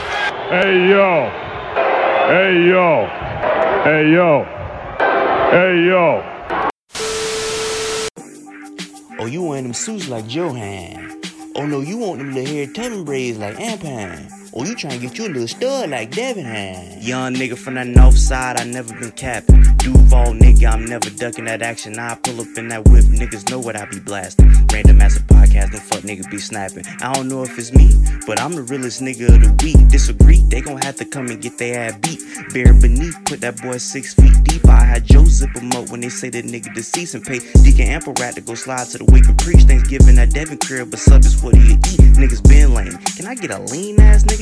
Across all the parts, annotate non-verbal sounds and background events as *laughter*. Hey yo. Hey yo. Hey yo. Hey yo. Oh, you want them suits like Johan. Oh no, you want them little hair tumbling braids like Ampan. Oh, you trying to get you a little stud like Devinhan. Young nigga from the north side, I never been capping. Duval nigga, I'm never ducking that action. I pull up in that whip, niggas know what I be blasting. Random ass podcast, no fuck nigga be snapping. I don't know if it's me, but I'm the realest nigga of the week. Disagree, they gon' have to come and get their ass beat. Bare beneath, put that boy six feet deep. I had Joe zip him up when they say the nigga deceased and pay Deacon Ample Rat to go slide to the wake and preach. Thanksgiving at Devin crib, but sub is what he eat. Niggas been lame. Can I get a lean ass nigga?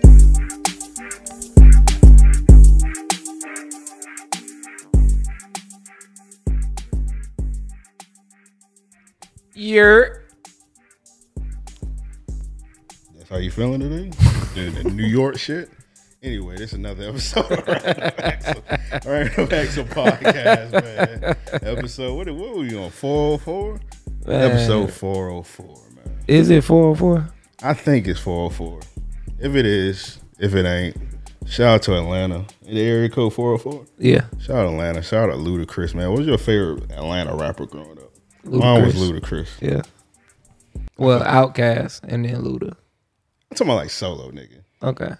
You're That's how you feeling today? the, the New York shit? Anyway, this is another episode of Random Axel, Random Axel Podcast, man. Episode, what, what were we on? 404? Episode 404, man. is it four oh four? I think it's 404. If it is, if it ain't, shout out to Atlanta. The area code 404? Yeah. Shout out Atlanta. Shout out Ludacris, man. What was your favorite Atlanta rapper growing up? Mine was Ludacris. Yeah. Well, Outcast and then Luda. I'm talking about like solo, nigga. Okay.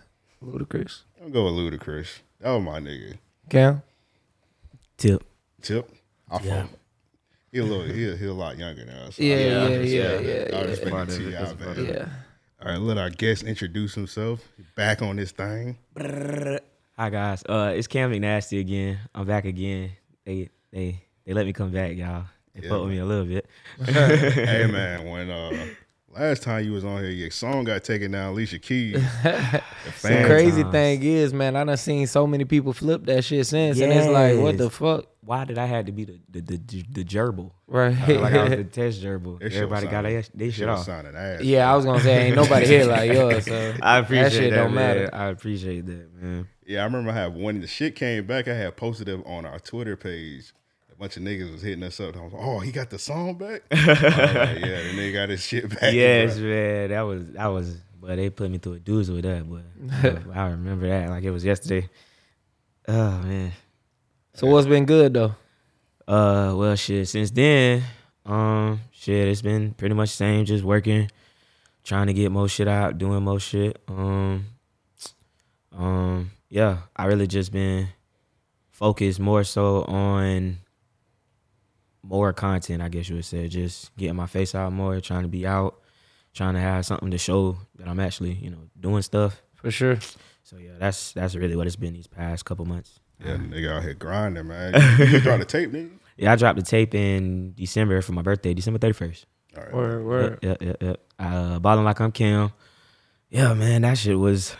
Ludacris. I'm going go with Ludacris. That was my nigga. Cam? Tip. Tip. I yeah. He a little, he a, he a lot younger now. So Yeah, I, yeah, I respect yeah, that. yeah, I yeah. respect the T.I. man. Yeah. All right, let our guest introduce himself. Back on this *laughs* thing. Hi guys. Uh it's Cam McNasty again. I'm back again. They they they let me come back, y'all. They fucked with me a little bit. hey man, when uh last time you was on here, your song got taken down. Alicia *laughs* Keys. The The fans- crazy Sometimes. thing is, man, I done seen so many people flip that shit since, and it's like, what the Yes. fuck? Why did I have to be the the the, the, the gerbil? Right. Like I was the test gerbil. That shit Everybody was got sounding- their they that shit was off. sounding ass. *laughs* yeah, I was gonna say ain't nobody here like yours. So I appreciate that. Shit don't man. matter. I appreciate that, man. Yeah, I remember I had one. The shit came back. I had posted it on our Twitter page. A bunch of niggas was hitting us up. I was like, oh, he got the song *laughs* back. I was like, yeah, the nigga got his shit back. *laughs* Yes, bro. man. That was that was but they put me through a doozy with that, but I remember that like it was yesterday. Oh man. so what's been good though? Uh, well, shit. Since then, um, shit, it's been pretty much the same. Just working, trying to get more shit out, doing more shit. Um, um, yeah, I really just been focused more so on more content. I guess you would say, just getting my face out more, trying to be out, trying to have something to show that I'm actually, you know, doing stuff. For sure. So yeah, that's that's really what it's been these past couple months. Yeah, nigga out here grinding, man. You just dropped a tape, nigga. Yeah, I dropped the tape in December for my birthday, December thirty first. All right. Word, Yep, word. yep, yep, yep. Uh, balling like I'm Kim. Yeah, man, that shit was.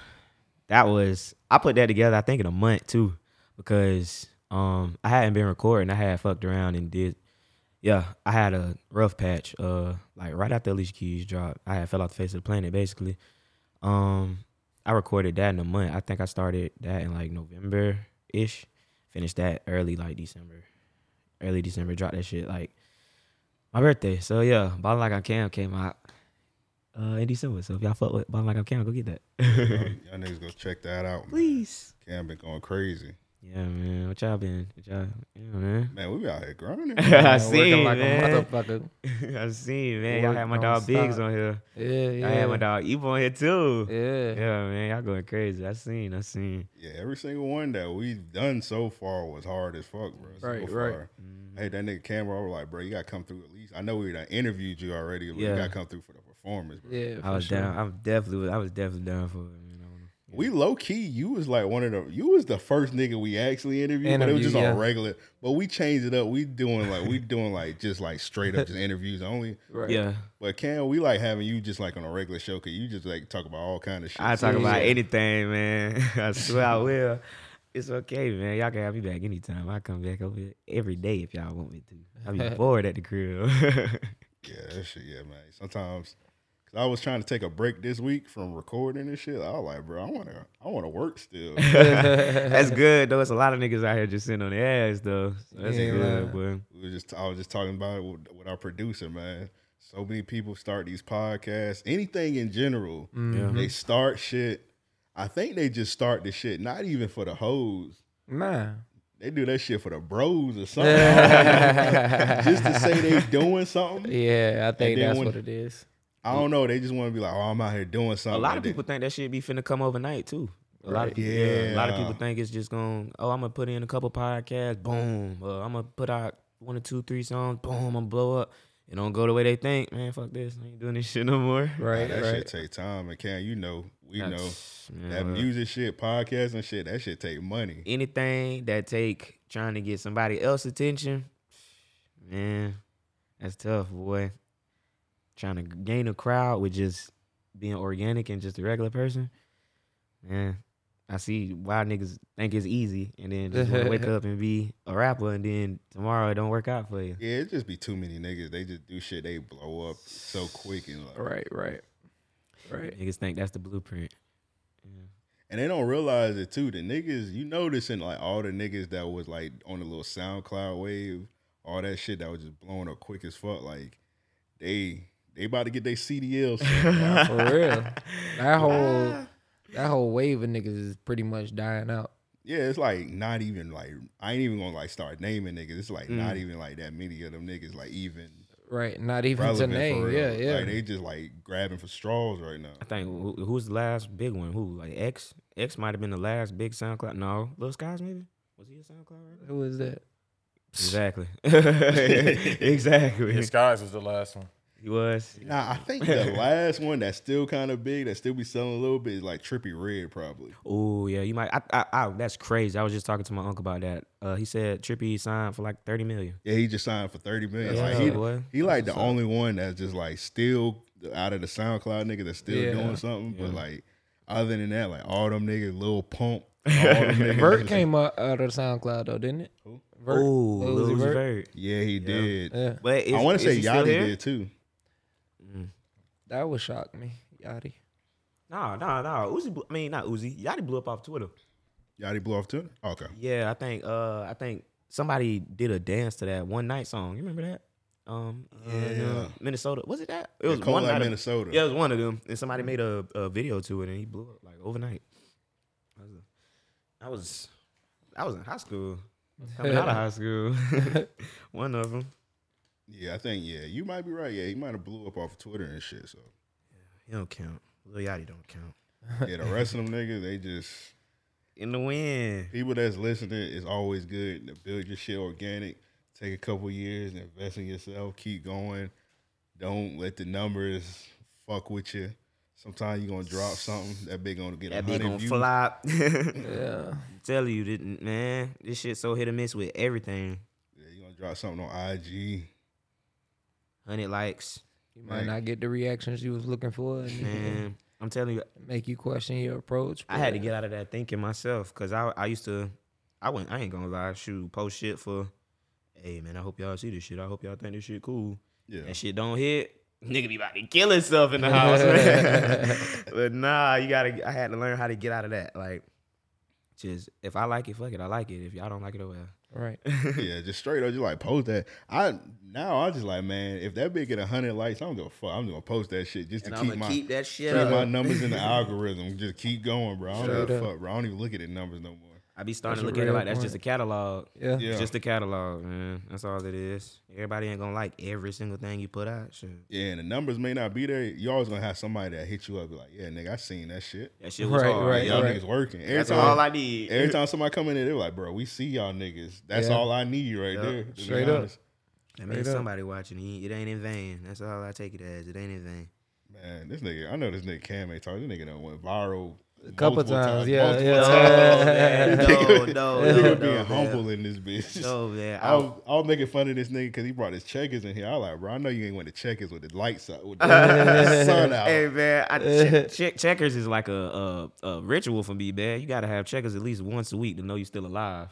That was. I put that together. I think in a month too, because um, I hadn't been recording. I had fucked around and did. Yeah, I had a rough patch. Uh, like right after Alicia Keys dropped, I had fell off the face of the planet basically. Um, I recorded that in a month. I think I started that in like November ish. Finished that early like December, early December. Dropped that shit like my birthday. So yeah, Ballin' Like I Can came out uh, in December. So if y'all fuck with Ballin' Like I Can, go get that. *laughs* Y'all niggas go check that out, man. Please. Cam been going crazy. Yeah, man. What y'all been? What y'all, yeah, man. Man, we be out here grinding. I Man, working seen, like man. a motherfucker. *laughs* I seen, man. Y'all Work had my don't dog Biggs stop. on here. Yeah, yeah. I had my dog Evo on here too. Yeah. Yeah. man. Y'all going crazy. I seen. I seen. yeah, every single one that we've done so far was hard as fuck, bro. So Right, far. right. Mm-hmm. Hey, that nigga Cameron, I was like, bro, you gotta come through at least. I know we done interviewed you already, but you Yeah. gotta come through for the performance, bro. Yeah, for I was sure. down. I'm definitely. I was definitely down for it. Man. I wanna- We low key, you was like one of the, you was the first nigga we actually interviewed, but it was Interview, just yeah. on regular. But we changed it up. We doing like, we doing like just like straight up just interviews only. Right. Yeah. But Cam, we like having you just like on a regular show because you just like talk about all kind of shit. *laughs* I talk Yeah. *laughs* about anything, man. I swear I will. It's okay, man. Y'all can have me back anytime. I come back over here every day if y'all want me to. *laughs* I be bored at the crib. *laughs* Yeah, that shit, yeah, man. Sometimes, cause I was trying to take a break this week from recording and shit. I was like, bro, I wanna, I wanna work *laughs* still. That's good though. It's a lot of niggas out here just sitting on their ass though. So that's Yeah, good, man. boy. we were just, I was just talking about it with, with our producer, man. So many people start these podcasts, anything in general. They start shit. I think they just start the shit, not even for the hoes. Nah. They do that shit for the bros or *laughs* something. just to say they doing something. Yeah, I think then that's when- what it is. I don't know. They just want to be like, oh, I'm out here doing A something. lot of They- people think that shit be finna come overnight too. A lot of Right. people, yeah. A lot of Yeah. people think it's just gonna. Oh, I'm gonna put in a couple podcasts. Boom. Uh, I'm gonna put out one or two, three songs. Boom. I'm gonna blow up. It don't go the way they think. Man, fuck this. I ain't doing this shit no more. Right, that shit right. take time. And can you know, we know That's- man, that well, music shit, podcast and shit, that shit take money. anything that take trying to get somebody else's attention, man, that's tough, boy. Trying to gain a crowd with just being organic and just a regular person, man. I see why niggas think it's easy and then just *laughs* wanna wake up and be a rapper and then tomorrow it don't work out for you. Yeah, it just be too many niggas. They just do shit. They blow up so quick and like, Right, right. Right. Niggas think that's the blueprint. and they don't realize it too. The niggas, you noticing like all the niggas that was like on the little SoundCloud wave, all that shit that was just blowing up quick as fuck. Like they they about to get their *laughs* CDL. soon. For real. That whole that whole wave of niggas is pretty much dying out. yeah, it's like not even like I ain't even gonna like start naming niggas. It's like not even like that many of them niggas like even Right. Not even to relevant for name. real. Yeah, yeah. Like they just like grabbing for straws right now. I think who, who's the last big one? Who like X? X might have been the last big SoundCloud. No, Lil Skies maybe. Was he a SoundCloud? rapper? Who *laughs* is that? Exactly. *laughs* exactly. Yeah, Skies was the last one. He was. Nah, I think the last one that's still kind of big, that still be selling a little bit, is like Trippy Red, probably. Oh yeah, you might. I, I, I, that's crazy. I was just talking to my uncle about that. Uh, he said Trippy signed for like thirty million. Yeah, he just signed for thirty million. That's Like, what's he, up, boy. he like the only one that's just like still out of the SoundCloud nigga that's still Yeah. doing something. But like other than that, like all them niggas, Lil Pump, all them niggas. Vert just- came out out of SoundCloud though, didn't it? Vert. Ooh, Oh, Lil Lil Uzi Uzi Vert. Vert. Yeah, he did. Yeah. Uh, But is, I want is to say he still Yachty here? did too. That would shock me. Yachty. Nah, nah, nah. Uzi. Blew, I mean, not Uzi. Yachty blew up off Twitter. Yachty blew off too. Okay. Yeah, I think. Uh, I think somebody did a dance to that one night song. You remember that? Um, Uh, yeah. Minnesota. Was it that? It was Cold one Light night. of- Minnesota. Yeah, it was one of them. And somebody made a, a video to it, and he blew up like overnight. I was, I was, I was in high school. I was Coming out of high school, *laughs* one of them. Yeah, I think yeah, you might be right. Yeah, he might have blew up off of Twitter and shit. So He don't count. Lil Yachty don't count. yeah, the rest of them niggas, they just. In the wind. people that's listening it's always good to build your shit organic take a couple years invest in yourself keep going don't let the numbers fuck with you sometimes you're gonna drop something that big gonna get a That big hundred on views flop. *laughs* I'm Yeah. telling you, this- man, this shit so hit or miss with everything. yeah, you're gonna drop something on ig Hundred likes, You might not get the reactions you was looking for and man. I'm telling you, make you question your approach. I had to get out of that thinking myself because I I used to I went I ain't gonna lie shoot post shit for hey man I hope y'all see this shit I hope y'all think this shit cool yeah that shit don't hit nigga be about to kill himself *laughs* in the house man but nah you gotta I had to learn how to get out of that like just if I like it fuck it I like it if y'all don't like it oh well Right. *laughs* yeah just straight up just like post that i now i just like man if that big get a hundred likes i don't give a fuck i'm just gonna post that shit just and to I'm keep gonna my keep that shit keep my up numbers in *laughs* the algorithm just keep going bro i don't give a Straight up. fuck bro i don't even look at the numbers no more I be starting That's to a look at it real like that's point. just a catalog Yeah. yeah It's just a catalog man that's all it is everybody ain't gonna like every single thing you put out shit. Yeah, and the numbers may not be there. You always gonna have somebody that hit you up, be like, "Yeah, nigga, I seen that shit. That shit was Right, hard. Like, right, y'all all right. niggas working." Every That's time, all I need. every time somebody come in there, they're like, "Bro, we see y'all niggas. That's Yeah. all I need right Yup. there." to be Straight up. honest. That means up. somebody watching. He- It ain't in vain. *laughs* That's all I take it as. It ain't in vain. man. This nigga, I know this nigga Cam ain't talking. This nigga done went viral A couple multiple times, yeah, multiple yeah. *laughs* Oh, man. times. No, no, *laughs* Nigga no, being no, humble man. in this bitch. No, man. I *laughs* was, I was making fun of this nigga because he brought his checkers in here. I was like, bro, I know you ain't went to checkers with the lights out, with the *laughs* sun out. Hey man, I, check, check, checkers is like a, a a ritual for me, man. You gotta have checkers at least once a week to know you're *laughs* still alive.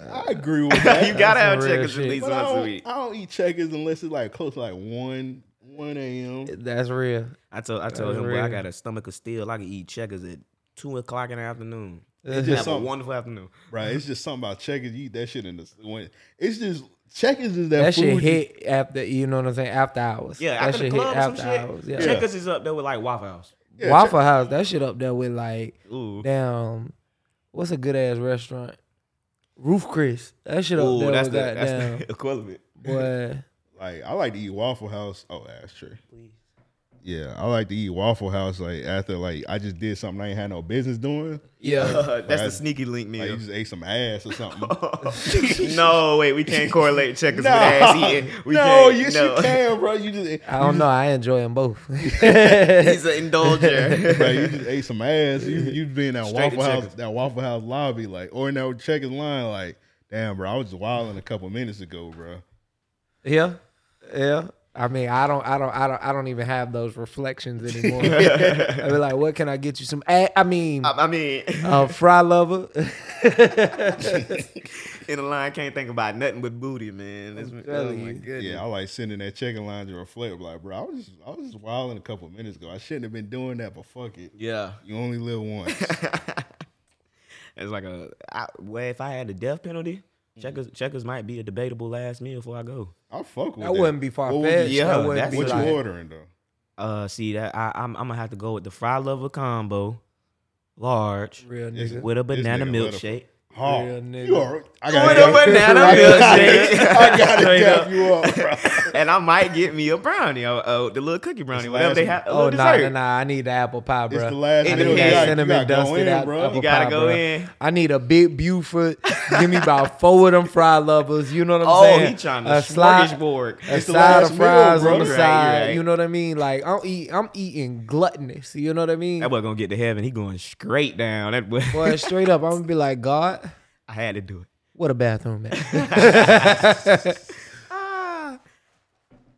I agree *laughs* with that. you gotta some have real checkers at shit. least But I once a don't, week. I don't eat checkers unless it's like close to like 1, 1 a.m. That's real. I told I told That's him, boy, I real. got a stomach of steel. I can eat checkers at two o'clock in the afternoon. It's Have just a something, wonderful afternoon. right? It's just something about checkers. You eat that shit in the when it's just checkers is that, *laughs* That food shit you- hit after you know what I'm saying after hours. Yeah, that after the shit club hit or some after shit. hours. Yeah. Checkers is up there with like Waffle House. Yeah, Waffle House, that shit up there with like Ooh. damn, what's a good ass restaurant? Roof Chris, that shit up Ooh, there that's with the, that's *laughs* goddamn the equivalent. boy. Like I like to eat Waffle House. Oh, ashtray. Yeah, I like to eat Waffle House. Like after like I just did something I ain't had no business doing. Yeah, *laughs* that's the sneaky link Like meal. you just ate some ass or *laughs* something. no, wait, we can't correlate checkers no, with *laughs* ass eating. We no, can't, yes *laughs* no. you can, bro. You just I don't know. I enjoy them both. *laughs* He's *laughs* an indulger. Bro, *laughs* you just ate some ass. You you be in that Straight to Waffle House, Checkers. that Waffle House lobby, like, or in that checkers line, like, damn, bro, I was just wilding a couple minutes ago, bro. yeah, yeah. I mean, I don't, I don't, I don't, I don't even have those reflections *laughs* anymore. I be like, what can I get you? Some, a- I mean, I, I mean, *laughs* uh, fry lover. in the line, can't think about nothing but booty, man. That's, oh telling my you. goodness. Yeah, I like sitting in that check-in line to reflect, like, bro, I was just, I was just wilding a couple minutes ago. I shouldn't have been doing that, but fuck it. Yeah. You only live once. *laughs* It's like a I, well, if I had the death penalty, Mm-hmm. checkers checkers might be a debatable last meal before I go. I fuck with that. *laughs* That wouldn't be What far would fetched. yeah, that wouldn't that's you- be What, like, you ordering though? Uh, see that I, I'm I'm gonna have to go with the fry lover combo, large real Is nigga. with a This banana nigga milkshake. *laughs* Oh, Real nigga. you are. I With gotta, a I banana gotta, milkshake, I gotta *laughs* Straight cap up. you up, bro. and I might get me a brownie, uh, uh, the little cookie brownie, It's whatever they last- have. a Oh little nah, nah, dessert. nah! I need the apple pie, bro. It's the last I meal. need You that gotta- you cinnamon gotta go dusted in, out- bro. apple You gotta pie, go bro. in. I need a big Buford. Give me *laughs* about four of them fry lovers. You know what I'm Oh, saying? he trying to a slide, smorgasbord. a It's the side last of fries meal, on bro. the Right, side. right. You know what I mean? Like I'm eat, I'm eating gluttonous. You know what I mean? That boy gonna get to heaven. He going straight down. That boy, Boy, straight up, I'm gonna be like, God, *laughs* I had to do it. what a bathroom at.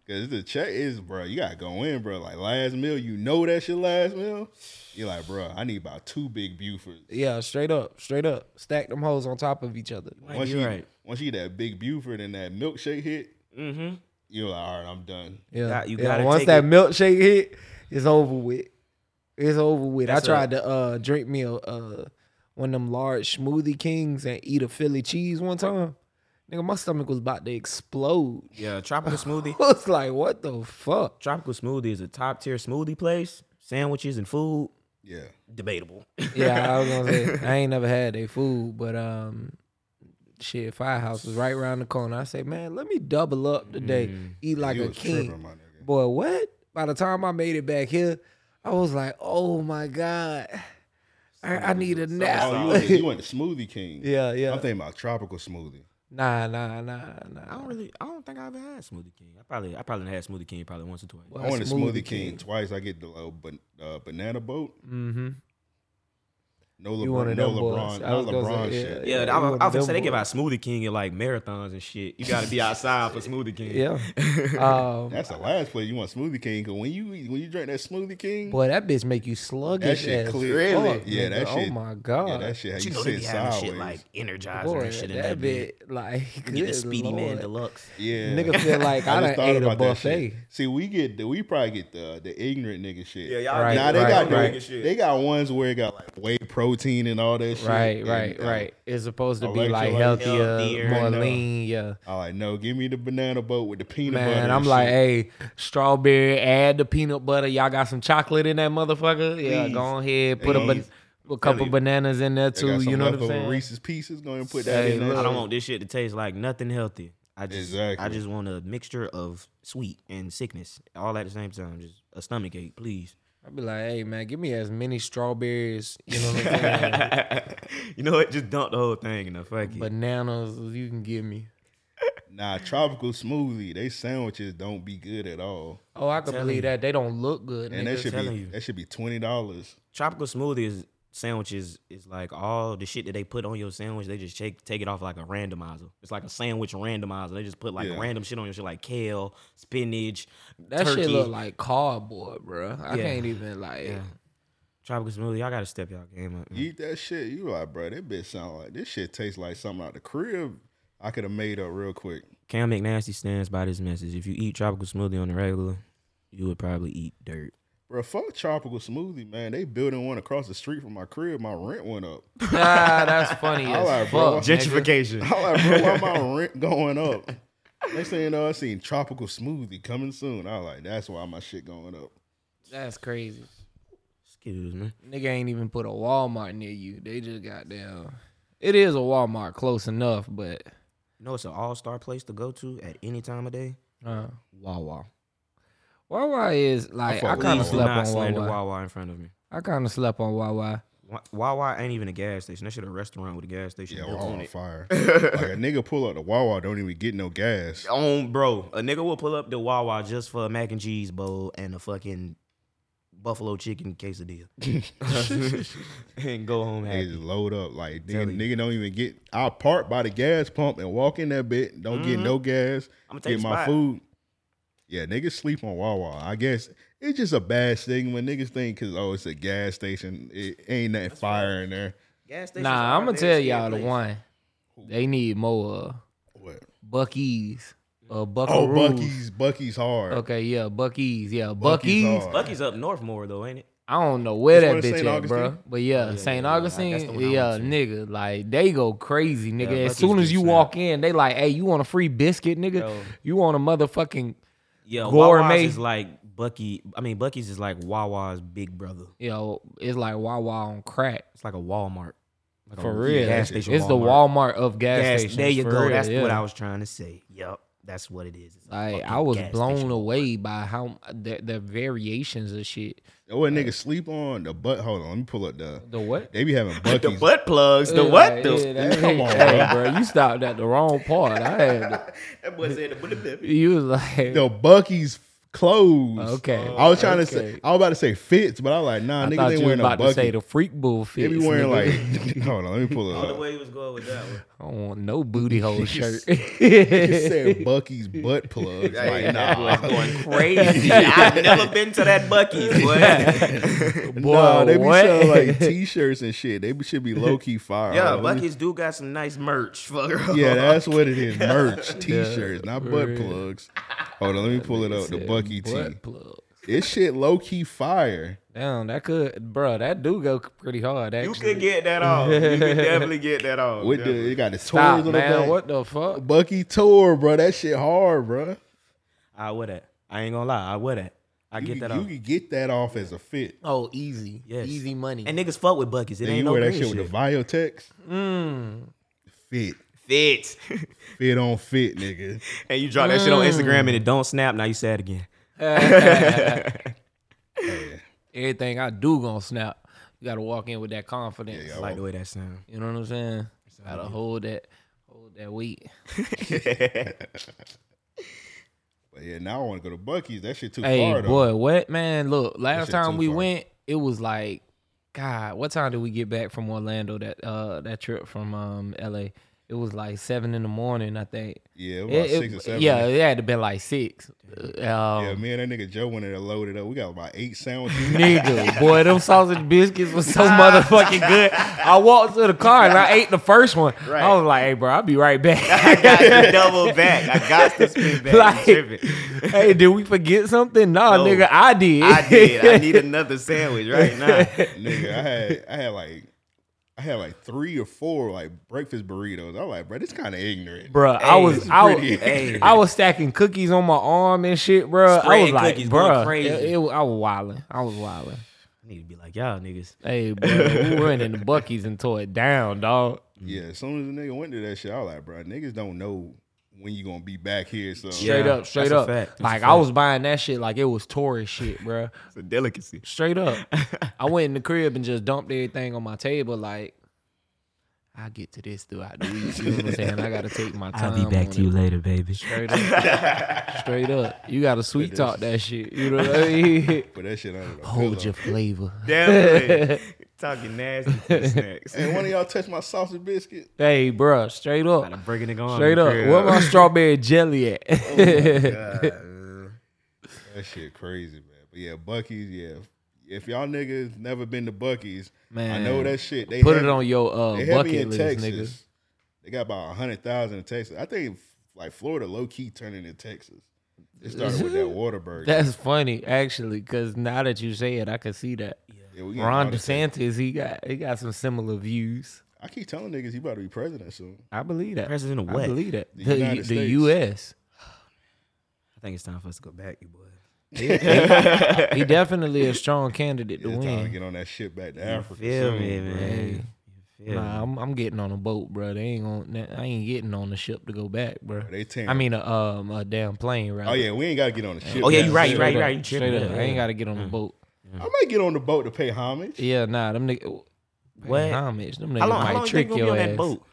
Cause the check is, bro. You gotta go in, bro. Like last meal, you know that's your last meal. You're like, bro, I need about two big Bufords. *laughs* yeah, straight up, straight up. Stack them hoes on top of each other. Like, Once you you right. once you get that big Buford and that milkshake hit, Mm-hmm. you're like, all right, I'm done. Yeah, Got- you yeah. gotta Once take that it- milkshake hit, it's over with. It's over with. That's I tried to uh, drink me a uh, one of them large smoothie kings and eat a Philly cheese one time. Nigga, my stomach was about to explode. *laughs* Yeah, tropical smoothie. I was like, *laughs* what the fuck? Tropical Smoothie is a top tier smoothie place. Sandwiches and food, Yeah, debatable. Yeah, I was gonna say I ain't never had their food, but um, shit, Firehouse was right around the corner. I say, man, let me double up today, Mm, eat like you a was king. tripping, my nigga. Boy, what? By the time I made it back here, I was like, oh my god, I, I need a nap. Oh, you went, to, you went to Smoothie King. Yeah, yeah. I'm thinking about tropical smoothie. Nah, nah, nah, I nah. don't really, I don't think I ever had Smoothie King. I probably, I probably had Smoothie King probably once or twice. I went to Smoothie King, twice. I get the uh, ban- uh, banana boat. Mm-hmm. No You one LeBron, of no them boys. LeBron, I no was gonna LeBron say, shit. Yeah, Yeah, I, you I, one of was gonna say them they give out boys. Smoothie King at like marathons and shit. You gotta be outside for Smoothie King. Yeah. *laughs* *laughs* Um, That's the last place you want Smoothie King. Cause when you eat- when you drink that Smoothie King, boy, that bitch make you that sluggish. shit as clear. Really? fuck, Yeah, that nigga. shit. Oh my god. Yeah, that shit. How But you, you know they sit be having sideways. shit like Energizer Boy, and shit in that that bitch. bit *laughs* like You get the good Speedy Man Lord. Deluxe. Yeah, Nigga feel *laughs* like I just done thought ate a about that shit. buffet. See, we get the, we probably get the the ignorant nigga shit. y'all Right, Now they right, got the- right. they got ones where it got like whey protein and all that shit. Right, and, right, uh, right. It's supposed to be Electrolytes. like healthier, Healthier. more Right now. lean. Yeah, I like no, give me the banana boat with the peanut butter. man. and I'm like, shit. hey, strawberry. Add the peanut butter. Y'all got some chocolate in that motherfucker. Yeah, Please. go ahead. Put a, ban- Please. a couple you. bananas in there They got too. some You know what I'm leftover saying? Reese's pieces. Go ahead and put that Hey, in look. there. I don't want this shit to taste like nothing healthy. I just, I Exactly. just want a mixture of sweet and sickness, all at the same time. Just a stomach ache, *laughs* please. *laughs* I'd be like, hey, man, give me as many strawberries. You know what *laughs* I'm saying? you know what? Just dump the whole thing in the fucking. bananas as you can give me. Nah, tropical smoothie. They sandwiches don't be good at all, Oh, I can Telling believe you. that. They don't look good. and that nigga. should telling be you. that should be twenty dollars. Tropical smoothie is sandwiches is like all the shit that they put on your sandwich. They just take take it off like a randomizer. It's like a sandwich randomizer. They just put like Yeah. random shit on your shit like kale, spinach, That turkey. shit look like cardboard, bro. I Yeah. can't even like. yeah. Tropical smoothie, y'all gotta step y'all game Mm. up. man. You eat that shit, you like, bro. That bitch sound like this shit tastes like something out the crib. I could have made up real quick. Cam McNasty stands by this message. If you eat tropical smoothie on the regular, you would probably eat dirt. Bro, fuck tropical smoothie, man. They building one across the street from my crib. My rent went up. *laughs* *laughs* Nah, that's funny as like, bro. fuck. nigga. Gentrification. I'm like, bro, why my rent going up? Next thing you know, I seen tropical smoothie coming soon. I was like, that's why my shit going up. That's crazy. Excuse me. Nigga ain't even put a Walmart near you. They just got down. It is a Walmart close enough, but You know it's an all star place to go to at any time of day. uh, Wawa. Wawa is like fuck I with Wawa. kind of Please do slept not on slander Wawa. Wawa in front of me. I kind of slept on Wawa. Wa- Wawa ain't even a gas station. That shit a restaurant with a gas station Yeah, built Wawa on on it. fire. like *laughs* a nigga pull up the Wawa, don't even get no gas. On bro, a nigga will pull up to Wawa just for a mac and cheese bowl and a fucking buffalo chicken quesadilla, *laughs* and go *laughs* home They happy. just load up. Like Telling nigga, you. nigga don't even get. I park by the gas pump and walk in that bit. Don't get no gas. Mm-hmm. I'ma take get the my spot. food. Yeah, niggas sleep on Wawa. I guess it's just a bad thing when niggas think because oh it's a gas station. It ain't nothing fire in there. Gas stations Nah, are I'm gonna very tell scary y'all the place. one they need more uh, of What? Bucky's or Oh, Buckaroos. Bucky's. Bucky's hard. Okay, yeah, Bucky's. Yeah, Bucky's Bucky's. hard. Bucky's up north more though, ain't it? I don't know where Which that one, St. bitch at, bro. Augustine? But yeah, St. Oh, yeah, yeah. That's the Augustine, one I went yeah, to. nigga, like they go crazy, nigga. as Bucky's soon as do you snap. walk in, they like, hey, you want a free biscuit, nigga? Yo. You want a motherfucking Yeah, Gourmet. Wawa's is like Bucky. I mean, Bucky's is like Wawa's big brother. you know, it's like Wawa on crack. It's like a Walmart. Like For a real. Oh, gas station it's the Walmart of gas Gas- stations. there you for go. real, That's yeah. what I was trying to say. Yep, that's what it is. It's a Like I fucking was gas blown station. away by how the, the variations of shit. Oh, what niggas sleep on the butt? Hold on, let me pull up the. The what? They be having Bucky's. *laughs* The butt plugs. The Yeah, what? The, yeah, *laughs* that- Come on, hey, bro, you stopped at the wrong part. I had to- that boy said the butt. you was like, the Bucky's clothes. Okay, I was trying to okay. say. I was about to say fits, but I was like, nah, I niggas thought ain't you were wearing about no to Bucky's. say the freak bull They fits. be wearing nigga. like, *laughs* hold on, let me pull it *laughs* All the up. way he was going with *laughs* that one. *laughs* I don't want no booty *laughs* hole shirt. It *laughs* said Bucky's butt plugs. like, That nah, boy's going crazy. I've never been to that Bucky's, boy. Boy, *laughs* nah, they be what? selling like t-shirts and shit. They be- should be low *laughs* key fire. *laughs* yeah, Let me- Bucky's do got some nice merch. Fuck Oh, *laughs* *laughs* Yeah, that's what it is. Merch, t-shirts, not butt plugs. Hold on, let me pull it up. The Said Bucky T. *laughs* butt plug. This shit low key fire. Damn, that could, bro. That do go pretty hard. You Actually. could get that off. You *laughs* could definitely get that off. With the it got the tours Stop, on the man. back. What the fuck? Bucky tour, bro. That shit hard, bro. I wear that. I ain't gonna lie. I wear that. I You get could- that You off. could get that off as a fit. Oh, easy. Yes. Easy money. And niggas fuck with Bucky's. It Then ain't you no wear that green shit with the Viotex. Mm. Fit, Fits. *laughs* fit on fit, nigga. and you drop that shit on Instagram and it don't snap. Now you sad again. Everything I do gonna snap. You gotta walk in with that confidence. I like the way that sound. You know what I'm saying? Gotta hold that, hold that weight. But yeah, now I want to go to Bucky's. That shit too Hey, far though. boy, what man? Look, last shit time too we far. went, it was like, God, what time did we get back from Orlando? That uh, that trip from um L.A. It was like seven in the morning, I think. Yeah, it was It- about it- six or seven. yeah, it had to be like six. Uh, yeah. um, Me and that nigga Joe went in there loaded up. We got about eight *laughs* sandwiches. *laughs* Nigga, boy, them sausage biscuits was Ah. so motherfucking good. I walked to the car and I ate the first one. I was like, "Hey, bro, I'll be right back." *laughs* I *laughs* got to double back. I got to *laughs* spin back. You Like- *laughs* tripping. hey, did we forget something? Nah, No. nigga, I did. I did. I need another sandwich right now. nigga, I had I had like I had like three or four like breakfast burritos. I'm like, bro, this kind of ignorant. *laughs* Bruh, I Hey, was it's I, pretty. was- Hey. I was stacking cookies on my arm and shit, bruh. I was Spreading like, cookies, going bruh, crazy. It, it- I was wilding. I was wilding. I need to be like y'all niggas. Hey, bruh, we went in the buckies and tore it down, dog. Yeah, as soon as the nigga went to that shit, I was like, bro, niggas don't know when you gonna be back here. So Straight Yeah, up, straight that's a up. fact. That's a Like I fact. was buying that shit like it was tourist shit, bruh. It's a delicacy. *laughs* Straight up. I went in the crib and just dumped everything on my table. Like, I get to this throughout the week. You know what I'm saying? I gotta take my time. *laughs* I'll be back on to you it. later, baby. Straight up. *laughs* Straight up. You gotta sweet talk that shit. You know what I *laughs* mean? Put that shit under the Hold pillow. your flavor. Definitely. Talking nasty to *laughs* the snacks. Hey, one of y'all touch my sausage biscuit. Hey, bruh, straight Gotta up. break it and go on. Straight up. Where *laughs* my strawberry jelly at? That shit crazy, man. But yeah, Bucky's, yeah. If y'all niggas never been to Bucky's, I know Man, that shit. They *laughs* Put it heavy- on your uh They heavy bucket in list, Texas. nigga. They got about hundred thousand in Texas. I think like Florida low key turning to Texas. It started *laughs* with that Waterberg. That's funny, actually, because now that you say it, I can see that. yeah, we getting all Ron the Texas. DeSantis, he got he got some similar views. I keep telling niggas he about to be president soon. I believe that. President of I what? believe that. The The, United U- the States. U.S. I think it's time for us to go back, you boys. *laughs* He definitely a strong candidate to It's time to win. get on that shit back to You Africa. feel soon, me, bro. man? You feel Nah, me? I'm, I'm getting on a boat, bro. They ain't on. that- I ain't getting on the ship to go back, bro. They team. I mean, a um, a damn plane, right? oh yeah, we ain't gotta get on the ship. Oh, yeah, back you right, you soon. right, you right. You Straight tripping. up, Yeah, I ain't yeah. gotta get on the boat. I might get on the boat to pay homage. Yeah, nah, them oh, niggas. What? Homage. Them niggas How long? How might long you trick think we gonna your be on ass. that *laughs* boat?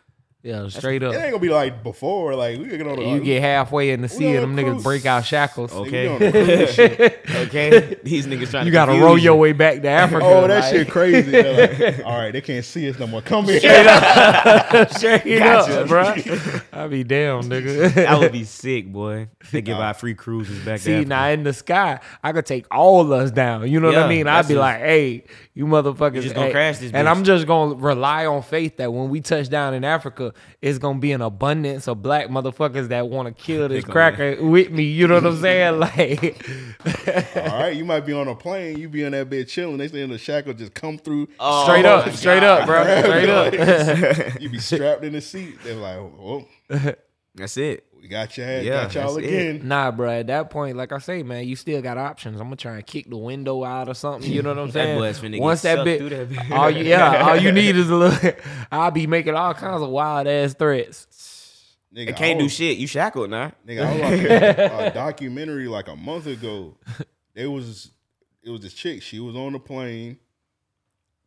Yeah, straight It ain't up. gonna be like before. Like we get on the You get halfway in the sea on and them a niggas cruise. Oh, break out shackles. we Okay. on a *laughs* cruise ship. Okay, these niggas trying. You to gotta confuse roll you. your *laughs* way back to *laughs* Africa. Oh, that like- shit crazy. They're like, *laughs* All right, they can't see us no more. Come here. *laughs* Straight Gotcha. up, bro. *laughs* I be damn, nigga. That would be sick, boy. They give out free cruises back See, there. now in the sky, I could take all us down. You know what Yeah, I mean? that's I'd be just- like, hey, you motherfuckers. You just gonna hey. crash this And bitch. I'm just gonna rely on faith that when we touch down in Africa, it's gonna be an abundance of black motherfuckers that wanna *laughs* kill this gonna- cracker with me. You know what I'm saying? *laughs* *laughs* Like, All right, you might be on a plane. You be in that bed chilling. They say in the shackle just come through. Oh. straight up, straight up, *laughs* bro. Straight up. *laughs* You be strapped in the seat. They're like, oh, That's it. we got your ass, Yeah, got y'all that's it. Mm. again. Nah, bro. At that point, like I say, man, you still got options. I'm gonna try and kick the window out or something. You know *laughs* what I'm saying? boy's finna get Once that sucked bit, through that bit. all you, yeah, all you need *laughs* is a little. *laughs* I'll be making all kinds of wild ass threats. Nigga, It can't I do was- shit. You shackled now. Nigga, I was watching *laughs* a, a documentary like a month ago. They was it was this chick. She was on the plane,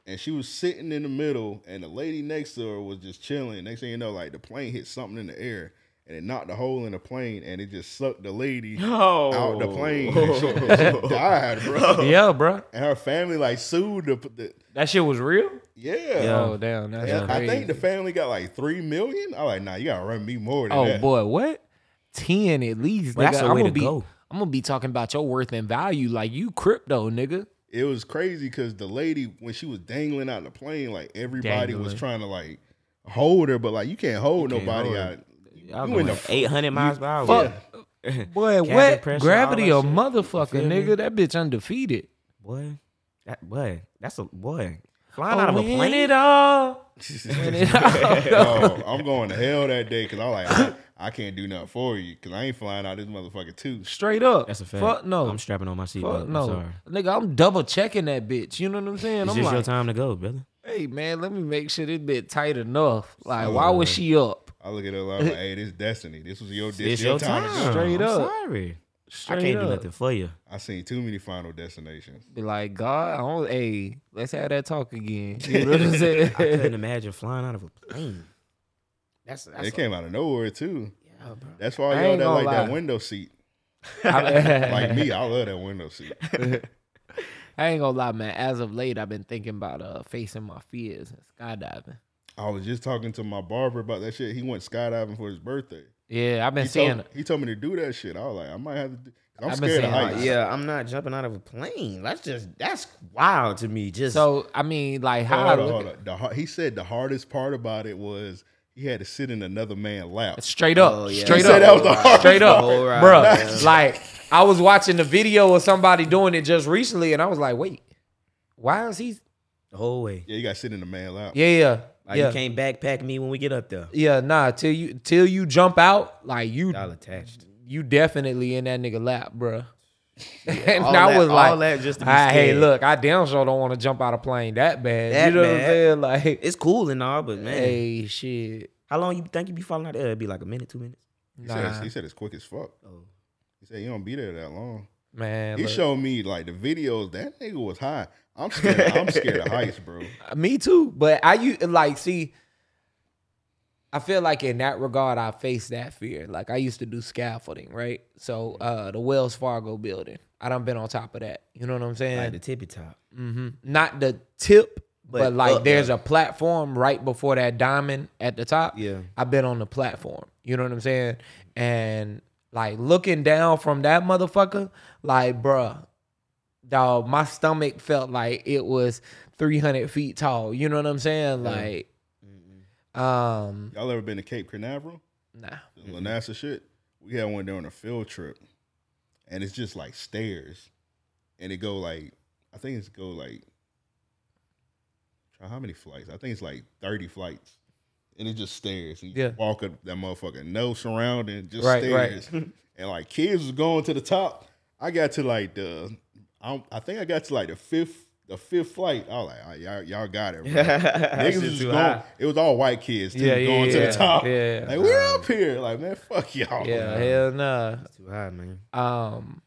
and she was sitting in the middle, and the lady next to her was just chilling. Next thing you know, like the plane hit something in the air, and it knocked a hole in the plane, and it just sucked the *gasps* lady *gasps* Oh, out the *laughs* plane. And she, she died, bro. Yeah, bro. And her family like sued the, the That shit was real. yeah. Yeah. Oh damn, that's And I crazy. think the family got like three million. I like, nah, you gotta run me more than oh that. boy, what? Ten at least. Well, nigga. that's the I'm way gonna to be. go. I'm gonna be talking about your worth and value like you crypto, nigga. it was crazy because the lady when she was dangling out the plane, like everybody was Dangling. trying to like hold her, but like you can't hold nobody hold her. out. *laughs* Y'all You in going the fu- 800 miles per hour. Fuck. Boy, what? pressure, all Gravity that a shit. motherfucker, You feel me? nigga. That bitch undefeated. Boy, that boy, that's a boy. Flying out of a Win plane. it all. Win it all. Oh, I'm going to hell that day because I like I, I can't do nothing for you because I ain't flying out this motherfucker too. Straight up. That's a fact. Fuck no. I'm strapping on my seatbelt. Fuck I'm no. sorry. Nigga, I'm double checking that bitch. You know what I'm saying? It's I'm just your like, time to go, brother. hey man, let me make sure this bit tight enough. Like, why was she up? I look at her like, hey, this destiny. This was your this It's your, your time. time. to go. Straight I'm up. Sorry, Straight I can't up. do nothing for you. I seen too many Final Destinations. Be like, God, I don't, hey, let's have that talk again. You know what *laughs* I'm saying? I couldn't imagine flying out of a plane. That's that's It came out of nowhere too. yeah, bro. That's why I y'all ain't that gonna like that lie. window seat. *laughs* I- *laughs* Like me, I love that window *laughs* seat. I ain't gonna lie, man. As of late, I've been thinking about uh facing my fears and skydiving. I was just talking to my barber about that shit. He went skydiving for his birthday. Yeah, I've been He seeing told, he told me to do that shit. I was like, I might have to. Do, I'm I've been scared of saying, like, heights. Yeah, I'm not jumping out of a plane. That's just that's wild to me. Just So I mean, like, Hold how on, I look hold on. The har- he said the hardest part about it was he had to sit in another man's lap. at- straight up, Oh, yeah. straight He said up, that was the hardest straight up, part. *laughs* Alright, bruh. man. Like I was watching the video of somebody doing it just recently, and I was like, wait, why is he? the whole way. Yeah, you got to sit in the man lap. Yeah, yeah, Like yeah, Oh, you can't backpack me when we get up there. yeah. Nah, till you till you jump out, like you Y'all attached. you definitely in that nigga lap, bruh. *laughs* and all I that- was all like, that just to be "Ah, hey, scared." look, I damn sure don't want to jump out of plane that bad. That you know bad. what I'm saying? Like, It's cool and all, but man, hey, shit, how long you think you be falling out there? It'd be like a minute, two minutes. He, nah, said, it's- he said it's quick as fuck. Oh. He said you don't be there that long. man. He look. showed me like the videos. That nigga was high. I'm scared. I'm scared of heights, bro. Me too. But I you like see I feel like in that regard, I faced that fear. Like I used to do scaffolding, right? So Mm-hmm. uh, the Wells Fargo building, I done been on top of that. You know what I'm saying? Mm-hmm. Like the tippy top. Not the tip, but, But like up there's a platform right before that diamond at the top. Yeah. *laughs* I've been on the platform. You know what I'm saying? And like looking down from that motherfucker, like bruh, dog, my stomach felt like it was 300 feet tall. You know what I'm saying? Like, um, Y'all ever been to Cape Canaveral? nah. The La NASA shit? We had one there on a field trip. And it's just like stairs. And it go like I think it's go like try how many flights? I think it's like 30 flights. And it just stairs. And you Yeah. walk up that motherfucker, no surrounding, just Right, right. stairs. *laughs* and like kids was going to the top. I got to like the I, I think I got to like the fifth the fifth flight. I was like, "All right, y'all, y'all got *laughs* it. bro." That Niggas shit was too going. high. It was all white kids too, Yeah, yeah, going to yeah, the top. yeah. like we're up here. Like man, fuck y'all. Yeah, hell nah. Too high, man. Um,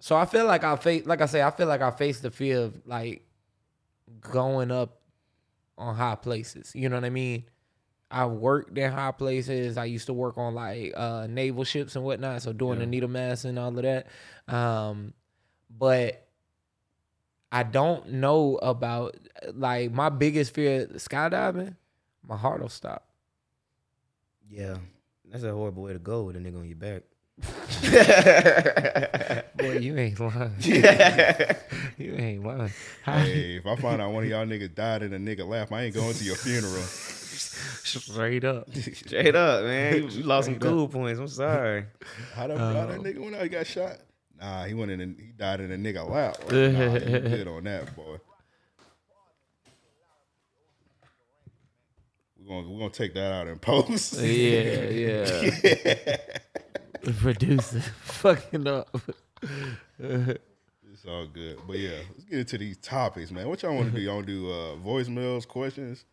so I feel like I face, like I say, I feel like I face the fear of like going up on high places. You know what I mean? I worked in high places. I used to work on like uh, naval ships and whatnot, so doing the needle mass and all of that. Um, but I don't know about like my biggest fear skydiving. My heart will stop. Yeah. That's a horrible way to go with a nigga on your *laughs* back. Boy, you ain't lying. you ain't lying. How- Hey, if I find out one of y'all niggas died in a nigga laugh, I ain't going to your funeral. Straight up. Straight up, man. *laughs* You, you lost some cool points. I'm sorry. *laughs* How that, how Um, that nigga went out? He got shot. Nah, he went in. And, he died in a nigga lap. *laughs* Like, nah, you good on that, boy. We're gonna we're gonna take that out in post. *laughs* *laughs* *laughs* Yeah, yeah. *laughs* Producer. Fucking up. It's all good. But yeah, let's get into these topics, man. What y'all want to do? Y'all wanna do uh, voicemails, questions?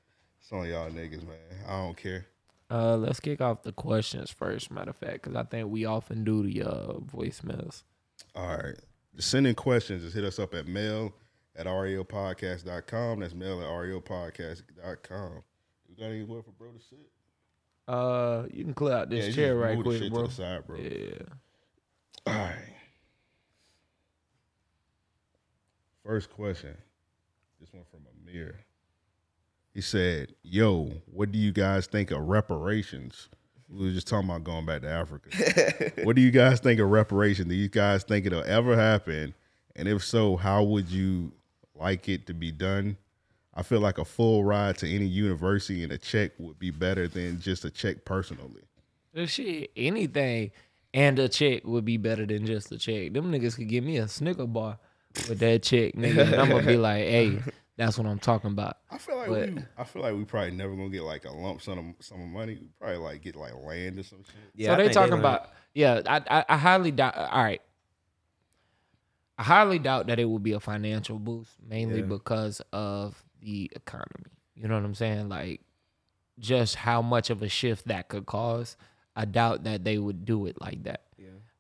It's on y'all niggas, man. I don't care. Uh, let's kick off the questions first, matter of fact, because I think we often do the uh, voicemails. All right. To send in questions, just hit us up at mail at E reopodcast.com. That's mail at E reopodcast.com. You got any word for bro to sit? Uh, you can clear out this you chair just right move the quick, shit bro. To the side, bro. Yeah. All right. First question. This one from Amir. He said, Yo, what do you guys think of reparations? We were just talking about going back to Africa. what do you guys think of reparation? Do you guys think it'll ever happen? And if so, how would you like it to be done? I feel like a full ride to any university and a check would be better than just a check personally. Uh, Shit, anything and a check would be better than just a check. Them niggas could give me a Snicker bar with that check, nigga. And *laughs* I'm gonna be like, hey, that's what I'm talking about. I feel like But- we, I feel like we probably never gonna get like a lump sum of, sum of money. We probably like get like land or some shit. *laughs* Yeah, so I they think talking learned. about yeah. I, I I highly doubt. All right, I highly doubt that it will be a financial boost, mainly Yeah. because of the economy. You know what I'm saying? Like just how much of a shift that could cause. I doubt that they would do it like that.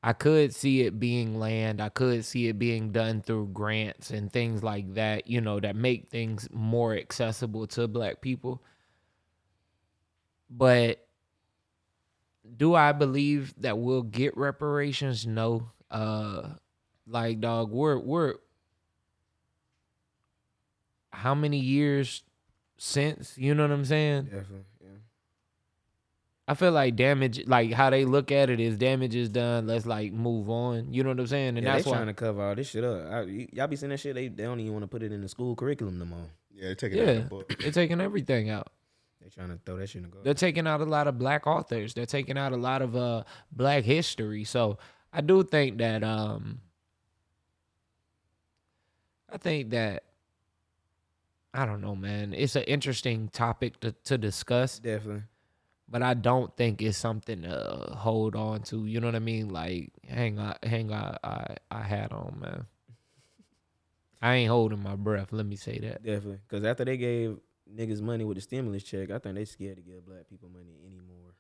I could see it being land. I could see it being done through grants and things like that, you know, that make things more accessible to black people. But do I believe that we'll get reparations? No. Uh like dog, we're we're how many years since, you know what I'm saying? Definitely, yeah. I feel like damage, like how they look at it is damage is done. Let's like move on. You know what I'm saying? And yeah, that's they why. trying to cover all this shit up. I, y- y'all be seeing that shit. They, they don't even want to put it in the school curriculum no more. Yeah, they're taking out yeah, the book. they're taking everything out. They trying to throw that shit in the garbage. They're taking out a lot of black authors. They're taking out a lot of uh black history. So I do think that um I think that I don't know, man. It's an interesting topic to, to discuss. Definitely. but I don't think it's something to hold on to. You know what I mean? Like hang on, hang on, I I had on man. I ain't holding my breath. Let me say that. Definitely. Because after they gave niggas money with the stimulus check, I think they scared to give black people money anymore.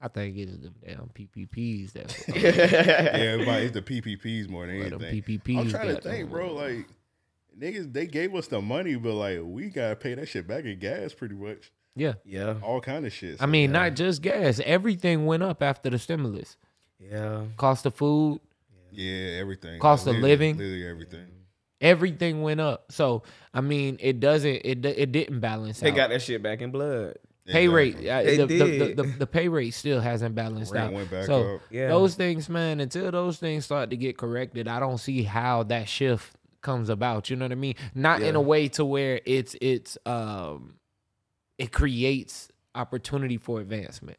I think it's them damn PPPs that yeah, *laughs* yeah. everybody, it's the PPPs more than Well, them anything. PPPs I'm trying to got think, them. bro. Like niggas, they gave us the money, but like we gotta pay that shit back in gas pretty much. Yeah. Yeah. all kind of shit. I So, mean, not just gas. Everything went up after the stimulus. Yeah. Cost of food, yeah, everything. Cost of Literally- living. Literally everything. everything went up. So I mean, it doesn't. It do- it didn't balance They out. got that shit back in blood. pay rate. Exactly. uh, They the, the- did. The, the, the pay rate still hasn't balanced Rate out. went back so up. Yeah. those things, man, until those things start to get corrected, I don't see how that shift comes about. You know what I mean? Not in Yeah. a way to where it's it's um it creates opportunity for advancement.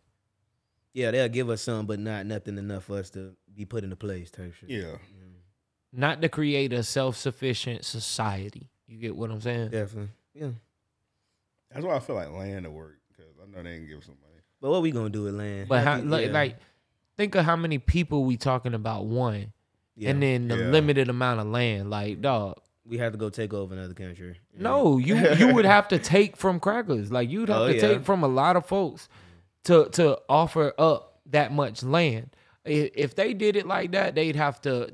Yeah, they'll give us some, but not nothing enough for us to be put into place type shit. Yeah. Not to create a self sufficient society. You get what I'm saying? Definitely. Yeah. That's why I feel like laying to work because I know they didn't give us some money. But what we gonna do with land? But how, Like, look, yeah. like, think of how many people we talking about one, Yeah. and then the Yeah. limited amount of land. Like, dog, we have to go take over another country. no, you you *laughs* would have to take from crackers. Like, you'd have Oh, to yeah. take from a lot of folks to to offer up that much land. I- If they did it like that, they'd have to.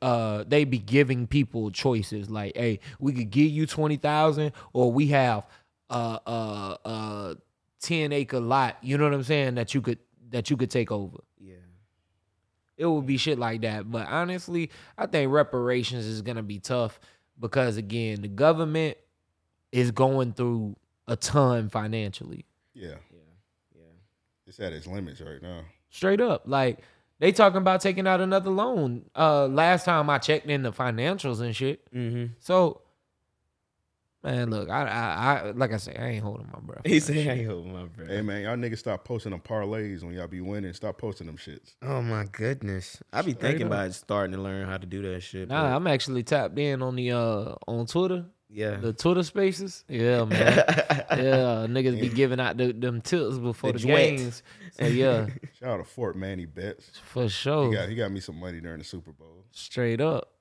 Uh, they be giving people choices like, hey, we could give you twenty thousand, or we have uh uh uh ten acre lot. You know what I'm saying? That you could that you could take over. Yeah. it would be shit like that. But honestly, I think reparations is gonna be tough because again, the government is going through a ton financially. Yeah, Yeah. Yeah. it's at its limits right now. Straight up. Like they talking about taking out another loan. Uh last time I checked in the financials and shit. Mm-hmm. So man, look, I I, I like I say, I ain't holding my breath. He said, I ain't holding my breath. Hey man, y'all niggas stop posting them parlays when y'all be winning. Stop posting them shits. Oh my goodness. I be thinking about starting to learn how to do that shit. Nah, but- I'm actually tapped in on the uh on Twitter, yeah. *laughs* the Twitter spaces. Yeah, man. yeah, niggas be giving out the, them tips before The the, duet. games. So *laughs* yeah, Shout out to Fort Manny Betts. for He sure, got he got me some money during the Super Bowl. straight up.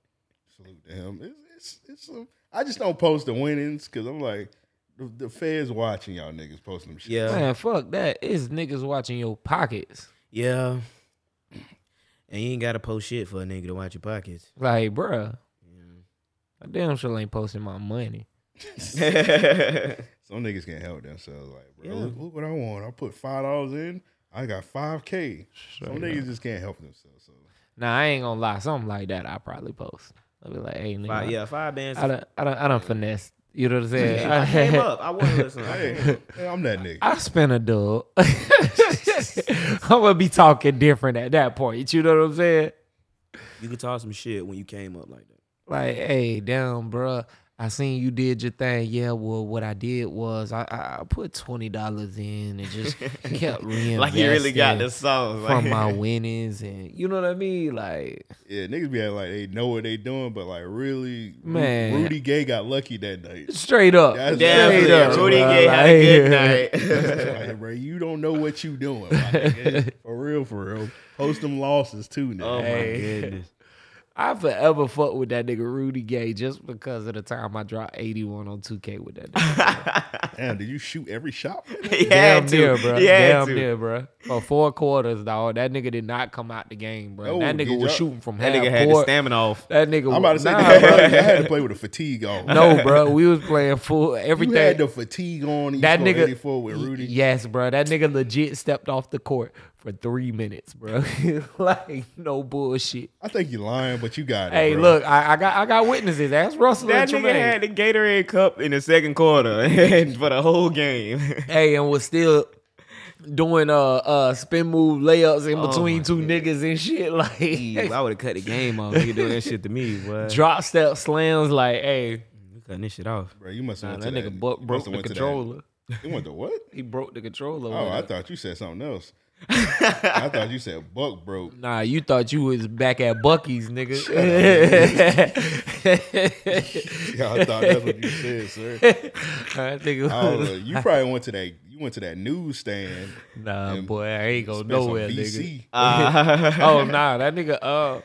Salute to him. It's it's, it's some, I just don't post the winnings because I'm like the, the feds watching y'all niggas posting them shit. Yeah. Man, fuck that. It's niggas watching your pockets. yeah. And you ain't gotta post shit for a nigga to watch your pockets. *laughs* Like, bruh, I damn sure ain't posting my money. Some niggas can't help themselves. Like, bro, Yeah. look, look what I want. I put five dollars in. I got five k. Some Straight niggas up. just can't help themselves. So Nah, I ain't gonna lie. Something like that, I probably post. I'll be like, hey, nigga, Five, yeah, five bands. I don't, I don't, I don't finesse. You know what I'm saying? *laughs* I came up. I wasn't listening. hey, hey, I'm that nigga. I spent a dub. *laughs* I'm gonna be talking different at that point. You know what I'm saying? You could talk some shit when you came up like that. like, hey, damn, bruh, I seen you did your thing. Yeah, well, what I did was I, I I put twenty dollars in and *laughs* just kept reinvesting song. from my *laughs* winnings, and you know what I mean. Like, Yeah, niggas be acting like they know what they doing, but like really, Ru- Man. Rudy Gay got lucky that night. straight up, That's straight definitely up, Rudy bruh, Gay like, *laughs* like, bro, you don't know what you doing. my *laughs* nigga. for real, for real. Post them losses too, nigga. oh my Hey. goodness. I forever fuck with that nigga Rudy Gay just because of the time I dropped eighty one on two K *laughs* with that. Nigga. Damn, did you shoot every *laughs* shot? *laughs* He Damn had to. near, bro. He had Damn to. near, bro. For four quarters, dog. That nigga did not come out the game, bro. No, that did nigga was y'all- shooting from That half nigga had the court. stamina off. That nigga. Oh, I'm about to was- say, *laughs* nah, that, bro. I had to play with the fatigue on. No, bro. We was playing full you everything. had the fatigue on. You that scored nigga 84 with Rudy. Yes, bro. That nigga legit stepped off the court for three minutes, bro. *laughs* like no bullshit. I think you're lying, but you got it. Hey, bro. look, I, I got I got witnesses. That's Russell and Tremaine. the Gatorade cup in the second quarter *laughs* and for the whole game. hey, and was still doing uh uh spin move layups in Oh, between my two niggas and shit. *laughs* Like I would have cut the game off. You doing that shit to me, boy. drop step slams. Like hey, You cutting this shit off. Bro, you must have nah, went that to nigga you buck must broke have the went to that- controller. You went to *laughs* what? He broke the controller. Oh, with I it. thought you said something else. *laughs* I thought you said Buck broke. *laughs* Nah, you thought you was back at Bucky's, nigga. Yeah, I thought that's what you said, sir. *laughs* I think it I don't was- know. You probably went to that. You went to that newsstand. nah, boy, I ain't go spent *laughs* nowhere, some nigga. VC. Ah, Oh nah, that nigga, uh,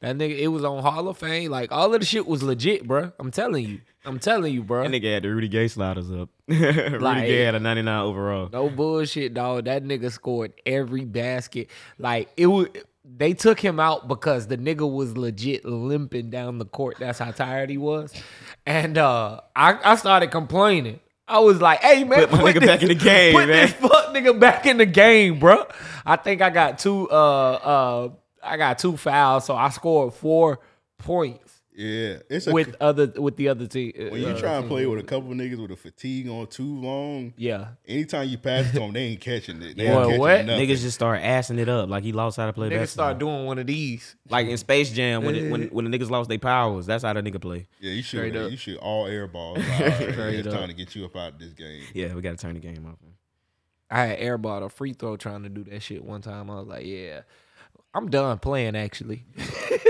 that nigga, it was on Hall of Fame. Like all of the shit was legit, bruh. I'm telling you, I'm telling you, bruh. *laughs* That nigga had the Rudy Gay sliders up. *laughs* Rudy Like- Gay had a 99 overall. No bullshit, dog. That nigga scored every basket. Like it was. They took him out because the nigga was legit limping down the court. That's how tired he was. And uh I, I started complaining. I was like, "Hey man, Put my nigga back in the game, put man." this fuck nigga back in the game, bro." I think I got two. Uh, uh, I got two fouls, so I scored four points Yeah, it's a, with uh, other with the other team. when you try and play with a couple niggas with a fatigue on too long. yeah, Anytime you pass it to them, they ain't catching it. They Boy, ain't catching what? nothing. Niggas just start assing it up like he lost how to play niggas basketball. start doing one of these. like in Space Jam when it, when when the niggas lost their powers. That's how the nigga play. Yeah, you should. Straight up. You should all air *laughs* balls. Like, all right, Straight it's up. time to get you up out of this game. Yeah, we gotta turn the game off. man. I had airballed a free throw trying to do that shit one time. I was like, "Yeah, I'm done *laughs* playing." Actually, *laughs*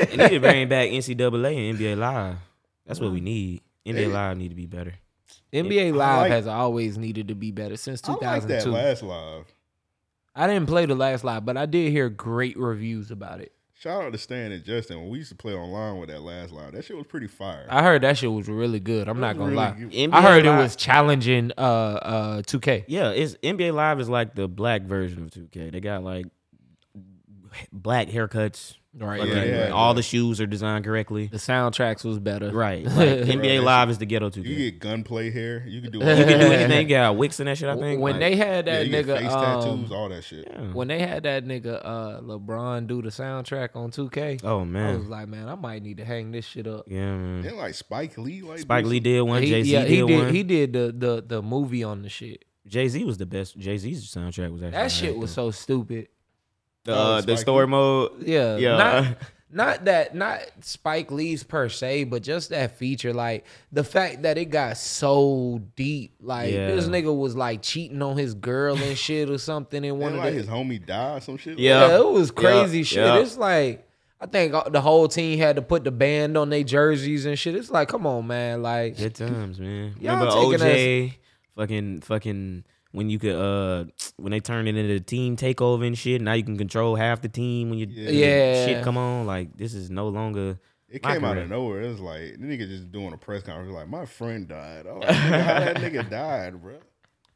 And need to bring back NCAA and NBA Live. That's what we need. NBA Live need to be better. NBA Live like- has always needed to be better since I like that 2002. last live. I didn't play the last live, but I did hear great reviews about it. Shout out to Stan and Justin. When we used to play online with that last live, that shit was pretty fire. I heard that shit was really good. I'm not gonna Really lie. good. NBA I heard it Live- was challenging uh uh 2K. Yeah, it's NBA Live is like the black version of 2K. They got like black haircuts. Right. fucking- Yeah, yeah, all yeah. the shoes are *laughs* designed correctly. The soundtracks was better. Right. Like, NBA that's- Live is the ghetto 2K. You You get gunplay hair. You *laughs* can do. can do yeah, anything. You got wicks and that shit. I think. when they had that you get nigga face um, tattoos, all that shit. Yeah. when they had that nigga uh LeBron do the soundtrack on 2K, I Oh was man. like, man, I might need to hang this shit up. Yeah man. Then like Spike Lee, like Spike do Lee did one. He, Jay Z yeah, did, he did. one. He did the the the movie on the shit. Jay Z was the best. Jay Z's soundtrack was actually That shit was so stupid. the uh, the the Spike story story mode. Yeah. Yeah. Not, not that, not Spike Lee's per se, but just that feature. Like the fact that it got so deep. Like Yeah. this nigga was like cheating on his girl and shit or something in Didn't, one of like the. his homie die or some shit. Yeah. yeah, it was crazy Yeah, shit. yeah. It's like. I think the whole team had to put the band on their jerseys and shit. It's like, come on, man. Like, Good times, man. Y'all Remember taking OJ? Fucking, fucking. When you could, uh, when they turned it into a team takeover and shit. Now you can control half the team when you Yeah. when your Yeah. shit come on. Like this is no longer. It My came out career. of nowhere. It was like the nigga just doing a press conference. Like my friend died. I was like, nigga, how that *laughs* nigga died, bro?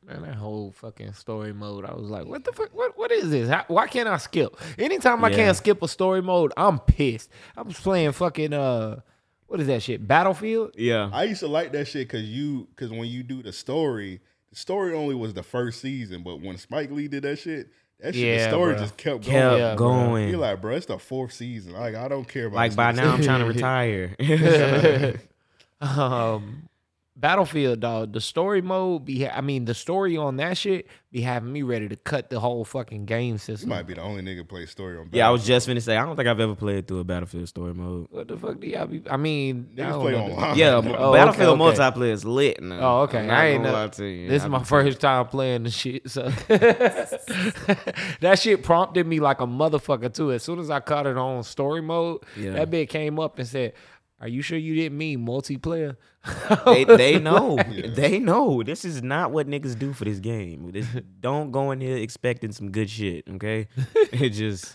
Man, that whole fucking story mode. I was like, what the fuck? What what is this? How, why can't I skip? Anytime I Yeah. can't skip a story mode, I'm pissed. I was playing fucking uh, what is that *laughs* shit? Battlefield. *laughs* Yeah. I used to like that shit because you because when you do the story, the story only was the first season, but when Spike Lee did that shit, that shit Yeah, the story bruh. just kept going. Kept Yeah, bro. going. You're like, bro, it's the fourth season. Like I don't care about Like this by nigga. now, I'm *laughs* trying to retire. um, Battlefield, dog. The story mode be. I mean, the story on that shit be having me ready to cut the whole fucking game You *laughs* system. might be the only nigga play story on. yeah, I was just finna say. I don't think I've ever played through a Battlefield story mode. What the fuck do y'all be? I mean, I niggas don't play know. online. *laughs* Yeah, *laughs* now. Oh, Battlefield okay, okay. multiplayer is lit. Now. Oh, okay. I'm not I ain't gonna know. lie to you. This is I've my been- first time playing the shit, *laughs* so that shit prompted me like a motherfucker too. As soon as I caught it on story mode, Yeah. that bitch came up and said, "Are you sure you didn't mean multiplayer?" *laughs* *laughs* they, they know. They know. This is not what niggas do for this game. *laughs* This, don't go in here expecting some good shit, okay? it just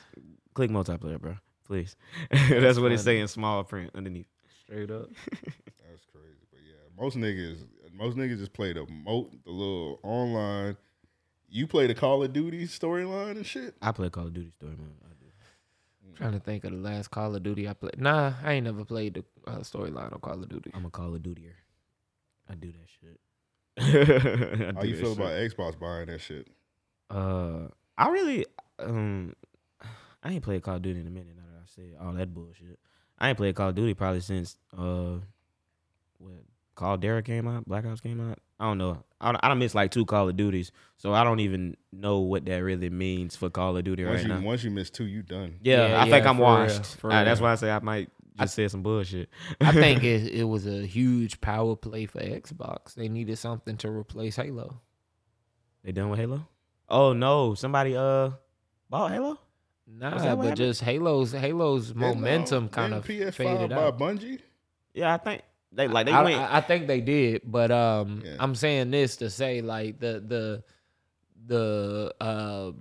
click multiplayer, bro. Please. *laughs* That's, what it's saying small print underneath. Straight up. That's crazy, but yeah, most niggas, most niggas just play the mo the little online. You play the Call of Duty storyline and shit. I play Call of Duty story mode. I do. trying to think of the last Call of Duty I played. Nah, I ain't never played the uh, storyline on Call of *laughs* Duty. I'm a Call of Dutyer. I do that shit. *laughs* I How do you that feel shit. about Xbox buying that shit? Uh, I really um, I ain't played Call of Duty in a minute. Now that I said all that bullshit, I ain't played Call of Duty probably since uh, what Caldera came out, Black Ops came out. I don't know. I don't, I don't miss like two Call of Duties, so I don't even know what that really means for Call of Duty Once right you now. once you miss two, you done. Yeah, Yeah, I think yeah, I'm for real, washed. for Uh, that's real. why I say I might just say some bullshit. I *laughs* think it, it was a huge power play for Xbox. They needed something to replace Halo. they done with Halo. Oh no, somebody uh bought Halo. Nah, but Was that what happened? just Halo's Halo's Didn't, uh, momentum kind of didn't PS5 faded by out. Bungie. Yeah, I think they like they I, went. I- I think they did, but um, Yeah. I'm saying this to say like the the the uh,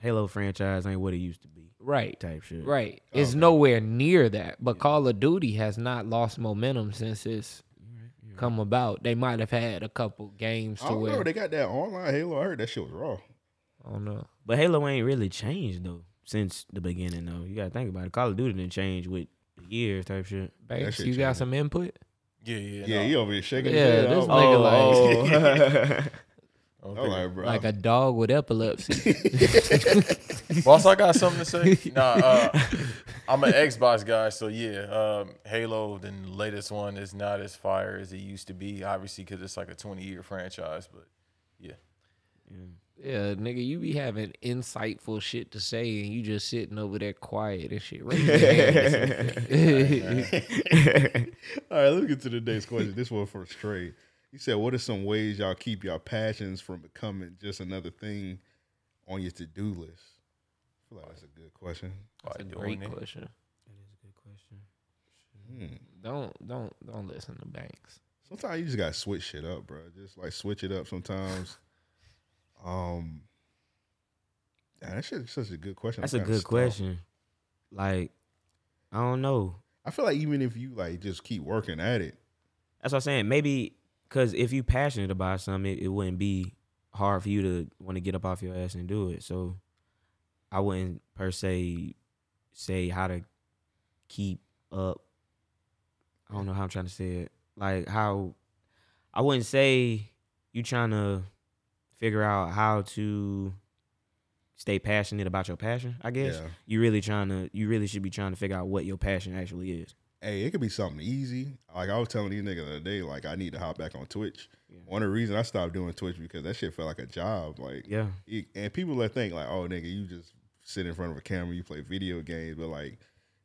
Halo franchise ain't what it used to be. right Type shit. right is nowhere near that. But Call of Duty has not lost momentum since it's come about. They might have had a couple games I to don't know. where They got that online Halo. I heard that shit was raw. I don't know. But Halo ain't really changed though since the beginning though. You gotta think about it. Call of Duty didn't change with the years type shit. Banks, shit you got changed. some input? Yeah, yeah. Yeah, no. he over here shaking Yeah, his head. this Oh, nigga oh. I don't all think- right, bro. like a dog with epilepsy. *laughs* Boss, I got something to say. nah, uh, I'm an Xbox guy, so yeah. Um, Halo, the latest one, is not as fire as it used to be, obviously, because it's like a 20 year franchise. But yeah, nigga, you be having insightful shit to say, and you just sitting over there quiet and shit. Raise *laughs* your *laughs* hands. All right, let's get to the next question. This one for Stray. He said, "What are some ways y'all keep your passions from becoming just another thing on your to-do list?" I feel like that's a good question. by doing Great it, question. Hmm. Don't don't don't listen to Banks. Sometimes you just gotta switch shit up, bro. Just like switch it up sometimes. Um, yeah, that shit is such a good question. That's I'm a kinda good stumped. question. Like, I don't know. I feel like even if you like just keep working at it, That's what I'm saying. Maybe because if you passionate about something, it, it wouldn't be hard for you to want to get up off your ass and do it. So I wouldn't per se say how to keep up. I don't know how I'm trying to say it. Like how I wouldn't say you trying to figure out how to stay passionate about your passion. I guess yeah. you really trying to you really should be trying to figure out what your passion actually is. Hey, it could be something easy. Like I was telling these niggas the other day, like I need to hop back on Twitch. Yeah. One of the reasons I stopped doing Twitch because that shit felt like a job. Like Yeah. it, and people that think like, oh nigga, you just sit in front of a camera, you play video games, but like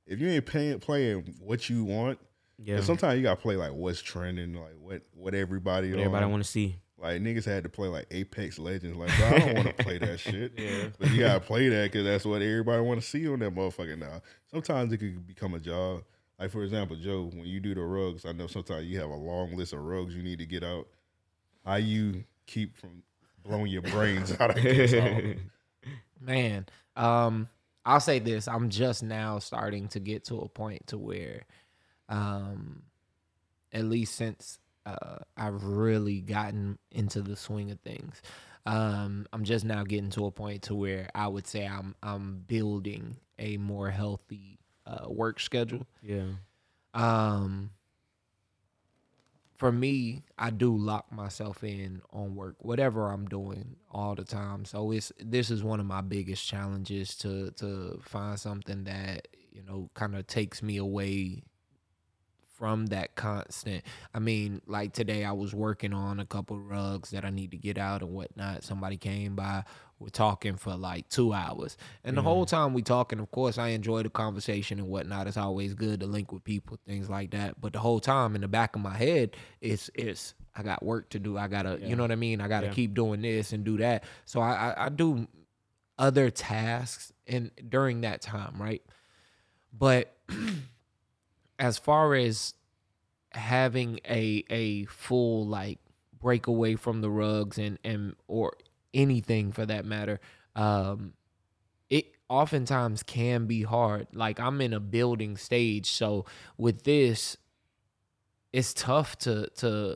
if you ain't paying, playing what you want, Yeah. and sometimes you gotta play like what's trending, like what what everybody, What everybody on. want to see. Like niggas had to play like Apex Legends. Like bro, I don't want to play that shit. But you gotta play that because that's what everybody want to see on that motherfucker now. Sometimes it could become a job. Like for example, Joe, when you do the rugs, I know sometimes you have a long list of rugs you need to get out. How you keep from blowing your brains out? I *laughs* guess. I don't- Man, um, I'll say this: I'm just now starting to get to a point to where, um, at least since uh, I've really gotten into the swing of things, um, I'm just now getting to a point to where I would say I'm I'm building a more healthy uh, work schedule. Yeah. Um, for me, I do lock myself in on work, whatever I'm doing all the time. So it's this is one of my biggest challenges to to find something that you know kind of takes me away from that constant. I mean, like today I was working on a couple rugs that I need to get out and whatnot. Somebody came by, we're talking for like two hours. And the whole time we talking, of course, I enjoy the conversation and whatnot. It's always good to link with people, things like that. But the whole time in the back of my head, it's it's I got work to do. I gotta, you know what I mean? I gotta Yeah. keep doing this and do that. So I I, I do other tasks and during that time, right? But *clears throat* as far as having a a full like break away from the rugs and and or anything for that matter um it oftentimes can be hard like i'm in a building stage so with this it's tough to to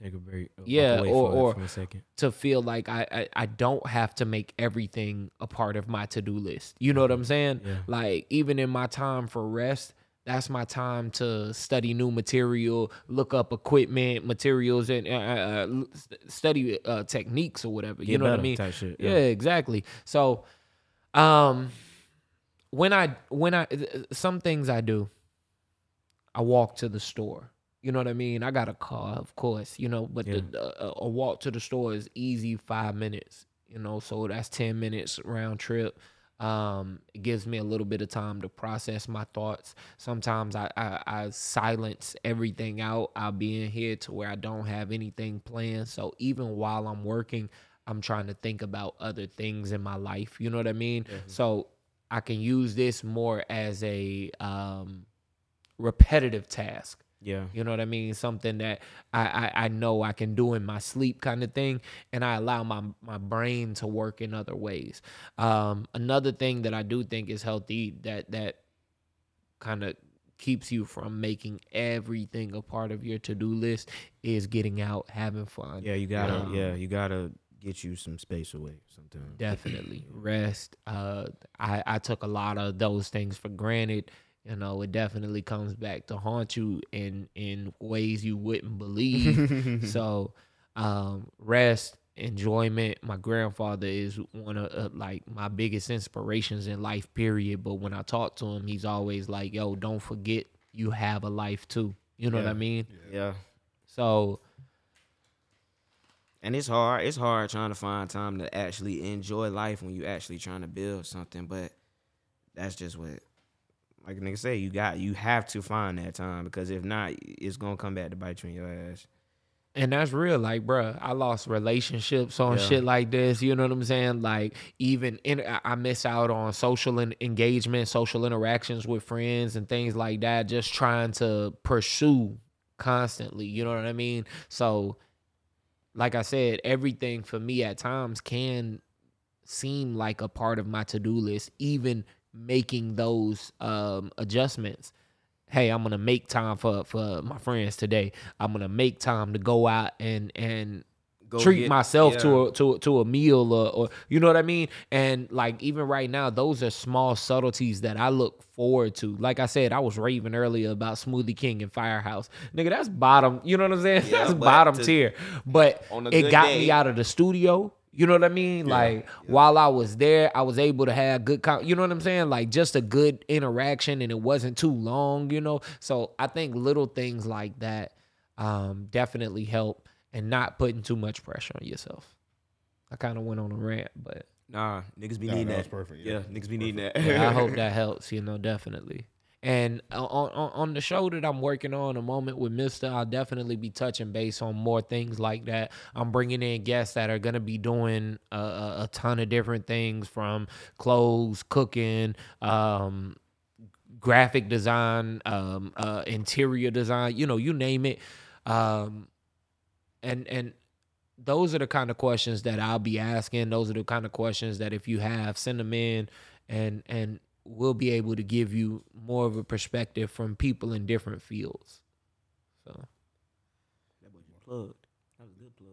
Take a break. uh, walk Yeah, away or- for, or- for a second. to feel like I, I I don't have to make everything a part of my to do list. You know what I'm saying? Yeah. Like even in my time for rest, that's my time to study new material, look up equipment, materials, and uh, uh, uh, l- st- study uh, techniques or whatever. you Get know what I better mean? Type shit. yeah exactly so um when i when i th- some things i do i walk to the store you know what i mean i got a car of course you know but Yeah. the, uh, a walk to the store is easy five minutes you know so that's 10 minutes round trip um it gives me a little bit of time to process my thoughts sometimes I, I i silence everything out i'll be in here to where i don't have anything planned so even while i'm working i'm trying to think about other things in my life you know what i mean so i can use this more as a um repetitive task Yeah. you know what I mean? Something that I, I, I know I can do in my sleep kind of thing. And I allow my, my brain to work in other ways. Um, another thing that I do think is healthy that that kind of keeps you from making everything a part of your to-do list is getting out, having fun. Yeah. You gotta. Um, yeah. You gotta get you some space away sometimes. Definitely. Rest. Uh I, I took a lot of those things for granted. you know, it definitely comes back to haunt you in in ways you wouldn't *laughs* believe. so, um, rest, enjoyment. My grandfather is one of uh, like my biggest inspirations in life. Period. But when I talk to him, he's always like, "Yo, don't forget you have a life too." You know what I mean? *laughs* Yeah. So, And it's hard. It's hard trying to find time to actually enjoy life when you actually trying to build something. But that's just what, like nigga say, you got you have to find that time because if not, it's gonna come back to bite you in your ass. and that's real. Like, bruh, I lost relationships on Yeah. shit like this. You know what I'm saying? Like, even in, I- I miss out on social en- engagement, social interactions with friends, and things like that. Just trying to pursue constantly. You know what I mean? So, like I said, everything for me at times can seem like a part of my to-do list even making those um adjustments hey i'm gonna make time for for my friends today i'm gonna make time to go out and and Go treat get- myself to yeah. a to, a- to a meal or, or you know what i mean and like even right now those are small subtleties that i look forward to like i said i was raving earlier about smoothie king and firehouse nigga that's bottom you know what i'm saying *laughs* Yeah, that's but bottom to- tier but On a it good got day- me out out of the studio. You know what I mean? Like while I was there, I was able to have good, con- you know what I'm saying? Like just a good interaction, and it wasn't too long, you know. So I think little things like that um, definitely help, and not putting too much pressure on yourself. I kind of went on a rant, but Nah, niggas be Nah, needing that that. was perfect, yeah. Yeah, niggas be needing *laughs* that. yeah, I hope that helps. You know, definitely. And on, on on the show that I'm working on, a moment with Mister, I'll definitely be touching base on more things like that. I'm bringing in guests that are gonna be doing a, a, a ton of different things, from clothes, cooking, um, graphic design, um, uh, interior design. You know, you name it. Um, and and those are the kind of questions that I'll be asking. Those are the kind of questions that if you have, send them in, and and we'll be able to give you more of a perspective from people in different fields. So plugged. That was a good plug.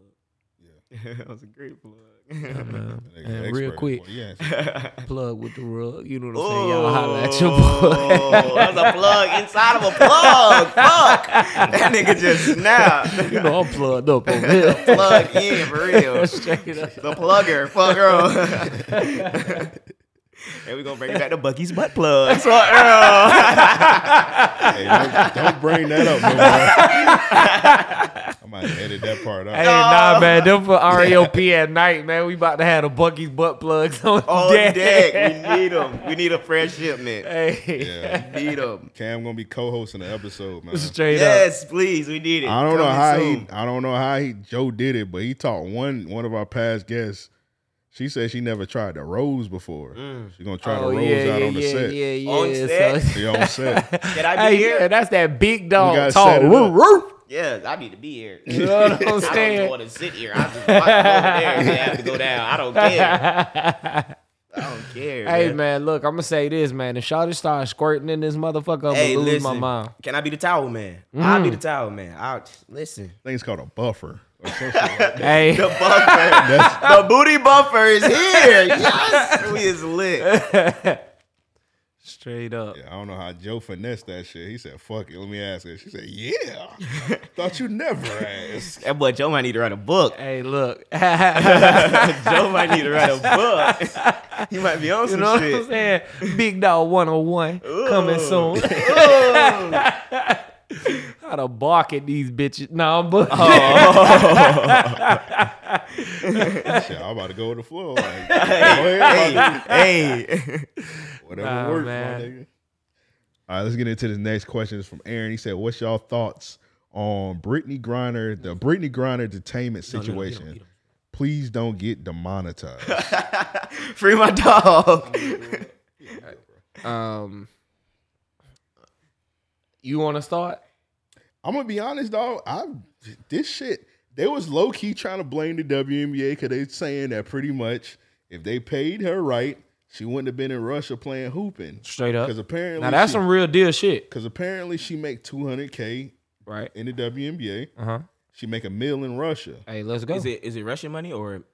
Yeah. *laughs* that was a great plug. man, That nigga uh, and expert real boy. quick, Yeah. *laughs* plug with the rug. You know what I'm saying? Y'all holla *laughs* at your boy. Oh, that was a plug inside of a plug. Fuck. That nigga just snapped. *laughs* you know I'm plugged up *laughs* over here. plug in for real. Straight up. The plugger, fuck Earl. and we gonna bring it back to Bucky's butt plugs for Earl. Hey, don't, don't bring that up no more. I might edit that part Hey, out. nah, man, *laughs* them for REOP at night, man. We about to have the Bucky's butt plugs on On deck. deck, we need them. We need a fresh shipment. *laughs* Hey, Yeah. Need them. Cam gonna be co-hosting the episode, man. straight up. Yes, please, we need it. I don't know Coming how soon. he. I don't know how he Joe did it, but he taught one one of our past guests. She said she never tried the rose before. Mm. She gonna try the rose out on the Oh, yeah, set. Yeah, yeah, On set? So, You know what I'm saying? Can I be hey, here? yeah, *laughs* that's that big We dog gotta talk. set it Woo, up. woo. Yes, I need to be here. You know *laughs* what I'm I don't even saying? want to sit here. I just I can go over there if they have to go down. I don't care. I don't care. Hey man. man, look, I'm gonna say this, man. If Shawty starts squirting in this motherfucker, I'm Hey, gonna lose my listen. mind. Can I be the towel man? Mm. I'll be the towel man. I'll listen. Thing's called a buffer. Or some shit like that. Hey, The *laughs* *laughs* buffer, the booty buffer is here. Yes, we is lit. straight up. Yeah, I don't know how Joe finessed that shit. He said, "Fuck it, let me ask her." She said, "Yeah." *laughs* Thought you never asked. That boy Joe might need to write a book. *laughs* Hey, look. you Joe might need to write a *laughs* book. He might be on some know what I'm *laughs* shit. saying? Big Dog 101 coming soon. *laughs* How to *laughs* bark at these bitches. Nah, I'm bull- Shit, I'm about to go to the floor. Like, go ahead, my nigga. Hey, whatever Nah, works, man. my nigga. All right, let's get into this next question. It's from Aaron. He said, "What's y'all thoughts on Brittany Griner, the Brittany Griner detainment situation? Please don't get demonetized." free my dog. Um, you want to start? *laughs* I'm gonna be honest, dog. I this shit. They was low key trying to blame the WNBA because they saying that pretty much if they paid her right, she wouldn't have been in Russia playing hooping. Straight up. Because apparently, Now that's she, some real deal shit, Because apparently she make 200k right? in the WNBA. Uh huh. She make a mill in Russia. Hey, let's go. it is it Russian money or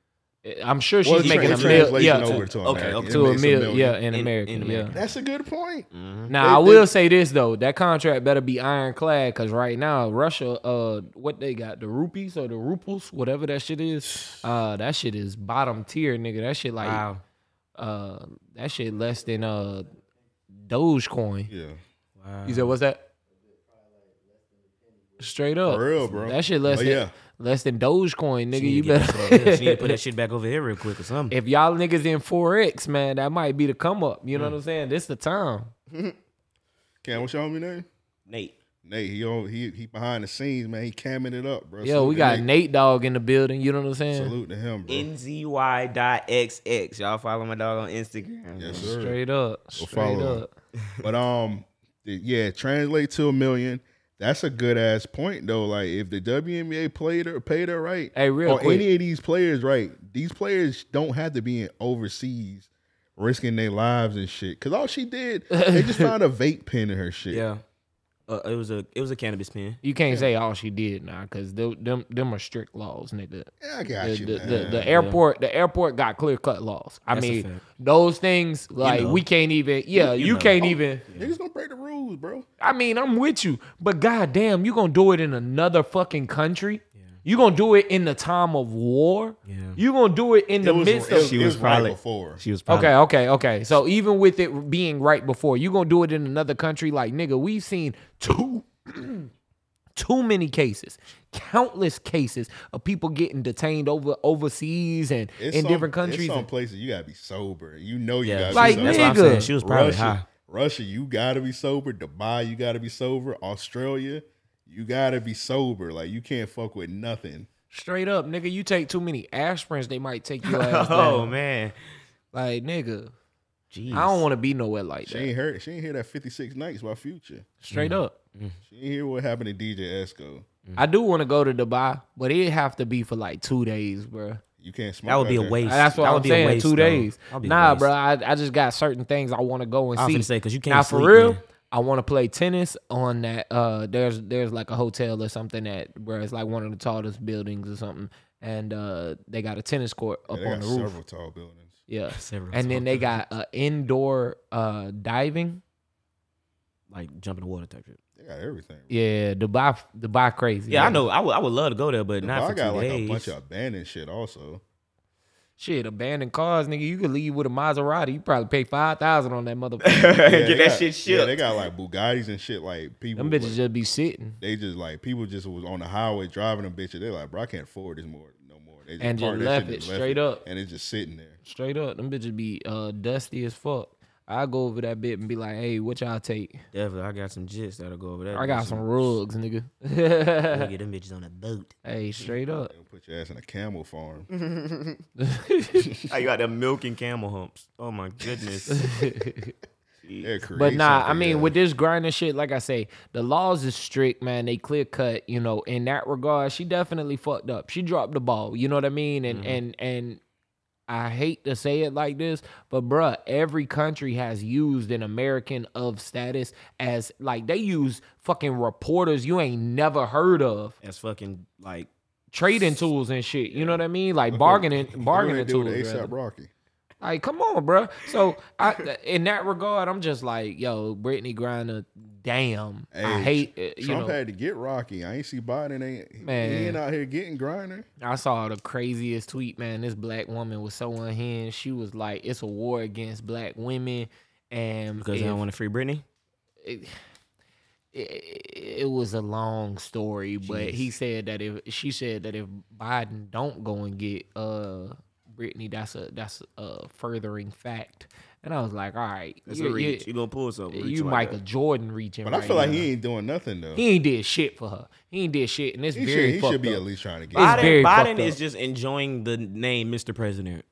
I'm sure she's Well, making a it's mil. translation Yeah, over to, to okay, American. okay. It to a makes mil. million. Yeah, Mm. in In- America. in yeah. America. That's a good point. Now They- I will they- say this though, that contract better be ironclad because right now Russia, uh, what they got the rupees or the ruples, whatever that shit *sighs* is, uh, that shit is bottom tier, nigga. That shit like, Wow. uh, that shit less than uh, Dogecoin. Yeah. Uh-huh. You said what's that? Straight up, For real, bro. That shit less Oh, than yeah. less than Dogecoin, nigga. She You need to get better. that shit up. *laughs* She need to put that shit back over here real quick or something. if y'all niggas in forex, man, that might be the come up. You know Hmm. what I'm saying? This the time. Cam, what's your homie name? Nate. Nate. He on- he he behind the scenes, man. He camming it up, bro. Yeah, Salute we to got Nate Dog in the building. You know what I'm saying? Salute to him, bro. NZY dot XX. Y'all follow my dog on Yes, Instagram. man. sir. Straight up. Straight follow him. up. But um, th- yeah, translate to a million. That's a good ass point though. Like if the WNBA played her paid her right, Hey, real or quick. any of these players right, these players don't have to be in overseas risking their lives and shit. Cause all she did, they *laughs* just found a vape pen in her shit. Yeah. Uh, it was a it was a cannabis pen. You can't say all she did now because them, them them are strict laws, nigga. Yeah, I got The, you, the, man. the, the airport the airport got clear cut laws. I That's a mean fact. those things like know. we can't even yeah you, you know. can't even Niggas gonna break the rules, bro. I mean I'm with you but goddamn you gonna do it in another fucking country you gonna do it in the time of war Yeah. you gonna do it in the midst of She it was probably- right before. She was probably Okay, okay, okay. So even with it being right before, you gonna do it in another country? Like nigga, we've seen too *clears throat* too many cases, countless cases of people getting detained over overseas and It's in some- different countries. It's some and- places you gotta be sober. You know you Yeah, gotta Like, be that's sober. what I'm nigga. saying. She was probably Russia, high. Russia, you gotta be sober. Dubai, you gotta be sober. Australia, you gotta be sober. Like you can't fuck with nothing. straight up, nigga, you take too many aspirins, they might take your ass *laughs* Oh down. man. Like nigga, Jeez. I don't want to be nowhere like She that. ain't heard. She ain't hear that fifty six nights by Future. Straight up. She ain't hear what happened to DJ Esco. I do want to go to Dubai, but it have to be for like two days, bruh. You can't smoke. that would be a out there. waste. That's what that would I'm be saying. A waste, two though. days. That'd be a Nah, waste. bro. I, I just got certain things I want to go and I was see. finna say, 'cause you can't Now for sleep real, then. I want to play tennis on that. Uh, there's there's like a hotel or something that bro, it's like one of the tallest buildings or something, and uh, they got a tennis court up They got on the roof. several tall buildings. Yeah, *laughs* Several and then tall they got uh, indoor uh diving. Like jump in the water type shit. They got everything. Yeah, Dubai Dubai crazy. Yeah, I know. I would I would love to go there, but not Dubai for two got like days. a bunch of *laughs* *laughs* abandoned shit also. Shit, abandoned cars, nigga. You could leave with a Maserati. You probably pay five thousand on that *laughs* motherfucker. *laughs* Yeah, Get they that got- shit Yeah, shipped. they got like Bugattis and shit. Like people, Them like, bitches just be sitting. they just like people just was on the highway driving a bitch and they're like, bro, I can't afford this more no more. They And just parked that left shit and it straight up. and it's just sitting there. Straight up, them bitches be uh, dusty as fuck. I go over that bit and be like, "Hey, what y'all take? Definitely, I got some jits that'll go over there. I got some *laughs* rugs, nigga." *laughs* Get them bitches on a boat. hey, straight up. They'll put your ass in a camel farm. Mm-hmm. I got them milking camel humps. Oh *laughs* my goodness. They'll create But nah, something I mean, else. with this grinding shit, like I say, the laws is strict, man. They clear cut, you know. In that regard, she definitely fucked up. She dropped the ball, you know what I mean? And and and I hate to say it like this, but bruh, every country has used an American of status as like they use fucking reporters you ain't never heard of. That's fucking like trading tools and shit. You know what I mean? *laughs* Like bargaining, bargaining do tools. with ASAP rather. Rocky. Like, come on, bro. So, I in that regard, I'm just like, yo, Brittany Griner, damn. Hey, I hate, uh, you Trump know. had to get Rocky. I ain't see Biden ain't he Man. ain't out here getting grinder. I saw the craziest tweet, man. This black woman was so unhinged. She was like, it's a war against black women, and because if- I don't want to free Britney. it, it was a long story, but he said that if she said that if Biden don't go and get uh Brittany, that's a that's a furthering fact. And I was like, all right, That's you, a reach. you, You gonna pull something? you reaching like Michael Jordan reaching, But I right feel like now. he ain't doing nothing though. He, he ain't did shit for her. He ain't did shit, and it's should, very he fucked should be up. at least trying to get. It's very Biden, fucked Biden is up. just enjoying the name Mr. President.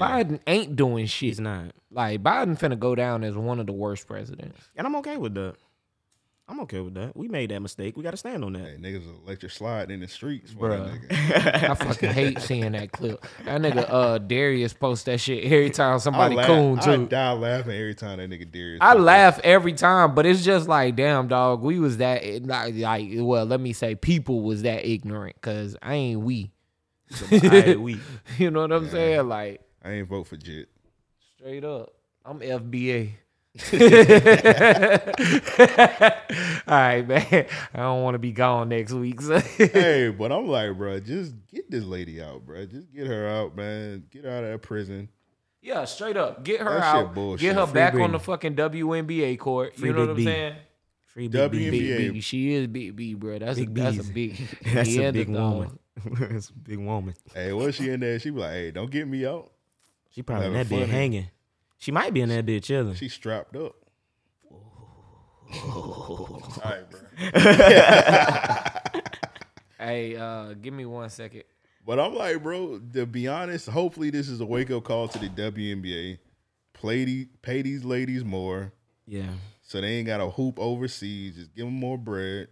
Biden ain't doing shit. He's not, Like Biden finna go down as one of the worst presidents. and I'm okay with that. I'm okay with that. We made that mistake. We got to stand on that. Hey, niggas will let you slide in the streets, bro. Bruh. *laughs* I fucking hate seeing that clip. That nigga uh Darius posts that shit every time I, somebody laugh, coon I too. die laughing every time that nigga Darius. I says that. laugh every time, but it's just like, damn, dog, we was that like, like well, let me say, people was that ignorant because I ain't we. *laughs* Aight, we. you know what I'm saying? Like I ain't vote for Jit. straight up, I'm *laughs* FBA. All right, man. I don't want to be gone next week. *laughs* so- hey, but I'm like, bro, just get this lady out, bro. Just get her out, man. Get her out of that prison. yeah, straight up, get her That shit out. bullshit. Get her Free back on Britney. the fucking WNBA court. Free you know Big what I'm B. saying? Free big WNBA. B. Big B. She is Big B, bro. That's Big a *laughs* that's a B's. big. That's a big Neanderthal. woman. *laughs* That's a big woman. Hey, was she in there? She be like, hey, don't get me out. She probably in that Having bitch fun. hanging. She might be in that bitch chilling. She strapped up. All right, bro. Hey, uh, give me one second. But I'm like, bro, to be honest, hopefully this is a wake up call to the WNBA. Play the, pay these ladies more yeah. so they ain't got to hoop overseas. Just give them more bread.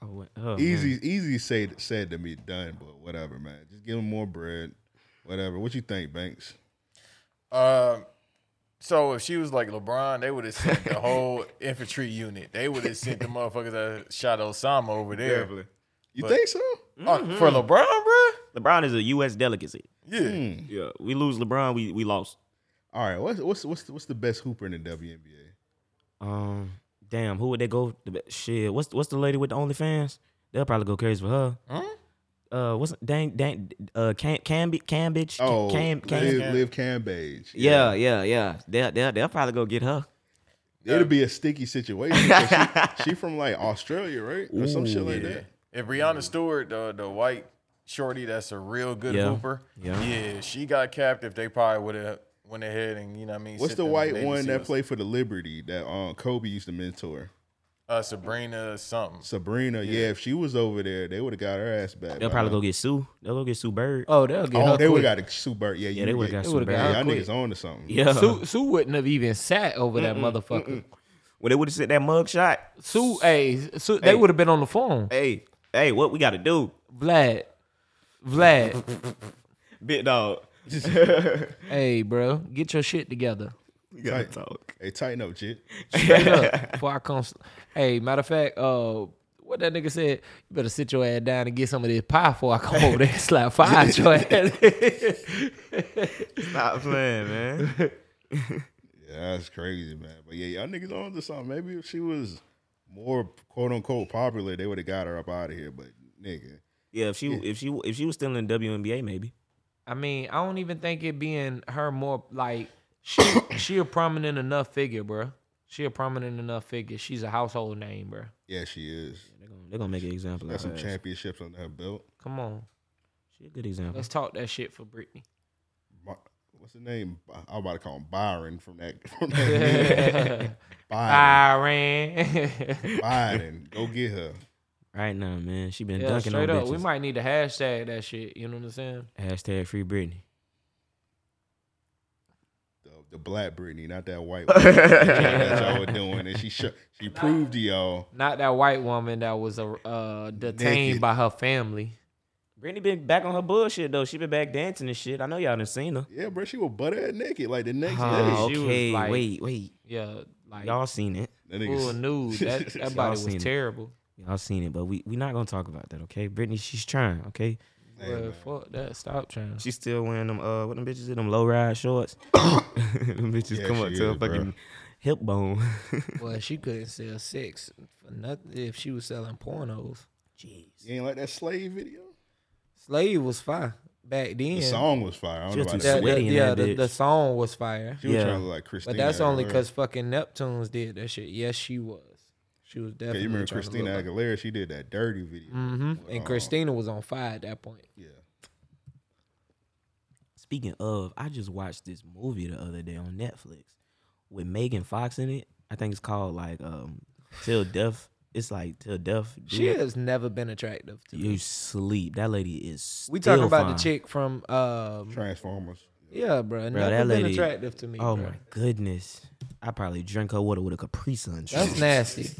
I went- oh, Easy, man. easy say, said to me, done, but whatever, man. Just give them more bread. Whatever. What you think, Banks? Um, so if she was like LeBron, they would have sent the whole infantry unit. They would have sent the motherfuckers that shot Osama over there. You But- think so? Oh, Mm-hmm. for LeBron, bro. LeBron is a U.S. delicacy. Yeah. Yeah. We lose LeBron, we we lost. Hmm. All right. What's what's what's the, what's the best hooper in the WNBA? Um. Damn. Who would they go? the be- Shit. What's what's the lady with the OnlyFans? They'll probably go crazy for her. Uh. What's dang dang uh Cam Cambage Cambage Oh, Cam Cam. Liv, Liv Cambage. Yeah, yeah, yeah. They'll, they'll, they'll probably go get her. It'll be a sticky situation. 'cause *laughs* she, she from like Australia, right? Or some shit like that. If Brianna Stewart, the the white shorty, that's a real good Yeah. hooper. Yeah. she got captive. They probably would have went ahead and you know what I mean. What's sent the them white Navy one that SEALs. played for the Liberty that um, Kobe used to mentor? Uh, Sabrina something. Sabrina. Yeah, if she was over there, they would have got her ass back. They'll by probably now. go get Sue. They'll go get Sue Bird. Oh, they'll get Oh, her. they would quick. have got a super. Yeah, you yeah, they would have got They Sue would've Bird. got her. Y'all quick. niggas on to something. Yeah. Sue, Sue wouldn't have even sat over that motherfucker. *laughs* When they would have sent that mug shot, Sue, hey, Sue, they Hey. would have been on the phone. hey, hey, what we got to do? Vlad, *laughs* Vlad, Big dog. *laughs* hey, bro, get your shit together. We got to Tight. talk. Hey, tighten up, shit. Straight *laughs* up, before I come. sl- Hey, matter of fact, uh, what that nigga said, you better sit your ass down and get some of this pie before I come over there *laughs* and slap fire at your ass. Stop *laughs* playing, man. Yeah, that's crazy, man. But yeah, y'all niggas on to something. Maybe if she was more quote unquote popular, they would have got her up out of here. But nigga, yeah, if she if she if she was still in WNBA, maybe. I mean, I don't even think it being her more like she she a prominent enough figure, bro. She a prominent enough figure. She's a household name, bro. yeah, she is. They're gonna, they're gonna make an example. Got That's some of her. championships under her belt. Come on, She a good example. let's talk that shit for *laughs* Britney. *laughs* Bi- What's the name? Bi- I'm about to call him Byron from that. *laughs* From *laughs* that Byron. Byron. Byron. Go get her. Right now, man, she been yeah, dunking on straight up. bitches. We might need to hashtag that shit. You know what I'm saying? Hashtag free Britney. The, the black Britney, not that white one that y'all were doing. And she sho- she proved to y'all. Not that white woman that was uh, detained Naked. by her family. Britney been back on her bullshit though. She been back dancing and shit. I know y'all done seen her. Yeah, bro, she was butt ass naked like the next Oh, day. She was okay, like- wait, wait. Yeah, like Y'all seen it. That full nigga's- nude. That, that Y'all body seen it. was terrible. Y'all seen it, but we we not gonna talk about that, okay? Britney, she's trying, okay? Hey, Bruh, man. fuck that. Stop trying. She's still wearing them uh what them bitches in them low *coughs* ride shorts. *laughs* them bitches Yeah, come up she to her is, bruh. fucking hip bone. *laughs* Well, she couldn't sell sex for nothing if she was selling pornos. Jeez. You ain't like that slave video? Slave was fire back then. The song was fire. I don't She know was about too yeah, that. sweaty. video. in yeah that the, bitch. the song was fire. She was Yeah. trying to look like Christina. But that's only Aguilera. because fucking Neptunes did that shit. Yes, she was. She was Yeah, definitely. you remember trying to Christina look like- Aguilera? She did that dirty video. Mm. Mhm. And Uh, Christina was on fire at that point. Yeah. Speaking of, I just watched this movie the other day on Netflix with Megan Fox in it. I think it's called like um Till Death. It's like Till Death. Do She It. has never been attractive to You me. sleep. That lady is. We still talking about fine. the chick from um Transformers. Yeah, bro. Bro, that Never been lady- attractive to me. Oh bruh. my goodness! I probably drank her water with a Capri Sun. That's nasty.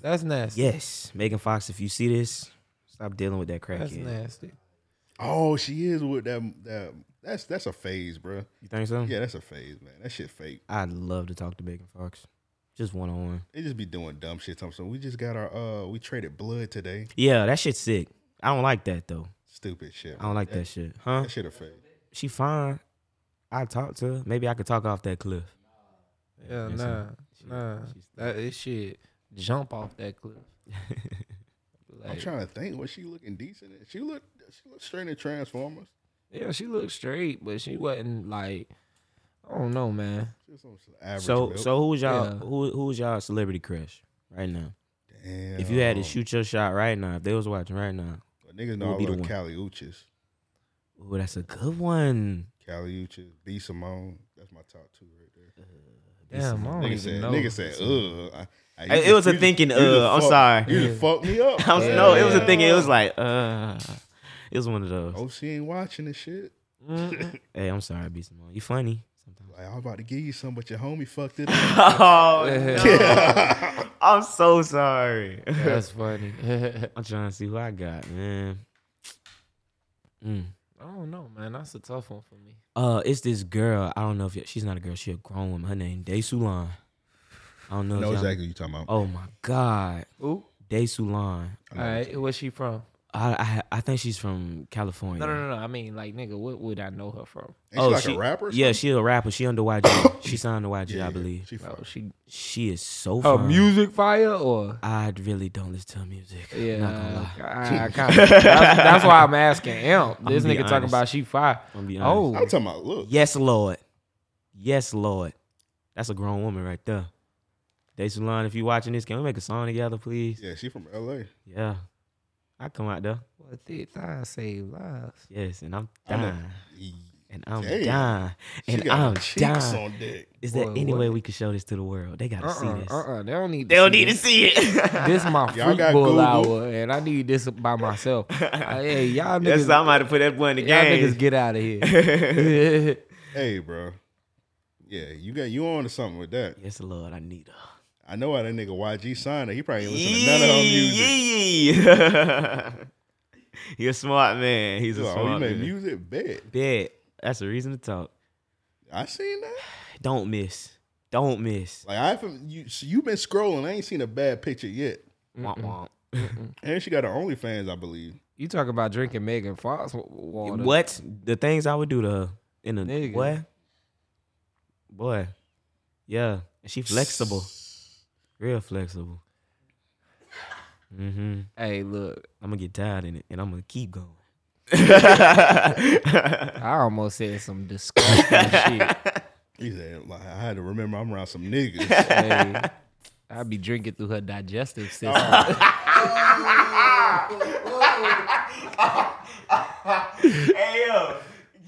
That's nasty. Yes, Megan Fox. If you see this, stop dealing with that That's crackhead. nasty. Oh, she is with that. that that's that's a phase, bro. You think so? Yeah, that's a phase, man. That shit fake. I'd love to talk to Megan Fox, just one on one. They just be doing dumb shit. Sometimes we just got our uh, we traded blood today. Yeah, that shit's sick. I don't like that though. Stupid shit. I don't like that shit. Huh? That shit a fake. She fine. I talked to her. Maybe I could talk off that cliff. Yeah, that's nah, it. She- nah. she's- That it should jump off that cliff. I'm Like, trying to think. Was she looking decent? in? She looked. She looked straight in Transformers. yeah, she looked straight, but she wasn't like. I don't know, man. She was on some average. So build. so who's y'all Yeah. who who's y'all celebrity crush right now? Damn. If you had to shoot your shot right now, if they was watching right now, niggas know who'd I be the love one? Cali Uchis. ooh, that's a good one. Cali Uchis, B Simone. That's my top two right there. Damn, I don't Nigga even said. know. Nigga said. Ugh. I- I- It- you it was a you thinking, you just uh, I'm fuck- sorry. You just fucked me up. *laughs* I was no, it was a Oh, Yeah. thinking. It was like uh, it was one of those. Oh, she ain't watching this shit. Hey, I'm sorry, B Simone. You funny *laughs* sometimes. Like I'm about to give you some, but your homie fucked it. *laughs* up. *laughs* Oh, I'm so *laughs* sorry. That's funny. *laughs* I I'm trying to see who I got, man. Mm. don't know, man. That's a tough one for me. Uh, it's this girl. I don't know if y- she's not a girl. She a grown woman. Her name Day Sulan. I don't know. I if know y'all- exactly what you talking about. Oh my God, Ooh. Day Sulan. All right, where's she from? I, I I think she's from California. No, no, no, no. I mean, like, nigga, what would I know her from? Ain't she like a rapper? or Yeah, Oh, she a rapper. She *coughs* under YG. she signed to YG, I something? believe. She Bro, fucked. Oh, she She is so her fine. Oh, music fire or I really don't listen to her music. yeah. I'm not gonna lie. I, I kinda, that's, that's why I'm asking him. This be nigga talking honest. about she fire. I'm be Oh, I'm talking about look. Yes, Lord. Yes, Lord. That's a grown woman right there. Daisy Line, if you watching this, can we make a song together, please? Yeah, she from L.A. Yeah. I come out there. what did I save lives? Yes, and I'm I know. dying. And I'm Damn. dying. She And got I'm cheeks dying. on dick. Is there Boy, any what? way we can show this to the world? They gotta Uh see uh-uh, this. uh They don't need. They don't see need to this. see *laughs* it. This is my *laughs* Y'all freak got bull Google? hour, and I need this by myself. I- hey, y'all That's niggas, how I'm about to put that boy in *laughs* the y'all niggas game. get out of here. *laughs* Hey, bro. Yeah, you got you on to something with that. Yes, Lord, I need her. I know how that nigga YG signed her. He probably ain't listening to none of her music. *laughs* He's a smart man. He's He's a like, oh, you smart make man. music bad. Bet. That's a reason to talk. I seen that. Don't miss. Don't miss. Like I haven't you so you been scrolling. I ain't seen a bad picture yet. Womp womp. And she got her OnlyFans, I believe. you talking about drinking Megan Fox wa- water? What the things I would do to her in a Nigga. boy, boy, yeah, and she *sighs* flexible, real flexible. Mm-hmm. Hey, look, I'm gonna get tired in it, and I'm gonna keep going. I almost said some *laughs* disgusting shit. He said, like, I had to remember I'm around some niggas. *laughs* Hey, I be drinking through her digestive *laughs* system. Oh. Hey yo,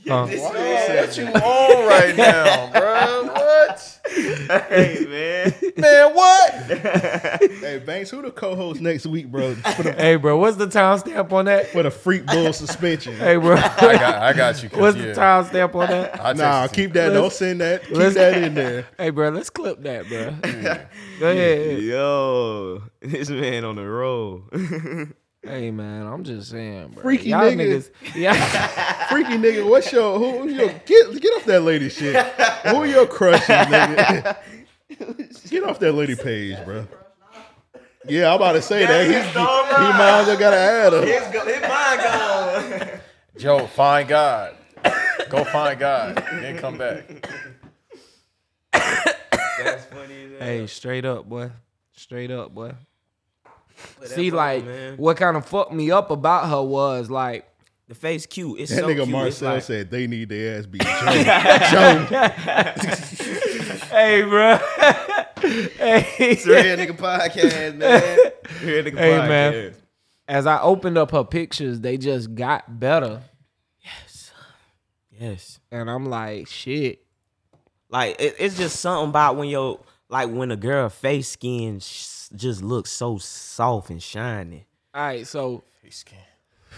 Why what you on right now, *laughs* bro? What? hey man, Man, *laughs* what? hey Banks, who the co-host next week, bro? For the, Hey, bro, what's the timestamp on that? for the freak bull suspension. Hey, bro, *laughs* I got, I got you. 'cause, what's yeah, the timestamp on that? I Nah, texted you. keep that. Don't Let's- send that. Keep let's- that in there. Hey, bro, let's clip that, bro. Go ahead. yo, *laughs* this man on the *laughs* roll. Hey, man, I'm just saying, bro. Freaky y'all nigga. niggas. *laughs* Yeah, Freaky nigga, what's your who? who your, get get off that lady shit. Who your crushes, nigga? Get off that lady page, bro. Yeah, I'm about to say that. He's, he might as well gotta add her. Joe, find God. Go find God, then come back. hey, straight up, boy. Straight up, boy. See, like, what kind of fucked me up about her was like, The face cute. It's That so nigga cute. It's Marcel like- said they need their ass *laughs* beat. Joe, Joe, hey, bro. *laughs* hey, Real nigga podcast, man. Real nigga Hey, man. as I opened up her pictures, they just got better, Yes. and I'm like, shit. Like it, it's just something about when your like when a girl face skin sh- just looks so soft and shiny. All right, so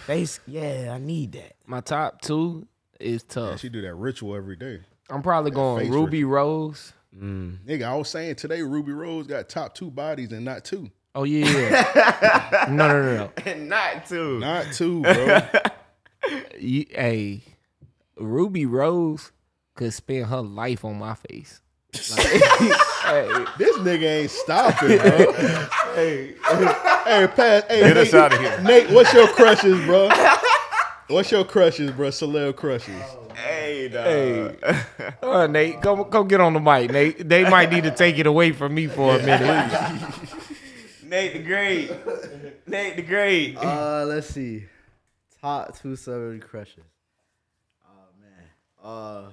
Face, yeah, I need that. my top two is tough. Oh, she do that ritual every day. I'm probably going face Ruby Rose. Mm. Nigga, I was saying today Ruby Rose got top two bodies and not two. Oh yeah. *laughs* no, no, no, no. And not too. Not *laughs* two, bro. You, hey, Ruby Rose could spend her life on my face. this nigga ain't stopping, *laughs* bro. hey, hey, Pat, hey, Get us Nate- out of here. Nate, what's your crushes, bro? What's your crushes, bro? Celeb crushes. Hey, dog. Hey, uh, Nate, go go get on the mic. Nate, they might need to take it away from me for a minute. Nate the Great. Nate the Great. Uh, let's see. Top two celebrity crushes. Oh man. Uh,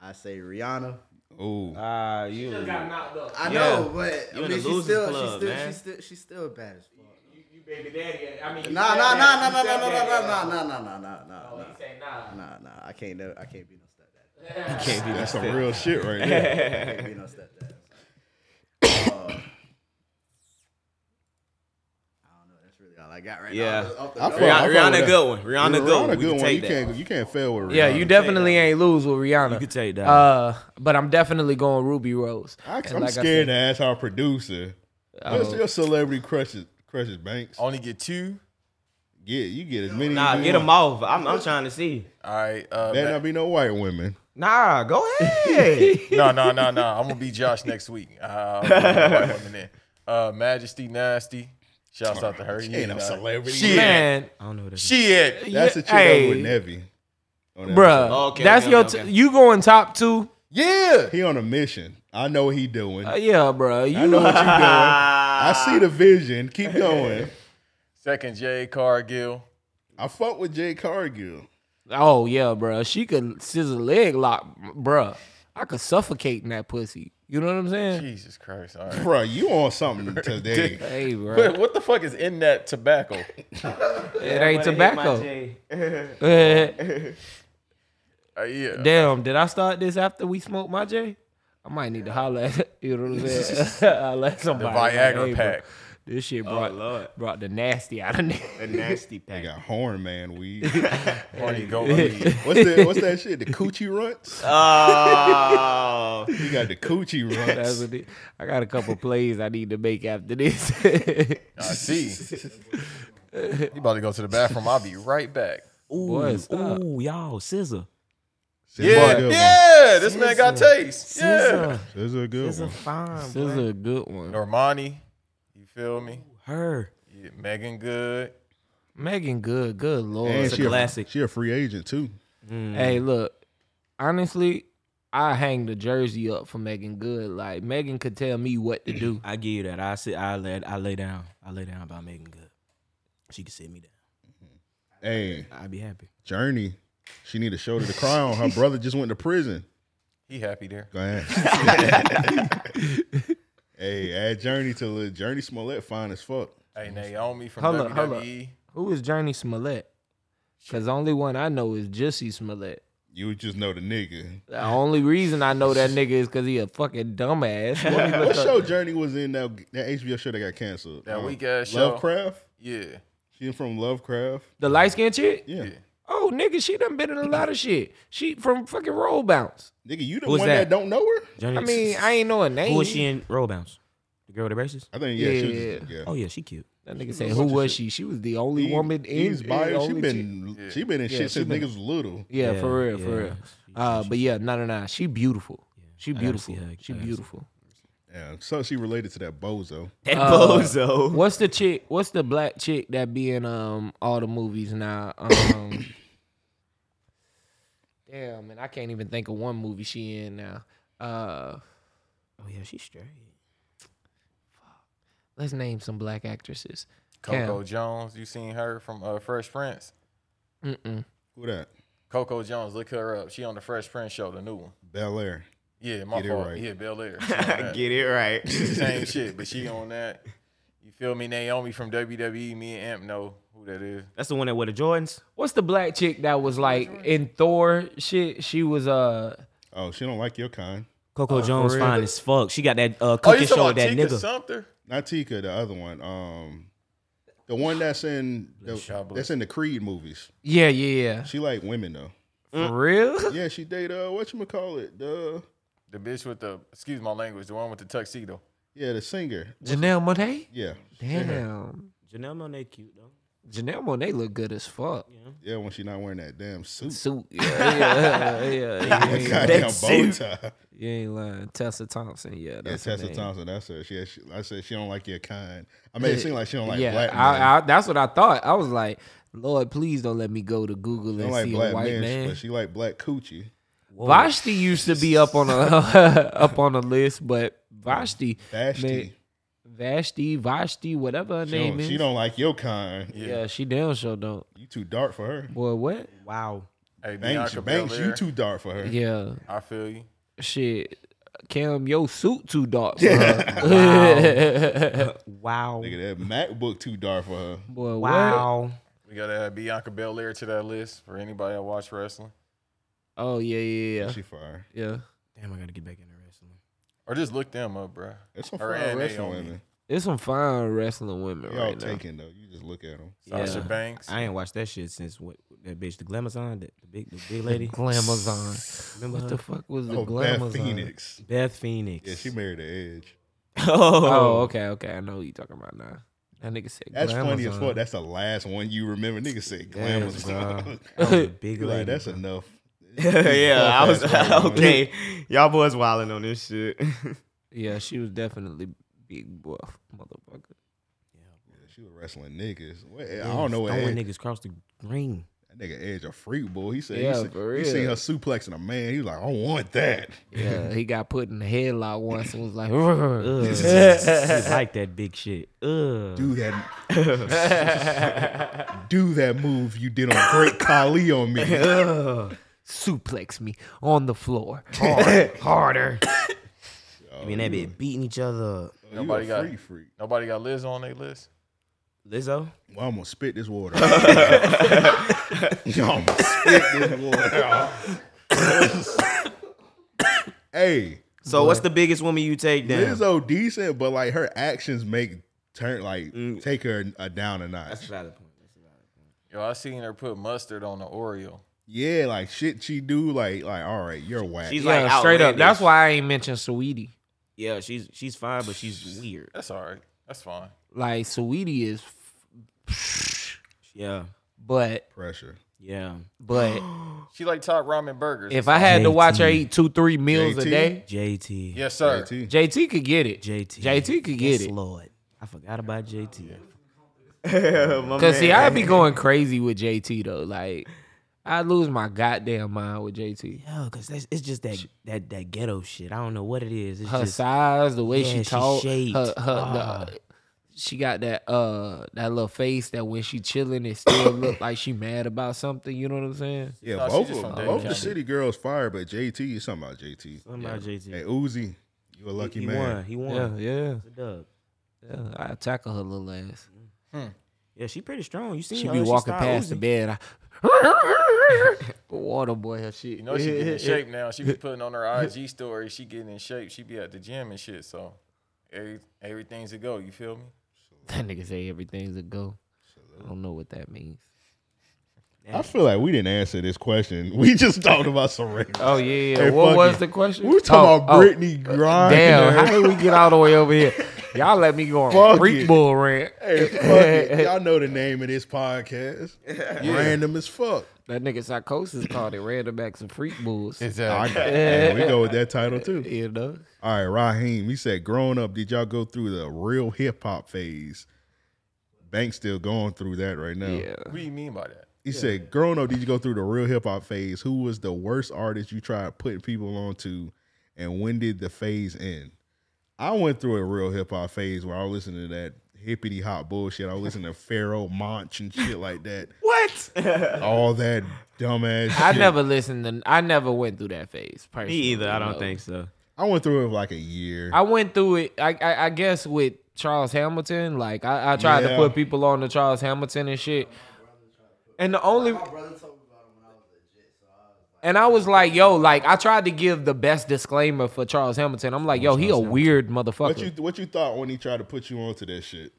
I say Rihanna. Ooh. Ah, you. I Yeah. know, but You I in the mean, she's losers still, club, she's still, man. she's still, she's still bad as fuck. Baby daddy, I mean, Nah, nah, nah, nah, nah, nah, nah, nah, nah, nah, nah, nah, nah, Oh, nah, nah. Nah, nah, I can't never, I can't be no stepdad. Can't be That's some *laughs* real shit right there. I can't be no stepdad. *coughs* Uh, I don't know. That's really all I got right Yeah. now. Off the I dome. fuck- Rihanna, I fuck with Rihanna that. good one. Rihanna, good Rihanna one. good We can one. take you that. can't you can't fail with Rihanna. Yeah, you definitely ain't lose with Rihanna. You can take that. Uh, but I'm definitely going Ruby Rose. I, And I'm like I scared said- to ask our producer. What's your celebrity crushes? Crushes Banks. Oh. Only get two. Yeah, you get as many. nah, as you get want. them off. I'm, I'm trying to see. All right. Uh, Better not be no white women. Nah, go ahead. no, no, no, no. I'm gonna be Josh next week. Uh, I'm gonna be the white woman in. Uh, Majesty Nasty. Shouts out to her. She Yeah, ain't no nah. celebrity. Shit. Man, I don't know what that is. Shit. That's the Yeah, chick hey. with hey. Nevi. on that bruh, episode. Okay, that's okay, your. okay, t- okay. you going top two? Yeah. He on a mission. I know what he doing. Uh, yeah, bruh. You I know what you doing. I see the vision. Keep going. Second J Cargill. I fuck with Jay Cargill. Oh yeah, bruh. She could scissor leg lock, bruh. I could suffocate in that pussy. You know what I'm saying? Jesus Christ. All right. Bro, you on something today. Hey, bruh. *laughs* What, what the fuck is in that tobacco? It ain't tobacco. Eh, Uh, yeah. Damn, did I start this after we smoked my J? I might need to holler at *laughs* you know what I'm saying. *laughs* holler at The somebody. Oh, like, Viagra hey, bruh, pack. This shit brought Lord. brought the nasty out of there. A nasty They pack. got horn man weed. Party go. I mean, What's that? What's that shit? The coochie runts. Oh. You got the coochie That's runts. what it, I got a couple plays I need to make after this. *laughs* I see. You about to go to the bathroom. I'll be right back. Ooh, Boy, it's up. ooh, y'all, scissor. This is a Yeah. good one. Yeah. This man got taste. Yeah. Scissor. This is a good Scissor one. fine, this is boy. a good one. Normani. You feel me? Her. Yeah, Megan Good. Megan, good, good lord. And a she classic. A, she a free agent too. Hey, look, honestly, I hang the jersey up for Megan Good. Like Megan could tell me what to do. I give you that. I sit. I lay. I lay down. I lay down about making good. She can sit me down. Hey, I'd be happy. Journey. She need a shoulder to cry on. *laughs* Her brother just went to prison. He happy there. Go ahead. hey, add Journey to the Journey Smollett fine as fuck. Hey, Naomi from E. Hold WWE. up, hold up. Who is Journey Smollett? Cause the only one I know is Jesse Smollett. You would just know the nigga. The only reason I know that nigga is cause he a fucking dumbass. Let me What look up- show Journey was in that that HBO show that got canceled? That Um, weak ass show. Lovecraft. Yeah. She from Lovecraft. The light skinned chick? Yeah. Oh, nigga, she done been in a lot of shit. She from fucking Roll Bounce. Nigga, you the Who's one that? that? don't know her? Johnny, I mean, I ain't know her name. who was she in? Roll bounce. The girl with the braces. I think yeah, she was Yeah. just, yeah. Oh yeah, she cute. That nigga said, who was she? She was the only These- woman in these in bios, she only chick. been she been in Yeah, shit she since been- niggas was little. Yeah, Yeah, for real, for yeah. real. Uh, but yeah, no, no, no. She beautiful. She gotta beautiful. see her. I She gotta see- beautiful. Yeah, so she related to that bozo. That bozo. What's the chick? What's the black chick that be in um all the movies now? Um, *coughs* damn, and I can't even think of one movie she in now. Uh, Oh yeah, she's straight. let's name some black actresses. Coco Jones. You seen her from uh, Fresh Prince? Mm-mm. Who that? Coco Jones. Look her up. She on the Fresh Prince show, the new one. Bel Air. Yeah, my Get it fault. right. Yeah, *laughs* Bel Air. She on that. it right. Same shit, but she on that. You feel me? Naomi from WWE. Me and Amp know who that is. *laughs* That's the one that wore the Jordans. What's the black chick that was like in Thor shit? She was uh Oh, she don't like your kind. Coco Jones real? fine as fuck. She got that uh, Oh, cooking you show talking with about that Tika nigga. Sumter? Not Tika, the other one. Um, the one that's in y'all, the, bless. that's in the Creed movies. yeah yeah She like women though. yeah for real. Yeah, she date uh what you call it? The The bitch with the excuse my language, the one with the tuxedo. yeah, the singer. *laughs* Janelle Monae. Yeah. Damn, Janelle Monae cute though. Janelle Monae look good as fuck. Yeah, when she not wearing that damn suit. *laughs* Suit. Yeah, yeah, yeah. *laughs* yeah. That goddamn bow suit. tie. You ain't lying. Tessa Thompson. Yeah, Yeah, that's her Tessa name. Thompson, that's her. She, she I said she don't like your kind. I made it seem like she don't like yeah, black men. I, I, that's what I thought. I was like, Lord, please don't let me go to Google don't and like see black a white men, man. but she like black coochie. Vashti used to be up on a *laughs* up on a list, but Vashti, Vashti. man, Vashti, Vashti, whatever her She name don't, is. she don't like your kind. yeah. she damn sure don't. You too dark for her. Boy, what? Wow. Hey, Banks, Bianca Banks, you Belair. too dark for her. Yeah, I feel you. shit. Cam, your suit too dark. For *laughs* her. Wow. Nigga, that MacBook too dark for her. Boy, wow. Wow. We gotta add Bianca Belair to that list for anybody that watch wrestling, Oh yeah, yeah, yeah, She fire. yeah. Damn, I gotta get back into wrestling. or just look them up, bruh. That's some Her fire and wrestling Naomi. women. There's some fine wrestling women Y'all right now. taking though. You just look at them. Sasha Yeah. Banks. I ain't watched that shit since what that bitch, the Glamazon, the, the big the big lady. Glamazon. Remember What her? the fuck was the Oh, glamour? Beth Phoenix. Beth Phoenix. Yeah, *laughs* she married the Edge. Oh, oh, okay, okay. I know who you talking about now. That nigga said That's funny as Glamazon. fuck. That's the last one you remember. Nigga said Damn, glamorous. son. *laughs* *laughs* That was a big You like, lady. that's enough. *laughs* yeah, I was That's right, *laughs* okay. Y'all boys wilding on this shit. *laughs* Yeah, she was definitely big buff, motherfucker. She was wrestling niggas. What- I don't know what Throwing Edge, niggas cross the ring. that nigga Edge a freak boy. He said Yeah, he, for see, he seen real. her suplexing a man. He was like, I want that. *laughs* Yeah, he got put in the headlock once and was like, "Ugh." Ugh. *laughs* He like that big shit. Ugh. Do that. do that move you did on Great Khali on me. suplex me on the floor. harder. Oh, I mean, that bitch beating each other. up. Nobody you a got- freak freak. Nobody got Liz on their list. Lizzo. Well, I'm gonna spit this water. out. *laughs* I'm gonna spit this water. out. *coughs* hey, So, what's the biggest woman you take down? Lizzo decent, but like her actions make turn like Mm. take her a down a notch. Yo, I seen her put mustard on an Oreo. Yeah, like shit she do. Like like all right, you're whack. She's yeah, *laughs* like straight up. outlandish. That's why I ain't mentioned Sweetie. Yeah, she's she's fine, but she's weird. That's all right. That's fine. Like Sweetie is, Yeah, but pressure. yeah. but She like top ramen burgers. if I had to watch her eat two three meals JT? a day, JT. yes, sir. JT. JT could get it. JT. JT could yes, get it. Lord, I forgot about JT. Cause see, I'd be going crazy with JT though. Like, I lose my goddamn mind with JT. Yo, cause that's, it's just that that that ghetto shit. I don't know what it is. It's her just size, the way Yeah, she she talk, shaped. her, uh, her Ah. the, she got that uh that little face that when she chilling it *coughs* still look like she mad about something. You know what I'm saying? Yeah, No, she both just of from them. Dade Both the County. city girls fire, but JT is something about JT. something about JT. Hey Uzi, you a lucky he, he man. won. He Yeah, won. yeah, It's a dub. yeah. I tackle her little ass. Yeah, oh, she pretty strong. You see She her, be walking style past the Uzi. bed. I, *laughs* water boy, her shit. You know she getting in shape now. She be putting on her IG story. She getting in shape. She be at the gym and shit. So every, everything's a go. You feel me? That nigga say everything's a go. I don't know what that means. I feel like we didn't answer this question. *laughs* We just talked about Serena. Oh yeah, yeah. Hey, what fuck was it. the question? *laughs* We were talking Oh, about oh. Brittany Griner. Damn, how *laughs* did we get all the way *laughs* over here? Y'all let me go on Fuck freak it. bull rant. Hey, fuck it. Y'all know the name of this podcast. Random as fuck. That nigga psychosis called it random acts of freak bulls. I- *laughs* hey, we go with that title too. you know? All right, Raheem. He said, growing up, did y'all go through the real hip hop phase? Bank's still going through that right now. Yeah. What do you mean by that? He said, growing up, did you go through the real hip hop phase? Who was the worst artist you tried putting people onto? And when did the phase end? I went through a real hip hop phase where I was listening to that hippity hop bullshit. I was listening to Pharaoh Monch and shit like that. What? All that dumbass shit. I never listened to I never went through that phase Me personally. either. I don't no. think so. I went through it for like a year. I went through it I I, I guess with Charles Hamilton. Like I, I tried Yeah. to put people on to Charles Hamilton and shit. And the only and I was like, yo, like I tried to give the best disclaimer for Charles Hamilton. I'm like, yo, he a weird what motherfucker. you what you thought when he tried to put you onto that shit?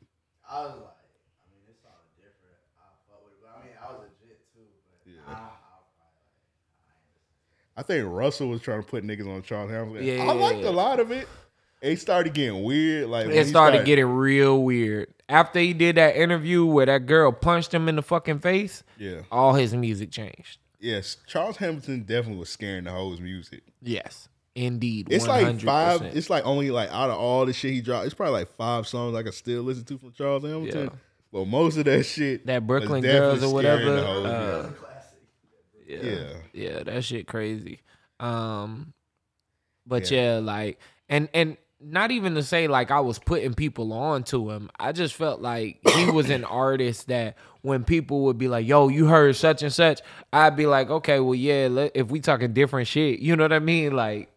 I think Russell was trying to put niggas on Charles Hamilton. Yeah, I liked yeah. a lot of it. It started getting weird. Like when it he started getting real weird after he did that interview where that girl punched him in the fucking face. Yeah. All his music changed. Yes, Charles Hamilton definitely was scaring the whole music. Yes, indeed. It's 100%. like five. It's like only like out of all the shit he dropped, it's probably like five songs I could still listen to from Charles Hamilton. Yeah. But most of that shit, That was Brooklyn definitely Girls or scaring the whatever, hoes, uh, man. Yeah. Yeah. Yeah, that shit crazy. Um but yeah. like and and not even to say like I was putting people on to him. I just felt like he was *coughs* an artist that when people would be like, "Yo, you heard such and such," I'd be like, "Okay, well, yeah. Let, if we talking different shit, you know what I mean? Like,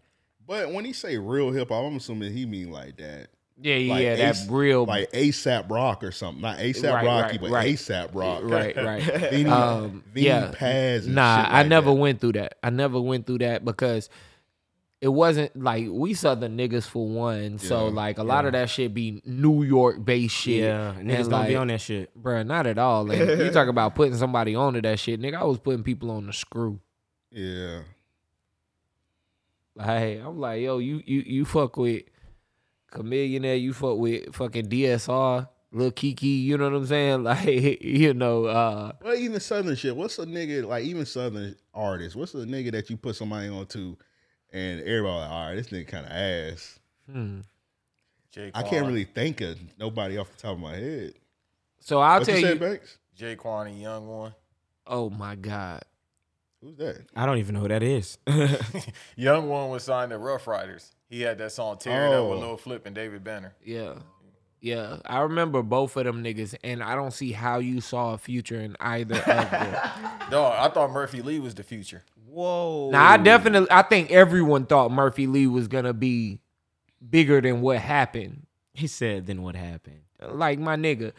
But when he say real hip hop, I'm assuming he mean like that. yeah, yeah, Like yeah, that Ace- real, like ASAP Rock or something. Not ASAP Right, Rocky, right, but right. ASAP Rock. right, right. *laughs* Vinny, *laughs* Um, Vinny yeah. Paz and Nah, shit I like never that. went through that. I never went through that because it wasn't like we southern niggas for one. So Yeah, like a lot of that shit be New York based shit. Yeah, And, niggas don't like, be on that shit. Bruh, not at all. Like you talk about putting somebody onto that shit, nigga. I was putting people on the screw. Yeah. Like I'm like, yo, you you you fuck with Chameleonaire, you fuck with fucking DSR, Lil Kiki, you know what I'm saying? *laughs* Like, you know, uh Well, even Southern shit. What's a nigga like? Even Southern artists. What's a nigga that you put somebody on to, and everybody like, all right, this nigga kind of ass. hmm. Jay I can't really think of nobody off the top of my head. so I'll what tell you you said, Banks? Jay Quan, a young one. Oh my God. Who's that? I don't even know who that is. *laughs* young one was signed to Rough Riders. He had that song "Tear It Up" with Oh. Lil Flip and David Banner. Yeah. Yeah. I remember both of them niggas, and I don't see how you saw a future in either of them. Dog, I thought Murphy Lee was the future. Whoa. now, I definitely, I think everyone thought Murphy Lee was going to be bigger than what happened. He said, then *laughs* what happened? Like my nigga,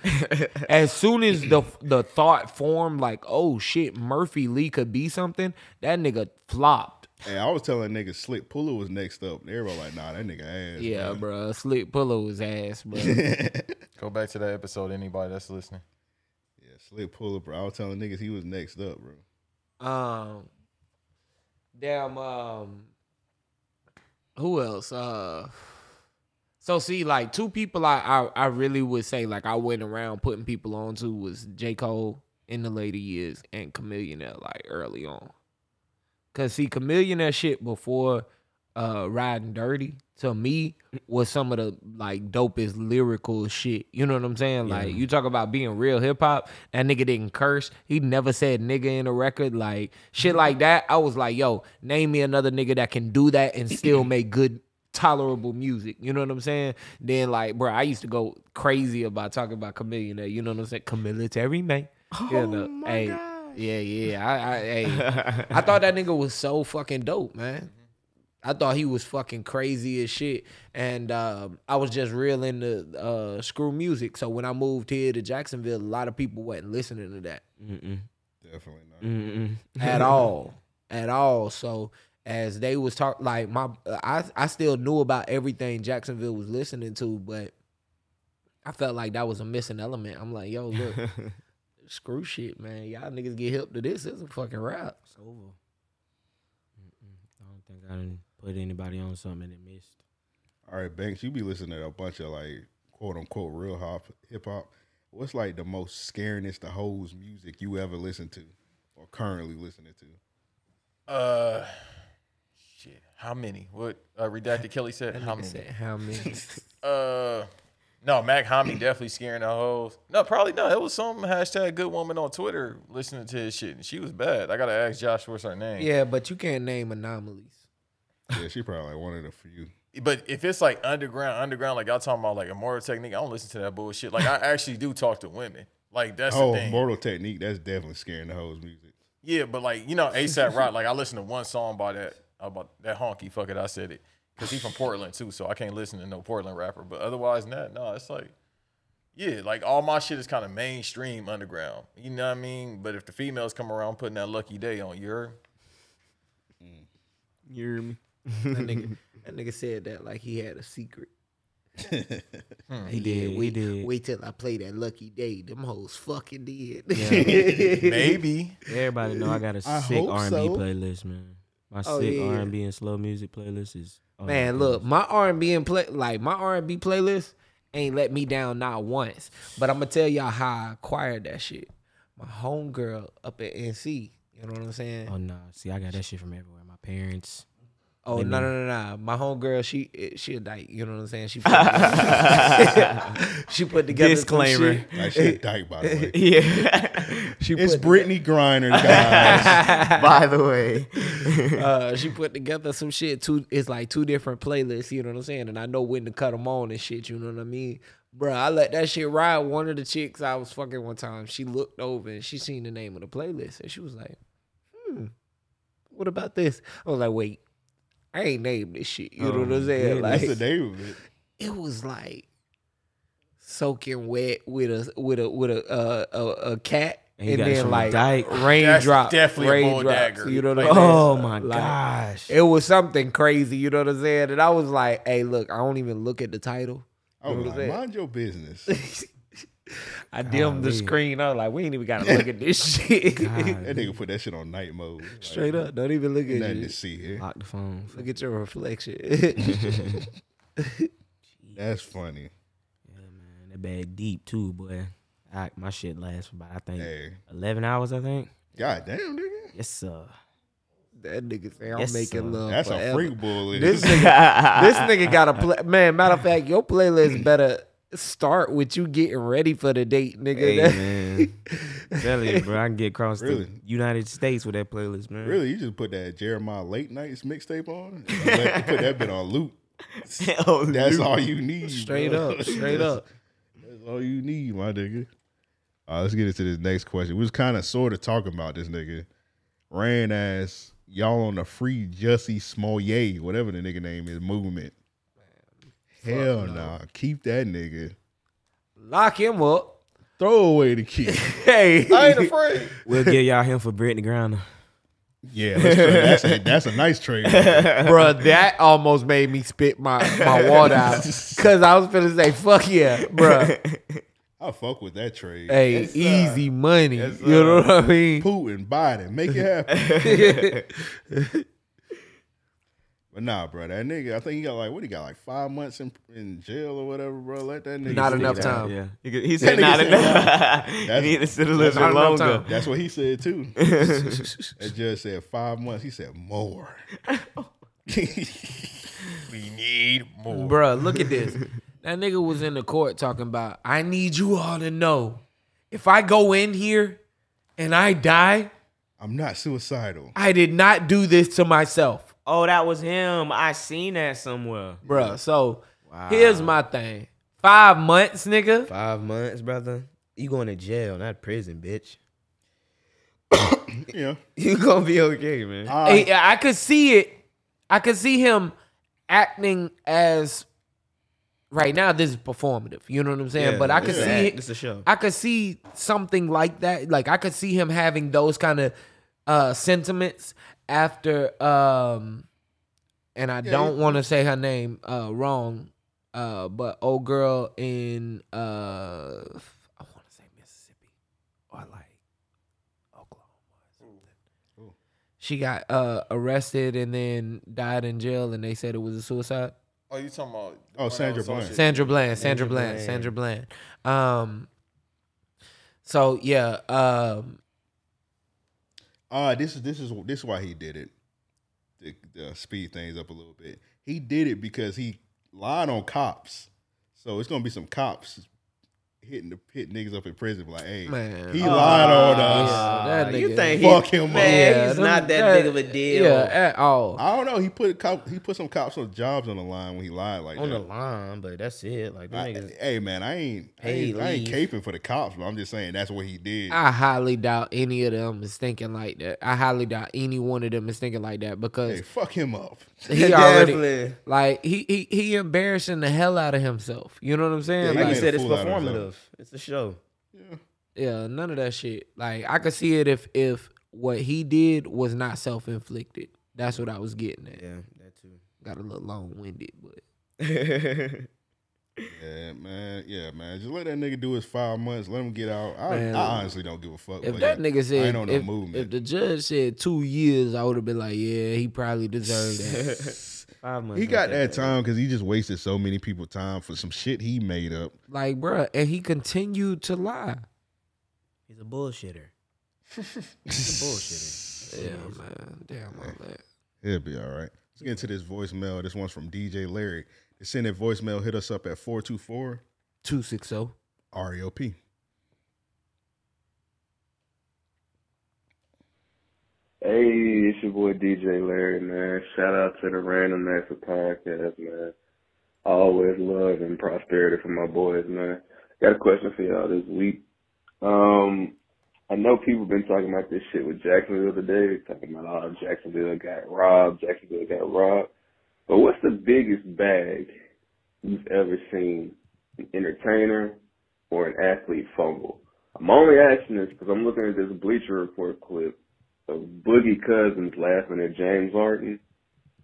as soon as the the thought formed, like oh shit, Murphy Lee could be something. That nigga flopped. Hey, I was telling nigga Slick Puller was next up. and Everybody like, nah, that nigga ass. Yeah, man. bro, slick pillow his ass, bro. *laughs* Go back to that episode. Anybody that's listening, *laughs* Yeah, Slick Puller, bro. I was telling niggas he was next up, bro. Um, damn. Um, who else? Uh, so see, like two people I, I I really would say like I went around putting people on to was J Cole in the later years and Chameleonaire like early on. Cause see, Chameleonaire shit before uh riding dirty to me was some of the like dopest lyrical shit. You know what I'm saying? Like you talk about being real hip hop. That nigga didn't curse. He never said nigga in a record. Like shit like that. I was like, yo, name me another nigga that can do that and still make good tolerable music. You know what I'm saying? Then like, bro, I used to go crazy about talking about chameleon. You know what I'm saying? Chamilitary man. you know, hey, yeah, yeah. I, I, hey, I thought that nigga was so fucking dope, man. I thought he was fucking crazy as shit, and um, I was just real into uh, screw music. So when I moved here to Jacksonville, a lot of people wasn't listening to *laughs* that Mm-mm. Definitely not. Mm. Mm-mm. at all, at all. So as they was talk, like my, I I still knew about everything Jacksonville was listening to, but I felt like that was a missing element. I'm like, yo, *laughs* *laughs* look, screw shit, man. Y'all niggas get hip to this. It's a fucking rap. It's over. Mm-mm. I don't think I done put anybody on something that missed. All right, Banks, you be listening to a bunch of like quote unquote real hop hip hop. What's like the most scaringest the hoes music you ever listened to or currently listening to? uh, shit, how many? What uh, redacted *laughs* Kelly said? How many? Said, How many? *laughs* Uh, no, Mac Hami definitely scaring the hoes. No, probably not. It was some hashtag good woman on Twitter listening to his shit, and she was bad. I gotta ask Josh what's her name. yeah, but you can't name anomalies. Yeah, she probably like one of the few. But if it's like underground, underground, like y'all talking about like a moral technique, I don't listen to that bullshit. Like I actually do talk to women. Like that's the oh, thing. Mortal Technique, that's definitely scaring the hoes *laughs* music. Yeah, but like you know, ASAP Rock. Like I listened to one song by that about that honky. Fuck it, I said it because he from Portland too, so I can't listen to no Portland rapper. But otherwise, than that no, it's like yeah, like all my shit is kind of mainstream underground. You know what I mean? But if the females come around putting that Lucky Day on your You hear me? That *laughs* nigga, that nigga said that like he had a secret. He did. We wait, did. wait till I play that lucky day. Them hoes fucking *laughs* did. *laughs* maybe Everybody know I got a I sick hope R&B so. playlist, man. My Oh, sick yeah, yeah. R&B and slow music playlist is oh, my Man, look, goodness. my R and B and play like my R and B playlist ain't let me down not once. But I'm gonna tell y'all how I acquired that shit. My homegirl up at NC, you know what I'm saying? Oh no, see, I got that shit from everywhere. My parents, Oh no no no no! My homegirl, she eh, she a dyke. You know what I'm saying? *laughs* She put, *laughs* she put together some Disclaimer. shit. Like she a dyke, by the way. Yeah. She It's put Brittany Griner, *laughs* guys. By the way, uh, she put together some shit. Two, it's like two different playlists. You know what I'm saying? And I know when to cut them on and shit. You know what I mean, Bruh, I let that shit ride. One of the chicks I was fucking one time, she looked over and she seen the name of the playlist and she was like, "Hmm, what about this?" I was like, "Wait, I ain't named this shit." You know what I'm saying? That's like, the name of it. it was like soaking wet with a with a with a uh, a, a cat And and, you got it then from a like dyke. raindrop definitely a bull raindrops, dagger. you know what I *laughs* mean? *laughs* oh my Like, gosh. It was something crazy, you know what I'm saying? And I was like, "Hey, look, I don't even look at the title. I was What was like, that? mind your *laughs* business. I dimmed the Golly. screen. I was like, we ain't even gotta look *laughs* at this shit. That nigga put that shit on night mode. Like, Straight up, don't even look at Nothing to it. see here. Lock the phone. Look at *laughs* your reflection. That's funny. Man, that bag deep too, boy. I, my shit lasts for about I think Hey. eleven hours. I think. God damn, nigga. Yes, sir. that nigga say I'm Yes, sir. making love. That's a forever. freak bull. is. *laughs* This nigga, this nigga got a play. Man, matter of fact, your playlist better start with you getting ready for the date, nigga. Hey That- man, *laughs* tell you, bro, I can get across the Really? United States with that playlist, man. Really, you just put that Jeremiah late nights mixtape on. and let- put that bit on *laughs* loop. oh, That's all you need. *laughs* straight bro. up, straight That's- *laughs* up. That's all you need, my nigga. All right, let's get into this next question. We was kind of sort of talking about this nigga. Ran ass, y'all on the free Jussie Smollett, whatever the nigga name is, movement. Hell nah. Keep that nigga. Lock him up. Throw away the key. Hey, I ain't afraid. we'll get y'all him for Brittany Grinder. *laughs* yeah, let's trade. that's a, that's a nice trade. *laughs* bro, that almost made me spit my *laughs* my water out because I was finna say, "Fuck yeah, bro." I fuck with that trade. Hey, Yes, sir. easy money. Yes, you know what I mean? Putin, Biden, make it happen. *laughs* But nah, bro, that nigga, I think he got like what he got like five months in, in jail or whatever, bro. Let that nigga. Not sit enough down. time. Yeah, he, could- he said nigga not said *laughs* enough. You That's- need to sit a that's not little bit enough longer. That's what he said *laughs* too. that judge said five months. He said *laughs* more. *laughs* We need more. Bruh, look at this. That nigga was in the court talking about, I need you all to know if I go in here and I die, I'm not suicidal. I did not do this to myself. Oh, that was him. I seen that somewhere. Bruh, so here's my thing. Five months, nigga. Five months, brother. You going to jail, not prison, bitch. *laughs* Yeah. You gonna be okay, man. I, Hey, I could see it. I could see him acting as right now. This is performative. You know what I'm saying? but I could it's see an act, it. it's a show. I could see something like that. Like I could see him having those kind of uh sentiments after um and I don't want to say her name uh wrong uh but old girl in uh I want to say Mississippi or like Oklahoma or something. She got uh arrested and then died in jail and they said it was a suicide. Oh, you talking about? Oh, Sandra Bland. Sandra Bland, Sandra Bland, Sandra Bland. Um so yeah, um uh, this is this is this is why he did it. To uh, speed things up a little bit. He did it because he lied on cops. So it's gonna be some cops hitting the pit niggas up in prison. Like, hey, Man. Ah, he lied on us. yeah, that Ah, you nigga- think he, Fuck him man, up. he's them- not that, big of a deal. Yeah, at all. I don't know. He put a cop, he put some cops on jobs on the line when he lied like on that. the line, but that's it. Like them I, niggas, hey man, I ain't I Hey, ain't, I ain't leave. caping for the cops, but I'm just saying that's what he did. I highly doubt any of them is thinking like that. I highly doubt any one of them is thinking like that because hey, fuck him up. he already *laughs* Definitely. like he, he he embarrassing the hell out of himself. You know what I'm saying? Yeah, Like he made Like, you said, a it's fool out of performative. himself. It's a show. yeah, none of that shit. Like I could see it if if what he did was not self inflicted. That's what I was getting at. Yeah, that too. Got a little long winded, but Yeah, man. Yeah, man. Just let that nigga do his five months. Let him get out. I, Man. I honestly don't give a fuck. If but that nigga I said, ain't on no if, movement. if the judge said two years, I would have been like, yeah, he probably deserved that. *laughs* Five months. he got like that time because he just wasted so many people time for some shit he made up. *laughs* like, bruh, and he continued to lie. He's a bullshitter. He's a bullshitter. Yeah, man, damn all that. It'll be all right. Let's Let's get into this voicemail. This one's from DJ Larry. To send a voicemail, hit us up at 424 Two six oh. zero. REOP. Hey, it's your boy DJ Larry, man. Shout out to the Random Master Podcast, man. I always love and prosperity for my boys, man. Got a question for y'all this week. Um, I know people been talking about this shit with Jacksonville today, talking about all Jacksonville got robbed, Jacksonville got robbed. But what's the biggest bag you've ever seen an entertainer or an athlete fumble? I'm only asking this because I'm looking at this Bleacher Report clip of Boogie Cousins laughing at James Harden.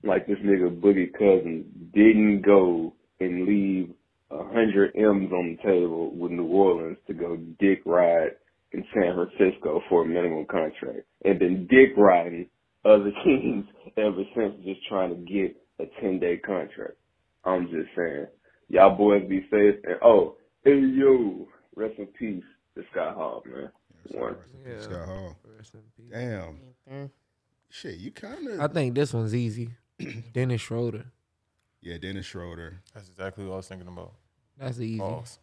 Like this nigga Boogie Cousins didn't go and leave a hundred M's on the table with New Orleans to go dick ride in San Francisco for a minimum contract and been dick riding other *laughs* teams ever since just trying to get a 10 day contract. I'm just saying. Y'all boys be safe and oh, hey yo, rest in peace to Scott Hall, man. One. Yeah. Scott Hall. Damn. Shit, you kind I of. think this one's *clears throat* easy. Dennis Schroeder. Yeah, Dennis Schroeder. That's exactly what I was thinking about. That's easy. Oh. Pause.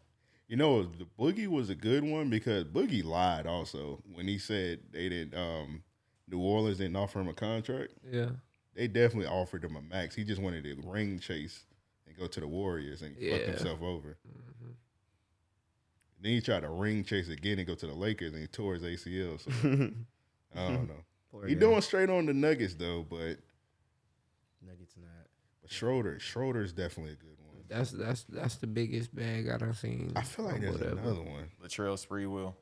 You know, the Boogie was a good one because Boogie lied also when he said they didn't. Um, New Orleans didn't offer him a contract. Yeah. They definitely offered him a max. He just wanted to ring chase and go to the Warriors and fuck Yeah. himself over. Mm-hmm. Then he tried to ring chase again and go to the Lakers and he tore his ACL. So I don't know. Poor He guy. doing straight on the Nuggets though, but, Nuggets not. but Schroeder, Schroeder's definitely a good one. That's that's that's the biggest bag I done seen. I feel like or there's Oh, whatever. another one. Latrell Spree will.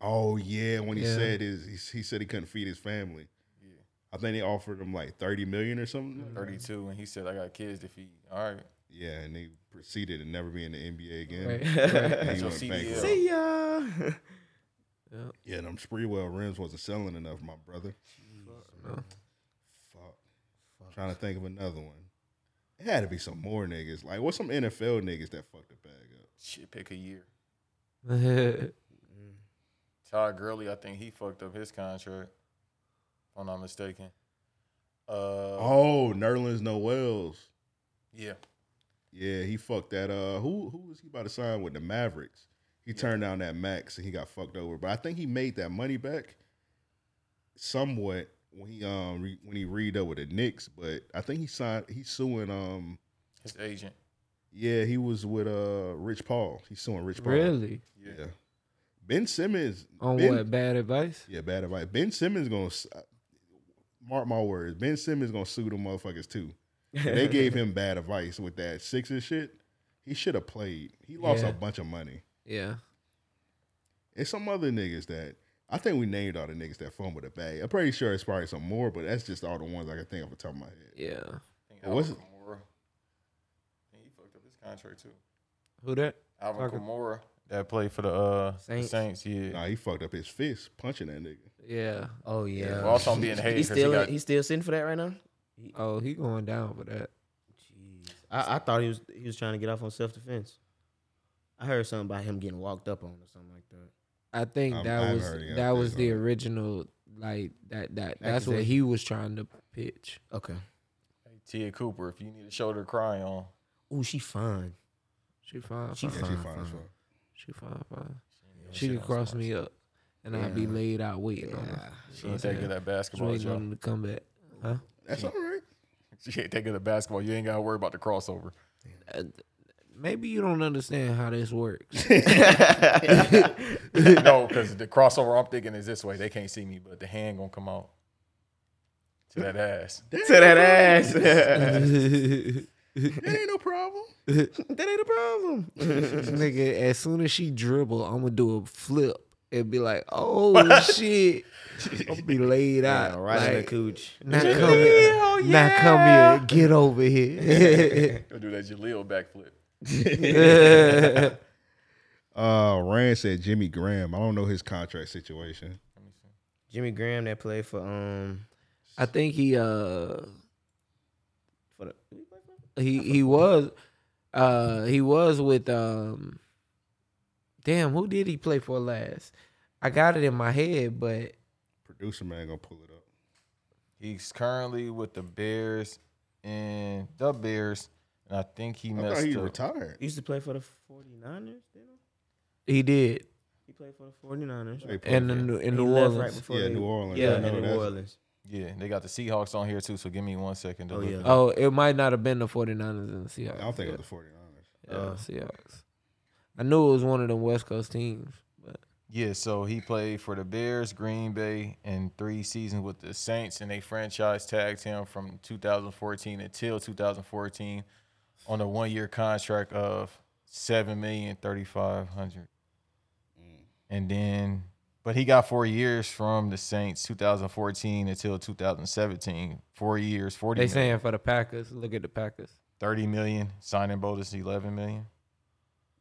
Oh yeah, when he Yeah. said his, he, he said he couldn't feed his family. I think they offered him like thirty million or something. 32, and he said, I got kids to feed. All right. Yeah, and he proceeded to never be in the NBA again. Right. And That's he your went CDL. bankrupt. See ya. Yeah, them Spreewell rims wasn't selling enough, my brother. no. Fuck. Trying to think of another one. It had to be some more niggas. Like, what's some NFL niggas that fucked the bag up? Shit, pick a year. Mm-hmm. yeah, Todd Gurley, I think he fucked up his contract, if I'm not mistaken. Uh, Oh, Nerlens Noel's. Yeah. Yeah, he fucked that. Uh, who who was he about to sign with the Mavericks? He turned down that max and he got fucked over. But I think he made that money back somewhat when he um re, when he read up with the Knicks. But I think he signed. He's suing. Um, His agent. yeah, he was with uh Rich Paul. He's suing Rich Paul. really? Yeah. Ben Simmons. On ben, what bad advice? Yeah, bad advice. Ben Simmons gonna s- uh, mark my words. Ben Simmons gonna sue the motherfuckers too. And *laughs* they gave him bad advice with that Sixers shit. He should have played. He lost Yeah. a bunch of money. Yeah, And some other niggas that I think we named all the niggas that fumbled the bag. I'm pretty sure it's probably some more, but that's just all the ones I can think of off the top of my head. yeah. I think Well, what's Alvin Kamara. I think He fucked up his contract, too. Who that? Alvin Talking- Kamara. That played for the uh, the Saints. Saints. yeah. Nah, he fucked up his fist punching that nigga. Yeah. Oh yeah. Well, also, I'm being hated He's 'cause still he got he's still sitting for that right now. Oh, he going down for that. Jeez. I, I thought he was he was trying to get off on self defense. I heard something about him getting walked up on or something like that. I think I'm- that I'm was already out that there, was the so- original like that that that's what he was trying to pitch. Okay. Tia Cooper. If you need a shoulder to cry on, Ooh, she fine. She fine, She fine. Yeah, she Fine, fine as fine. fuck. she fine, fine. She could cross me up, and I'd be Yeah. laid out waiting on her. she ain't that good at Just basketball, waiting on Joe. him to come back. Huh? That's all right. *laughs* She ain't that good at basketball. You ain't got to worry about the crossover. Maybe you don't understand how this *laughs* works. *laughs* no, because the crossover I'm thinking is this way. They can't see me, but the hand gonna come out to *laughs* that ass. to that ass. that That ain't no problem. ain't a problem. Nigga, as soon as she dribble, I'm gonna do a flip and be like, *laughs* "Oh shit!" I'm be laid out. right in the like, cooch. not come here, not come here. Get over here. Gonna do that Jaleel backflip. *laughs* Uh, Rand said Jimmy Graham. I don't know his contract situation. Jimmy Graham that played for *laughs* um I think he uh for the he he was uh he was with um damn who did he play for last? I got it in my head, but Producer man gonna pull it up. He's currently with the Bears and the Bears, and I think he I thought messed he up. retired. He used to play for the 49ers, didn't he? He did He played for the 49ers. He right? played in the for- New- in He New left Orleans. right before Yeah, they- New Orleans. Yeah, I know in New that's- Orleans. Yeah, they got the Seahawks on here too. So give me one second. To Oh, look yeah. it up. Oh, it might not have been the 49ers and the Seahawks. I don't think yeah. it was the 49ers. Yeah, Uh, Seahawks. I knew it was one of them West Coast teams, but Yeah, so he played for the Bears, Green Bay, and three seasons with the Saints, and they franchise tagged him from 2014 until 2014 on a one-year contract of seven million thirty-five hundred, Mm, and then. But he got four years from the Saints, 2014 until 2017. Four years, 40 they million. saying for the Packers, look at the Packers. 30 million signing bonus 11 million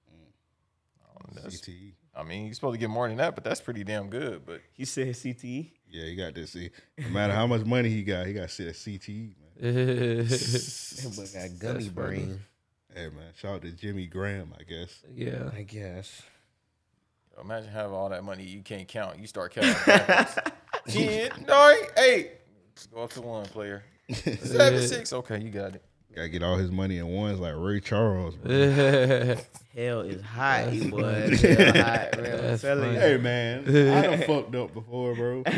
mm, I don't know, that's- CTE. i mean you're supposed to get more than that but that's pretty damn good but He said CTE. Yeah, he got this. He, no matter how much money he got, he got shit at CTE, man. That boy got gummy brain. Hey, man, shout out to Jimmy Graham, I guess. yeah. I guess. imagine having all that money you can't count you *laughs* start counting backwards. 10 9 8 Just go up to *laughs* one player 7 6 okay you got it Got to get all his money in ones like Ray Charles. bro. *laughs* Hell is hot. He was. Real hot, real *laughs* That's funny. Hey man, I done fucked up before, bro. I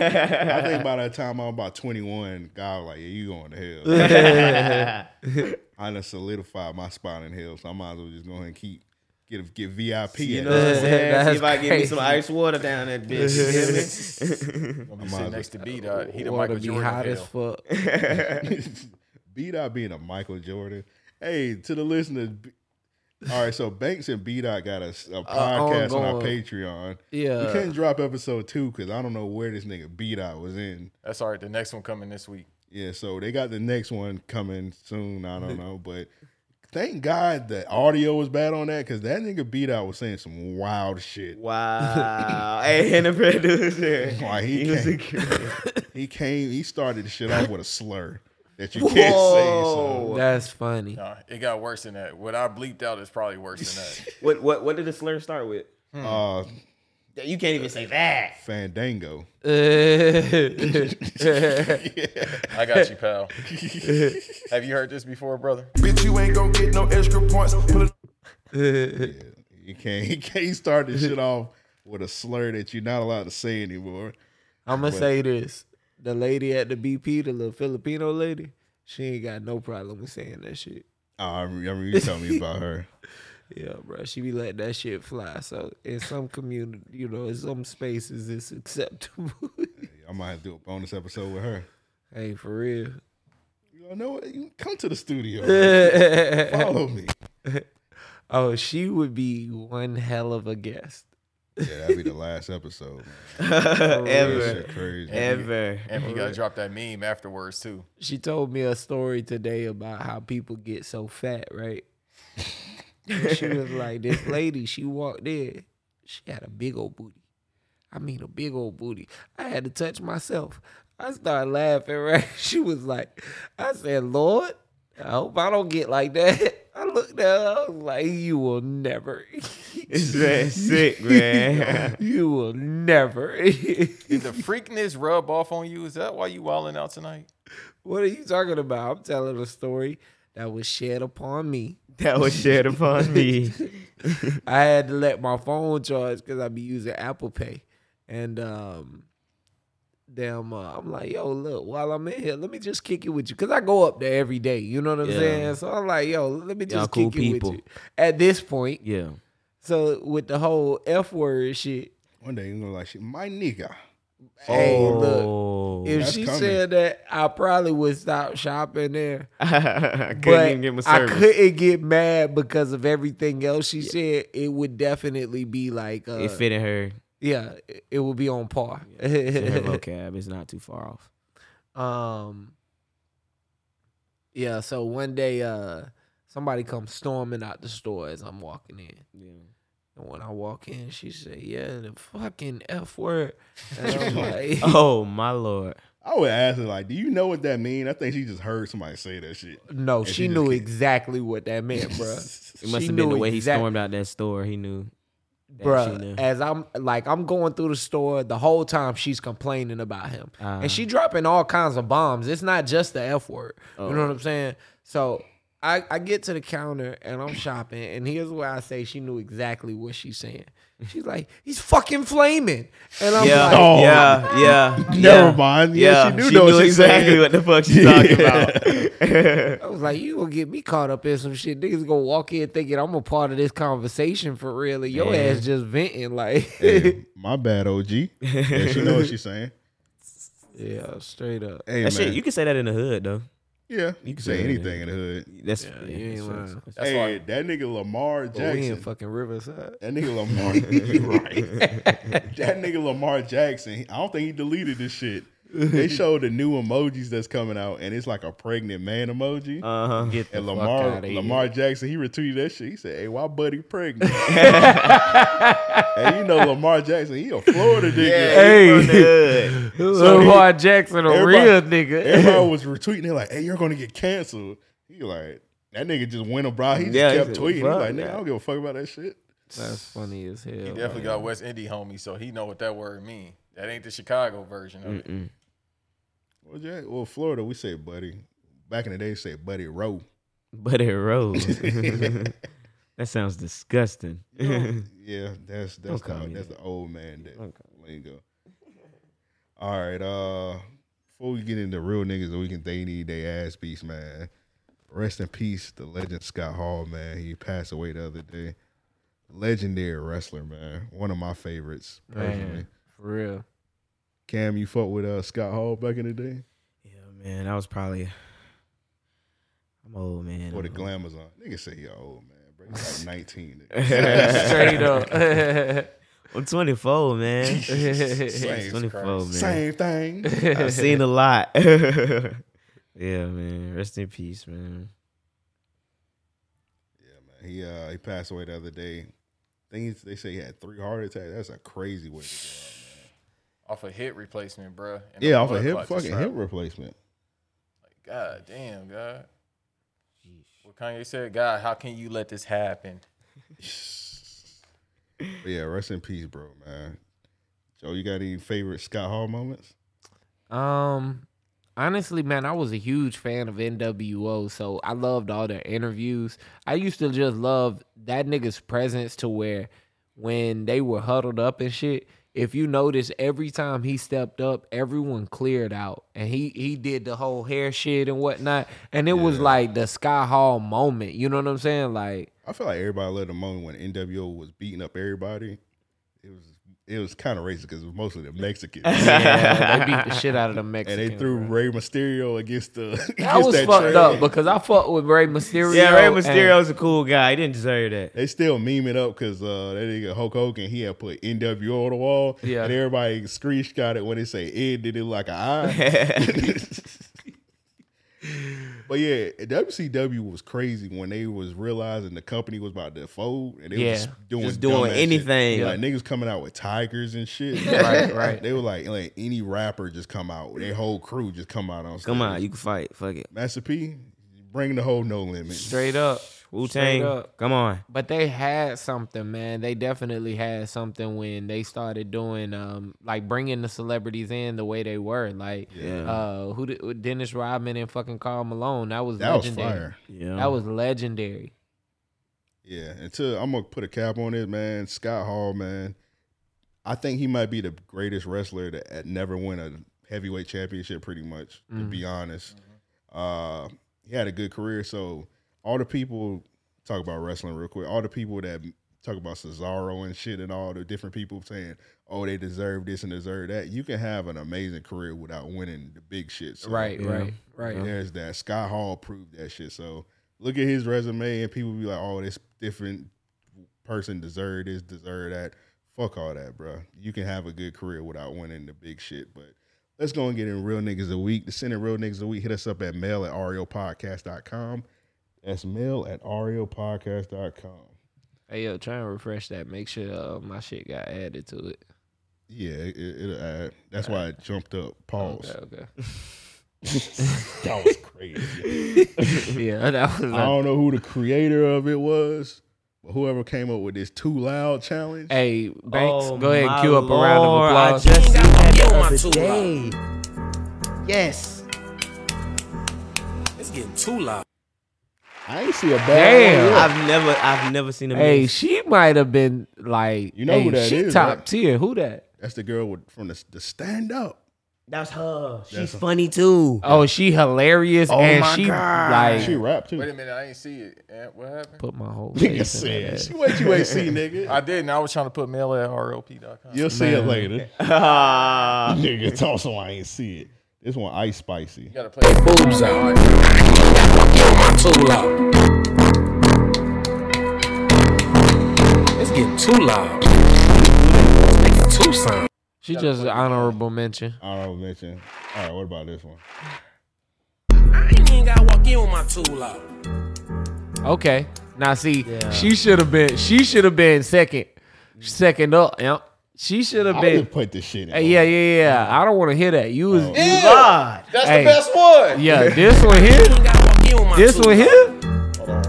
think by the time I'm about 21, God was like, yeah, you going to hell. *laughs* I done solidified my spot in hell, so I might as well just go ahead and keep get get VIP. You at know what I'm that. saying? *laughs* See That's if I get me crazy. some ice water down that bitch. You hear me? gonna might be sitting as next to b dot he the Water michael be jordan hot of as hell. *laughs* fuck. B Dot being a Michael Jordan. Hey, to the listeners. B- All right, so Banks and B Dot got a, s- a podcast on our ongoing. Uh. Patreon. we Yeah. couldn't drop episode two because I don't know where this nigga B Dot was in. that's all right the next one coming this week Yeah, so they got the next one coming soon. I don't know, but thank God the audio was bad on that because that nigga B Dot was saying some wild *laughs* shit. *laughs* Wow. hey, and the producer. Why he was a can't- kid. He came, he started the shit off with a slur that you can't Whoa. That's funny. nah, it got worse than that what i bleeped out is probably worse than that What what what did the slur start with? say. So, uh, You can't even say that. Fandango. i got you pal *laughs* have you heard this before brother Bitch, you ain't gonna get no extra points. Put it You can't *laughs* you can't start this shit off with a slur that you're not allowed to say anymore. I'm gonna say this: the lady at the BP, the little Filipino lady, she ain't got no problem with saying that shit. Oh, I remember you telling me about her. Yeah, bro, she be letting that shit fly. So in some community, you know, in some spaces, it's acceptable. *laughs* I might have to do a bonus episode with her. hey, for real. You don't know what? You come to the studio. *laughs* Follow me. oh, she would be one hell of a guest. Yeah, that'd be the last episode. Man. That Ever. shit crazy. Ever. and you gotta drop that meme afterwards too She told me a story today about how people get so fat, right? And she *laughs* was like, this lady, she walked in, she had a big old booty. I mean, a big old booty. I had to touch myself. I started laughing, *laughs* right? She was like, I said, Lord, I hope I don't get like that. *laughs* I looked at her, I was like, you will never. *laughs* It's that sick, man. you will *laughs* never. Did the freakness rub off on you? Is that why you wilding out tonight? what are you talking about? I'm telling a story that was shared upon me. that was shared upon *laughs* me. I had to let my phone charge because I be using Apple Pay, and um, damn, uh, I'm like, yo, look, while I'm in here, let me just kick it with you because I go up there every day. You know what I'm Yeah. saying? So I'm like, yo, let me Y'all just cool kick people. it with you. At this point, Yeah. so with the whole F word shit, One day you're gonna like shit, my nigga. hey, look. Oh. If That's she coming. said that, I probably would stop shopping there. *laughs* I couldn't but even get my I service. couldn't get mad because of everything else she said. It would definitely be like uh, it fitted her, Yeah, it- it will be on par. *laughs* fitted her vocab. It's not too far off. um, yeah. So one day, uh, somebody comes storming out the store as I'm walking in, Yeah. and when I walk in, she said, "Yeah, the fucking f word," and *laughs* I'm like, Oh my lord. I would ask her like, do you know what that mean? I think she just heard somebody say that shit. *laughs* "No, she she just knew can't- exactly what that meant, bruh." *laughs* She It must have been the knew way he exact- stormed out that store. He knew. that she knew. Bruh, as I'm like I'm going through the store the whole time she's complaining about him. Ah. Uh-huh. And she dropping all kinds of bombs. It's not just the F word. You know what I'm saying? So I, I get to the counter and I'm shopping, and here's where I say she knew exactly what she's saying. She's like, he's fucking flaming. And I'm yeah, like, Oh. yeah, yeah, *laughs* *laughs* Never yeah. mind. Yeah, she knew she know knew what she exactly said. what the *laughs* fuck she's talking about. I was like, you gonna get me caught up in some shit. Niggas gonna walk in thinking I'm a part of this conversation for real. and your Man. ass just venting *laughs* like Hey, my bad, OG. Yeah, she know what she's saying. *laughs* Yeah, straight up. Hey, man. that shit, you can say that in the hood though. yeah, you can say Yeah. anything in the hood. That's yeah, you ain't lying. that's- That's hey, like- that nigga Lamar But Oh, we in Jackson. fucking Riverside. that *laughs* nigga Lamar. *laughs* you right. that nigga Lamar Jackson. he- I don't think he deleted this shit. *laughs* They showed the new emojis that's coming out, and it's like a pregnant man emoji. uh-huh. Get the and fuck Lamar outta here. Lamar Jackson, he retweeted that shit. He said, "Hey, why buddy *laughs* pregnant?" and you know Lamar Jackson, he a Florida nigga. Hey, from the hood. *laughs* So he- Lamar Jackson, a everybody- real nigga. Everybody *laughs* was retweeting it like, "Hey, you're gonna get canceled." He like that nigga just went abroad. He just Yeah, he kept said, tweeting. He "Fuck like, "Nigga, that." I don't give a fuck about that shit." That's funny as hell. He definitely got West Indy homie, so he know what that word mean. That ain't the Chicago version Mm. *laughs* of it. Mm-mm. Well, Jack, well, Florida, we say buddy. Back in the day, they say buddy *laughs* *laughs* row. But it *laughs* rose. that sounds *laughs* disgusting. *laughs* yeah, that's that's call the, me that's that. the old man that Don't call lingo. All right, uh, before we get into real niggas, that we can they need they ass beats, man. Rest in peace, the legend Scott Hall, man. He passed away the other day. Legendary wrestler, man. One of my favorites, personally. Man, for real. Cam, you fuck with uh, Scott Hall back in the day, Yeah, man, that was probably. I'm old man. or the I'm- Glamazon? Nigga say y'all old man, bro. You like nineteen. *laughs* Straight up. *laughs* I'm 24, *laughs* man. Same, 24, man. same thing. I've seen a lot. *laughs* yeah, man. Rest in peace, man. Yeah, man. He uh he passed away the other day. Things they say he had three heart attacks. That's a crazy way to go. Off a hip replacement, bruh. and yeah, a off a blood hip clot just fucking hip traveled. replacement. Like, God damn, God. What Kanye said, God, how can you let this happen? But yeah, rest in peace, bro, man. Joe, you got any favorite Scott Hall moments? Um, honestly, man, I was a huge fan of NWO, so I loved all their interviews. I used to just love that nigga's presence to where when they were huddled up and shit, if you notice, every time he stepped up, everyone cleared out, and he he did the whole hair shit and whatnot, and it was like the Sky Hall moment. You know what I'm *laughs* saying? Like, I feel like everybody loved the moment when NWO was beating up everybody. It was it was kind of racist because it was mostly the Mexicans. *laughs* yeah, they beat the shit out of the And Mexican. they threw bro. Rey Mysterio against the. *laughs* Against That was that fucked train. up because I fucked with Ray Mysterio. Yeah, Ray and- Mysterio's a cool guy. He didn't deserve that. They still meme it up because uh, that nigga Hulk Hogan he had put NWO on the wall, Yeah. and everybody screenshot it when they say "Ed" did it like an *laughs* eye. but yeah, WCW was crazy when they was realizing the company was about to fold, and they Yeah. was just doing Just doing dumbass shit. anything. Like niggas coming out with tigers and shit. Right, right. They were like, like any rapper just come out, their whole crew just come out on stage. Come on, you can fight. Fuck it. Master P, bring the whole no limit. Straight up. Wu Straight Tang. up. Come on. But they had something, man. They definitely had something when they started doing, um, like bringing the celebrities in the way they were, like, Yeah. uh, who did, Dennis Rodman and fucking Carl Malone. That was That was legendary. fire. Yeah. That was legendary. Yeah, until I'm gonna put a cap on it, man. Scott Hall, man. I think he might be the greatest wrestler to at- never win a heavyweight championship, pretty much, to be honest. Uh, he had a good career. So, all the people talk about wrestling real quick, all the people that talk about Cesaro and shit, and all the different people saying, oh, they deserve this and deserve that. You can have an amazing career without winning the big shit. So, Right, Yeah. right, right. there's that. Sky Hall proved that shit. So look at his resume, and people be like, "Oh, this different person deserved this, deserved that." Fuck all that, bro. You can have a good career without winning the big shit. But let's go and get in real niggas a week. To send in real niggas a week, hit us up at mail at E ariopodcast.com. That's mail at E ariopodcast.com. Hey, yo, try and refresh that. Make sure uh, my shit got added to it. Yeah, it, it, uh, that's why it jumped up. Pause. Oh. Okay, okay. *laughs* *laughs* *laughs* That was crazy. yeah, that was. Oh. I don't know who the creator of it was, But whoever came up with this too loud challenge, Hey, Banks, Oh, go ahead and my cue up a round of Lord, applause. I just Ain't got no seen that guilt the on my other tool, day. Yes. It's getting too loud. I ain't see a Damn. bad one. yet. I've never, I've never seen a hey, mix. she might have been like, You know hey, who that she is, top right? tier. Who that? That's the girl with, from the, the stand up. That's her. She's That's her. funny too. Oh, she hilarious and she like Oh She rapped too. Wait a minute, I ain't see it. Eh, What happened? put my whole *laughs* Nigga face in said, that. "See what you ain't see, nigga." I didn't. I was trying to put mail at ROP.com. You'll see it later. Ah. nigga, *laughs* it's also I ain't see it. This one ice spicy. You gotta play Boobs out. Get my tool out. It's getting too loud. Making two sound. She just an honorable mention. Honorable mention. All right, what about this one? I ain't even gotta walk in with my tool out. Okay. Now see, she should have been she should have been second. Second up. Yep. She should have I been didn't put this shit in. Hey, yeah, yeah, yeah. I don't want to hear that. You was Oh. you- God. That's Hey. the best one. yeah, this one here. Ain't gotta walk in with my This tool one out. here? Hold on.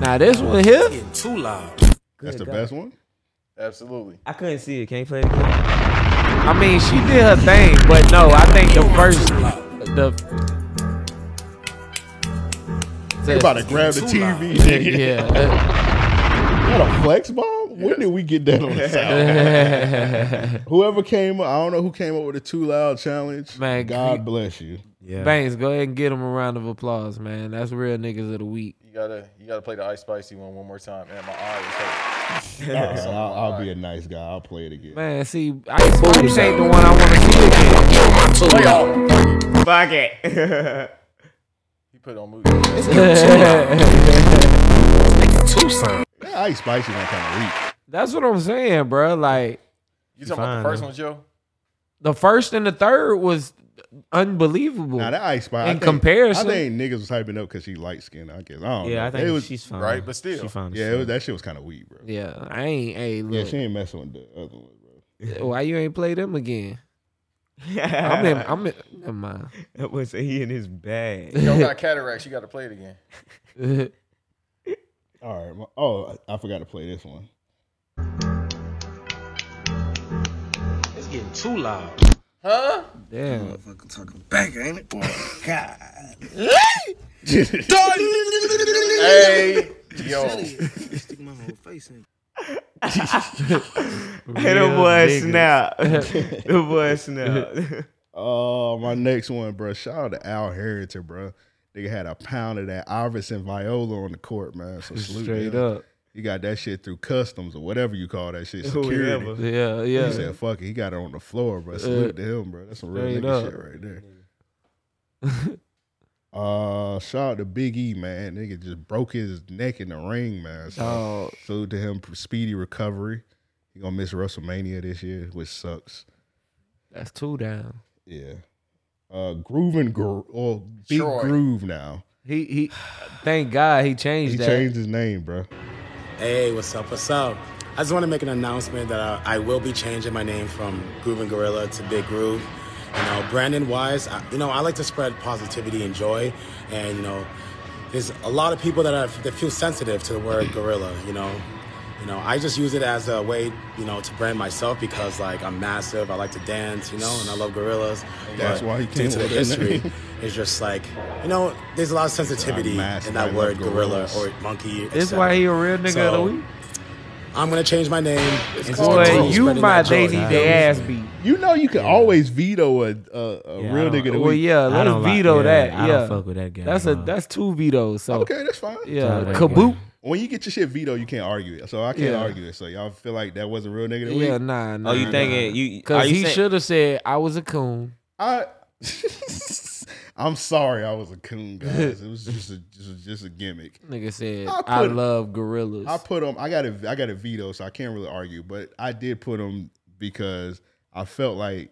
Now this one here? Getting too loud. That's the best one. Absolutely. I couldn't see it. Can you play it again? I mean, she did her thing, but no, I think the first the You about to grab the too loud. TV, *laughs* nigga. yeah. that- That a flex bomb? When did we get that on the sound? *laughs* *laughs* Whoever came up, I don't know who came up with the too loud challenge. Man, God Greek- bless you. Yeah. Banks, go ahead and get him a round of applause, man. That's real niggas of the week. You gotta you gotta play the ice spicy one one more time. And my eye is hurt. *laughs* All right, I'll, I'll be a nice guy. I'll play it again. Man, see, I Spice ain't the one I want to see again. Play all. Fuck it. He put it on mute. *laughs* Making two sound. That ice spicy one kind of weak. That's what I'm saying, bro. Like You talking about Fine, the first though. one, Joe? the first and the third was unbelievable. Now that ice spicy. In comparison- I think niggas was hyping up because she light skinned. I guess I don't. know. yeah, I They think was, she's fine. right, but still. she fine. Yeah, it was, that shit was kind of weak, bro. yeah, I ain't. Hey, Yeah, look, she ain't messing with the other one, bro. why you ain't play them again? *laughs* I'm in. I'm in. Never mind. That was he in his bag. You don't got cataracts. You gotta play it again. All right. my- oh, I I forgot to play this one. It's getting too loud. Huh? Damn. Hey, yo. Stick my whole face in. Hit Real the boy niggas. snap. the boy snap. Oh, my next one, bro. Shout out to Al Harrington, bro. Nigga had a pound of that Iverson Viola on the court, man. So salute Straight him. up. He got that shit through customs or whatever you call that shit. Security. Whoever. Yeah, He yeah. Uh, said, "Fuck it." He got it on the floor, bro. Salute to him, bro. That's some real straight nigga up. shit right there. *laughs* uh, shout out to Big E, man. Nigga just broke his neck in the ring, man. So Dog. salute to him for speedy recovery. He gonna miss WrestleMania this year, which sucks. That's two down. Yeah. Uh, grooving gro- or big Troy. groove now. He he. Thank God he changed He that. changed his name, bro. Hey, what's up? What's up? I just want to make an announcement that I, I will be changing my name from Grooving Gorilla to Big Groove. You know, Brandon Wise, I, you know, I like to spread positivity and joy. And, you know, there's a lot of people that, are, that feel sensitive to the word gorilla, you know. You know, I just use it as a way, you know, to brand myself because, like, I'm massive. I like to dance, you know, and I love gorillas. That's But why he due came to the up with that history. name. It's just like, you know, there's a lot of sensitivity I'm massive. in I that love word gorilla gorillas. or monkey. et This cetera. why he a real nigga So, of the week. I'm gonna change my name. and just Boy, continue you spreading my that joy. daisy day ass beat. You know, you can always veto a, a, a Yeah, I real don't- nigga. That Well, we, yeah, I let's don't like- veto yeah, that. I yeah, don't fuck with that guy, That's a no. that's two vetoes. Oh, So Okay, that's fine. yeah, Sorry, kaboot. yeah. When you get your shit vetoed, you can't argue it. So I can't Yeah. argue it. So y'all feel like that was a real nigga. That we, Yeah, nah, nah. Oh, you thinking you? are Because you he saying- should have said I was a coon. I. *laughs* I'm sorry, I was a coon, guys. It was just a just, just a gimmick. Nigga said I I put- love gorillas. I put him. I got a I got a veto, so I can't really argue. But I did put him because I felt like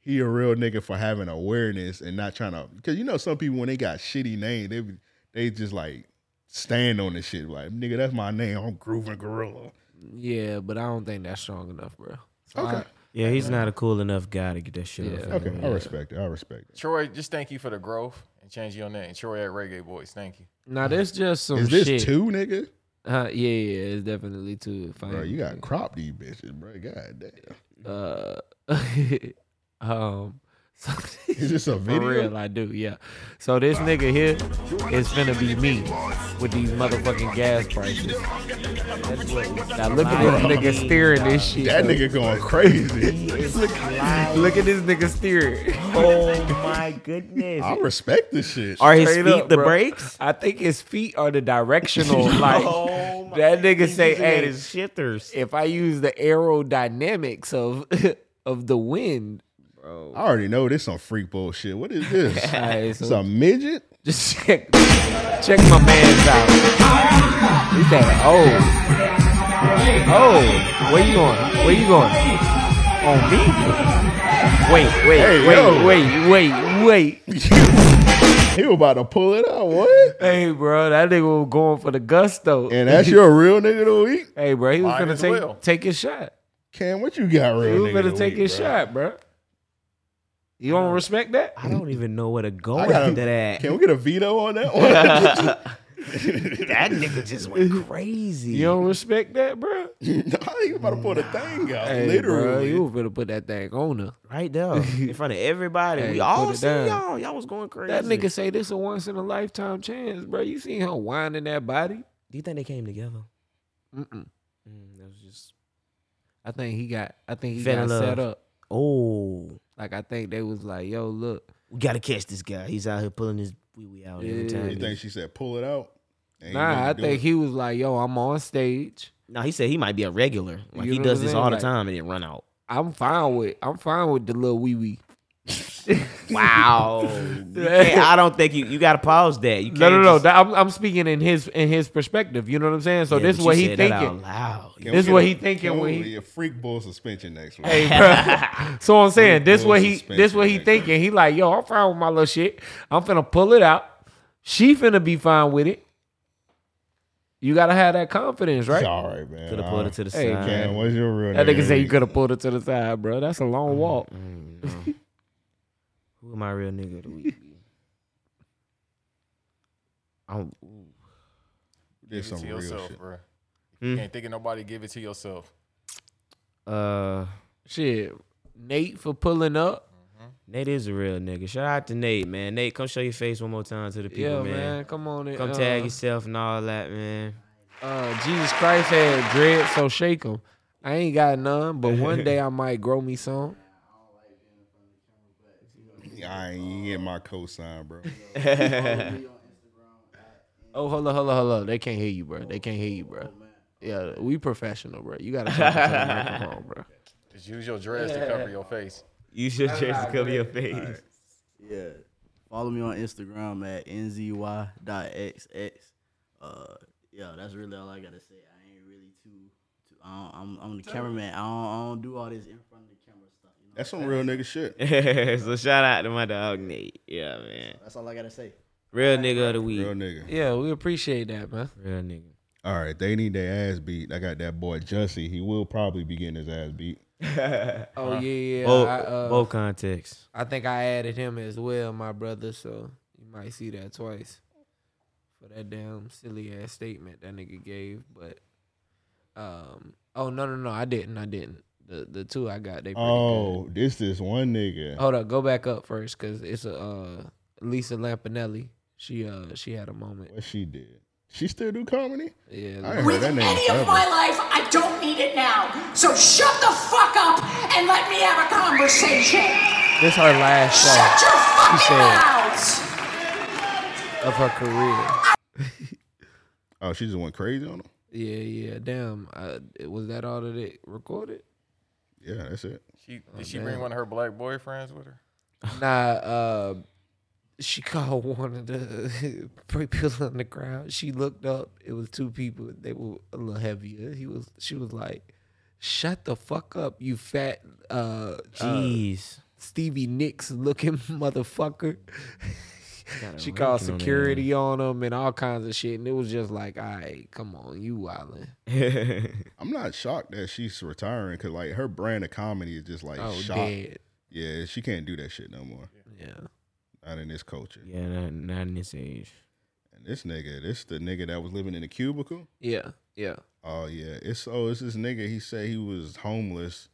he a real nigga for having awareness and not trying to. Because you know, some people when they got shitty name, they be- they just like stand on this shit. Like nigga, that's my name. I'm grooving gorilla. yeah, but I don't think that's strong enough, bro. So Okay, I- Yeah, he's not a cool enough guy to get that shit. Yeah. off. okay, him. I respect it. I respect it. Troy, just thank you for the growth and change your name. Troy at Reggae Boys. Thank you. Now there's just some. Is this shit. two, nigga? Uh, yeah, yeah, it's definitely two. If I Bro, you got crop these bitches, bro. God *laughs* damn. uh, *laughs* um, so Is this a video? For real, I do. Yeah. So this nigga here is finna be me with these motherfucking gas prices. Now look at Bro. this nigga steering this shit. That though. nigga going crazy. *laughs* Look at this nigga steering. Oh my goodness. I respect this shit. Are his Straight feet up, the bro. brakes? I think his feet are the *laughs* directional. like my that nigga say, using "Hey, his shifters." if I use the aerodynamics of *laughs* of the wind, I already know this some freak bullshit. What is *laughs* this? Alright, so It's a midget? just check check my man's out. He said, "Oh, oh, where you going? Where you going? On me? Wait, wait, Hey, wait, yo. wait, wait, wait." He was about to pull it out. What? *laughs* Hey, bro, that nigga was going for the gusto. And that's your real nigga of the week? hey, bro, he was Might gonna as take well. take his shot. Cam, what you got real You nigga better of the take week, his bro? shot, bro. You don't respect that? I don't even know where to go I with gotta- that. Can we get a veto on that one? *laughs* *laughs* that nigga just went crazy. You don't respect that, bro? he was about to pull the thing out, Hey, bro, literally. you was gonna put that thing on her. *laughs* Right there. In front of everybody. Hey, we put all it see down. y'all. Y'all was going crazy. That nigga say this a once in a lifetime chance, bro. You seen her winding that body? Do you think they came together? Mm-mm. Mm, that was just I think he got. I think he Fell got in set love. up. Oh. Like I think they was like, "Yo, look, We gotta catch this guy. He's out here pulling his wee wee out every Yeah. time. You think she said pull it out? And he nah." I went to do think it. he was like, "Yo, I'm on stage. No, he said he might be a regular. Like You he know does what I'm this saying? all the Like- time and it *laughs* run out. I'm fine with. I'm fine with the little wee wee." *laughs* Wow. You can't- I don't think you you gotta pause that. You can't No, no, no. just- that- I'm, I'm speaking in his in his perspective. You know what I'm saying? So Yeah, this is but you what he said that out thinking. loud. Can this we get what a- he thinking can when we he- get a freak bull suspension next week. *laughs* Hey, bro. *laughs* so I'm saying this Full what he this suspension what he right there. thinking. He like, yo, I'm fine with my little shit. I'm finna pull it out. She finna be fine with it. You gotta have that confidence, right? It's all right, man. Could have pulled it to the Hey, side. Cam, what's your real That nigga? nigga of said the you week? could have pulled it to the side, bro. That's a long walk. Mm, no. Who am I real nigga of the week? I'm, There's some give it to real yourself, shit. bro. Hmm? Can't think of nobody. Give it to yourself. uh, Shit, Nate for pulling up. Nate is a real nigga. Shout out to Nate, man. Nate, come show your face one more time to the people, yeah, man. man. Come on in. Come uh, tag yourself and all that, *laughs* man. Uh, Jesus Christ had dread, so shake him. I ain't got none, but one day *laughs* I might grow me some. I ain't get my cosign, bro. Oh, hold up, hold up, hold up. They can't hear you, bro. They can't hear you, bro. Yeah, we professional, bro. You gotta talk into *laughs* the microphone, bro. Just use your dress to cover your face. You should just cover your face. Yeah. Follow me on Instagram at nzy.xx. Uh, yeah, that's really all I gotta say. I ain't really too. too I don't, I'm, I'm the cameraman. I don't, I don't do all this in front of the camera stuff. You know? That's some real nigga shit. *laughs* so shout out to my dog Nate. Yeah, man. That's all I gotta say. Real nigga of the week. Real nigga. Yeah, we appreciate that, man. Real *laughs* nigga. All right, they need their ass beat. I got that boy Jussie. He will probably be getting his ass beat. Oh Uh-huh. yeah, yeah. Both, I, uh, both contexts. I think I added him as well, my brother. So you might see that twice for that damn silly ass statement that nigga gave. But um, oh no, no, no, I didn't, I didn't. The the two I got, they pretty Oh. Oh, this is one nigga. good. Hold up, go back up first, cause it's a uh, Lisa Lampanelli. She uh she had a moment. What she did? She still do comedy? Yeah, I like- ain't heard that name. any of forever. my life, I don't need it now. So shut the fuck up and let me have a conversation. this her last Shut shot your fucking He said- mouths. of her career. Oh, she just went crazy on him. Yeah, yeah. Damn, I, was that all that it recorded? Yeah, that's it. She did she bring one of her black boyfriends with her? Nah, uh, she called *laughs* one of the three people in the crowd. She looked up. It was two people. They were a little heavier. He was. She was like, "Shut the fuck up, you fat uh, uh *laughs* Jeez. Stevie Nicks looking *laughs* motherfucker." Gotta she work called on that. security on him and all kinds of shit, and it was just like, "All right, come on, you wildin'." I'm not shocked that she's retiring because like her brand of comedy is just like Oh, shock. dead. Yeah, she can't do that shit no more. Yeah. Not in this culture. Yeah, not, not in this age. And this nigga, this the nigga that was living in a cubicle. Yeah, yeah. Oh yeah, it's oh it's this nigga. He said he was homeless,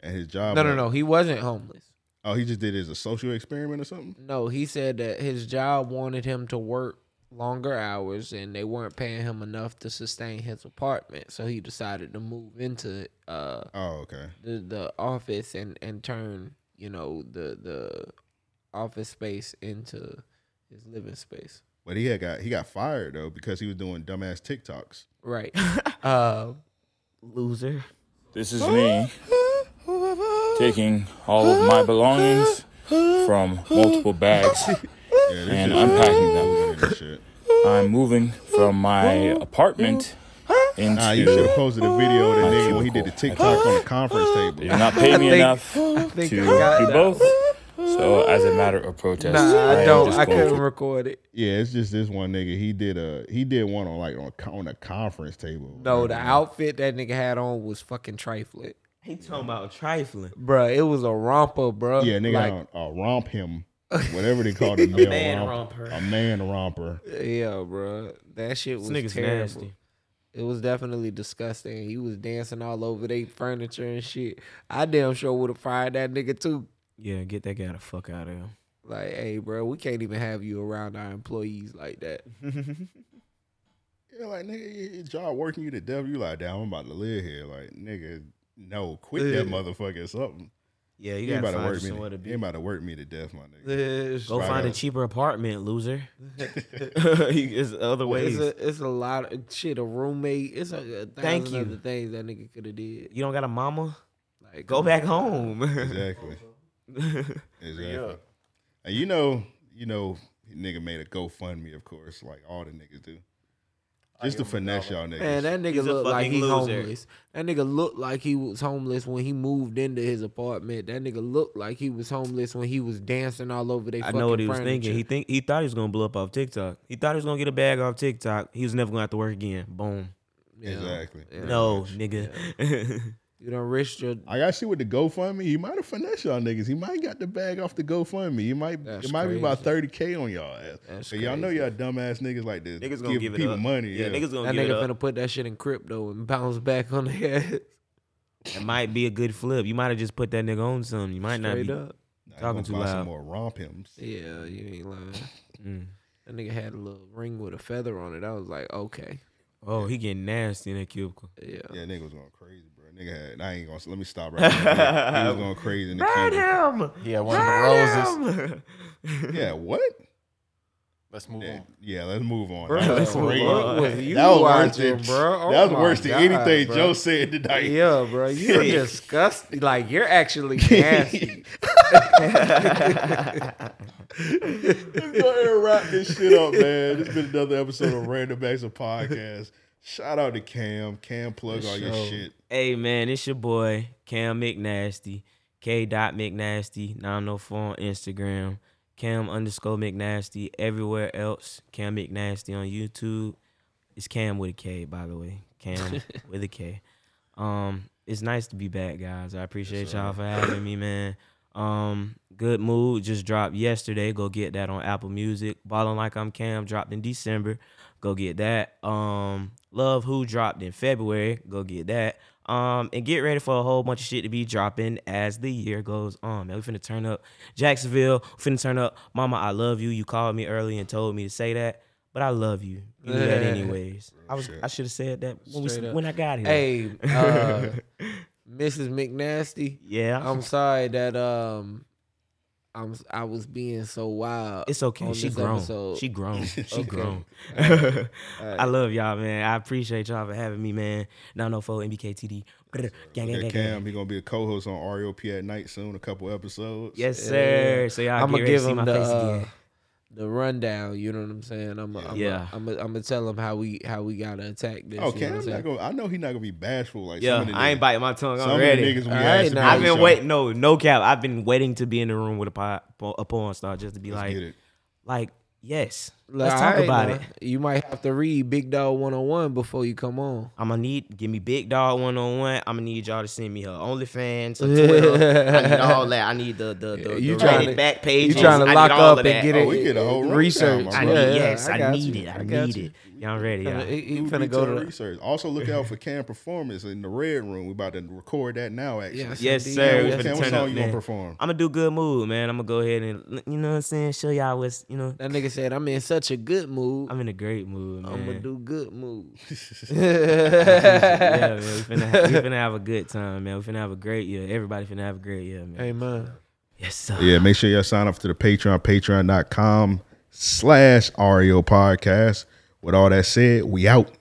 and his job. No, no, no. He wasn't homeless. Oh, he just did his a social experiment or something. No, he said that his job wanted him to work longer hours and they weren't paying him enough to sustain his apartment. So he decided to move into uh Oh, okay. the, the office and and turn, you know, the the office space into his living space. But he had got he got fired though because he was doing dumbass TikToks. Right. *laughs* uh, Loser. This is me taking all of my belongings from multiple bags and unpacking them. I'm moving from my apartment into Nah, you should have posted a video of the nigga when he did the TikTok on the conference table. You're not paying me I think- enough I to think do I got that both. So, as a matter of protest, Nah, I am don't. just I going couldn't for- record it. *laughs* Yeah, it's just this one nigga. He did a he did one on like on co- on a conference table. no, the outfit that nigga had on was fucking trifling. He talking about trifling. Bruh, it was a romper, bruh. Yeah, nigga, Like, had on a romp *laughs* him, whatever they call it, A male man romper. romper. a man romper. Yeah, bro. That shit This was nigga's terrible. nasty. It was definitely disgusting. He was dancing all over their furniture and shit. I damn sure would have fired that nigga too. Yeah, get that guy the fuck out of here. Like, hey, bro, we can't even have you around our employees like *laughs* that. Yeah, like nigga, your- your job working you to death. You like, damn, I'm about to live here. Like, nigga, no, quit that Yeah. motherfucker or something. Yeah, you ain't about to gotta find work me. somewhere to be. You ain't about to work me to death, my nigga. Go Right find a up. cheaper apartment, *laughs* loser. There's other ways. It's a, it's a lot of shit. A roommate. It's a, a Thank thousand you. other things that nigga could have did. you don't got a mama? Like, Go come back on. *laughs* home. *laughs* Exactly. Exactly. And you know, you know, nigga made a GoFundMe, of course, like all the niggas do. Just to finesse y'all niggas. Man, that nigga He's a looked like fucking he loser. homeless. That nigga looked like he was homeless when he moved into his apartment. That nigga looked like he was homeless when he was dancing all over they I fucking know what he was furniture. thinking. He think he thought he was gonna blow up off TikTok. He thought he was gonna get a bag off TikTok. He was never gonna have to work again. Boom. Yeah. Exactly. Yeah. No, nigga. *laughs* You done risked your I gotta see with the GoFundMe. You might have finessed y'all niggas. He might got the bag off the GoFundMe. You might it might be about thirty k on y'all ass. So y'all know y'all dumbass niggas like this. Niggas gonna give it people up. money. Yeah, Yeah, niggas gonna that give it nigga up. finna put that shit in crypto and bounce back on the *laughs* head. It might be a good flip. You might have just put that nigga on something. You might not Straight be up. Nah, gonna talking too buy Some loud. more romp hims. Yeah, you ain't lying. Mm. That nigga had a little ring with a feather on it. I was like, okay. Oh, he getting nasty in *laughs* that cubicle. Yeah. Yeah, nigga was going crazy, bro. Nigga had I ain't gonna let me stop *laughs* right now. He was going crazy in the cubicle. him. Yeah, one of the roses. Yeah, what? Let's move Yeah, on. yeah, let's move on. Bro, that was let's move crazy. on. What was you that was worse watching, than bro? Oh that was my worse than God, anything bro. Joe said tonight. *laughs* Yeah, bro, you're Yeah. disgusting. Like you're actually nasty. Let's go ahead and wrap this shit up, man. It's been another episode of Random Acts of Podcast. Shout out to Cam. Cam, plug all your shit. Hey man, it's your boy Cam McNasty, K. Dot McNasty, 904 on Instagram, Cam underscore McNasty everywhere else. Cam McNasty on YouTube. It's Cam with a K, by the way. Cam with a K. Um, it's nice to be back, guys. I appreciate y'all for having me, man. Um, good mood just dropped yesterday. Go get that on Apple Music. Ballin' like I'm Cam dropped in December. Go get that. Um, Love Who dropped in February. Go get that. Um, and get ready for a whole bunch of shit to be dropping as the year goes on. Man, we finna turn up Jacksonville. Finna turn up Mama. I love you. You called me early and told me to say that, but I love you. You knew that Yeah. anyways. I was I should have said that when, Straight we, up. when I got here. *laughs* hey, uh, Mrs. McNasty. Yeah. I'm sorry that um, I'm I was being so wild. It's okay. on She this grown. episode. *laughs* She grown. She Okay. grown. All *laughs* right. All right. I love y'all, man. I appreciate y'all for having me, man. 904 MBKTD. Gang, gang, gang, Yeah, Cam, gang, gang. he gonna be a co-host on REOP at night soon. A couple episodes. Yes, sir. So y'all I'm get gonna ready to give see him my the face uh, again. the rundown. You know what I'm saying? I'm I'm Yeah. I'm I'm gonna tell him how we how we gotta attack this. Oh, you know Cam, what I'm not saying? gonna, I know he not gonna be bashful like Yeah, some of the I ain't niggas. biting my tongue. I'm Some of the ready. niggas we All asked right, to be now. on I've the been show. waiting. No, no cap. I've been waiting to be in the room with a, po- a porn star just to be Let's like, get it. like, yes, Let's Like, talk alright, about now, it. You might have to read Big Dog 101 before you come on. I'm gonna need give me Big Dog one on one. I'm gonna need y'all to send me her OnlyFans, *laughs* her Twitter. I need all that. I need the the, the, You the tryna- Reddit back page. you tryna I lock need all up of and that. get it- Oh, we get a whole research. rundown, I my need, brother. yes, Yeah, I, I got need you. it. I I got need you. it. Y'all ready? Finna- Y'all. he- he Ooh, finna detailed go to the- research. Also, look out for Cam performance in the red room. We about to record that now. Actually, Yes, sir. Cam, We what- finna Cam, what turn song up, you man. gonna perform? I'm gonna do good mood, man. I'm gonna go ahead and you know what I'm saying. Show y'all what's you know. That nigga said, "I'm in such a good mood. I'm in a great mood, man. I'm gonna do *laughs* good mood." *laughs* yeah, man. We *laughs* finna, have, we finna have a good time, man. We finna have a great year. Everybody finna have a great year, man. Amen. Yes, sir. Yeah, make sure y'all sign up to the Patreon, E patreon.com slash REO podcast. With all that said, we out.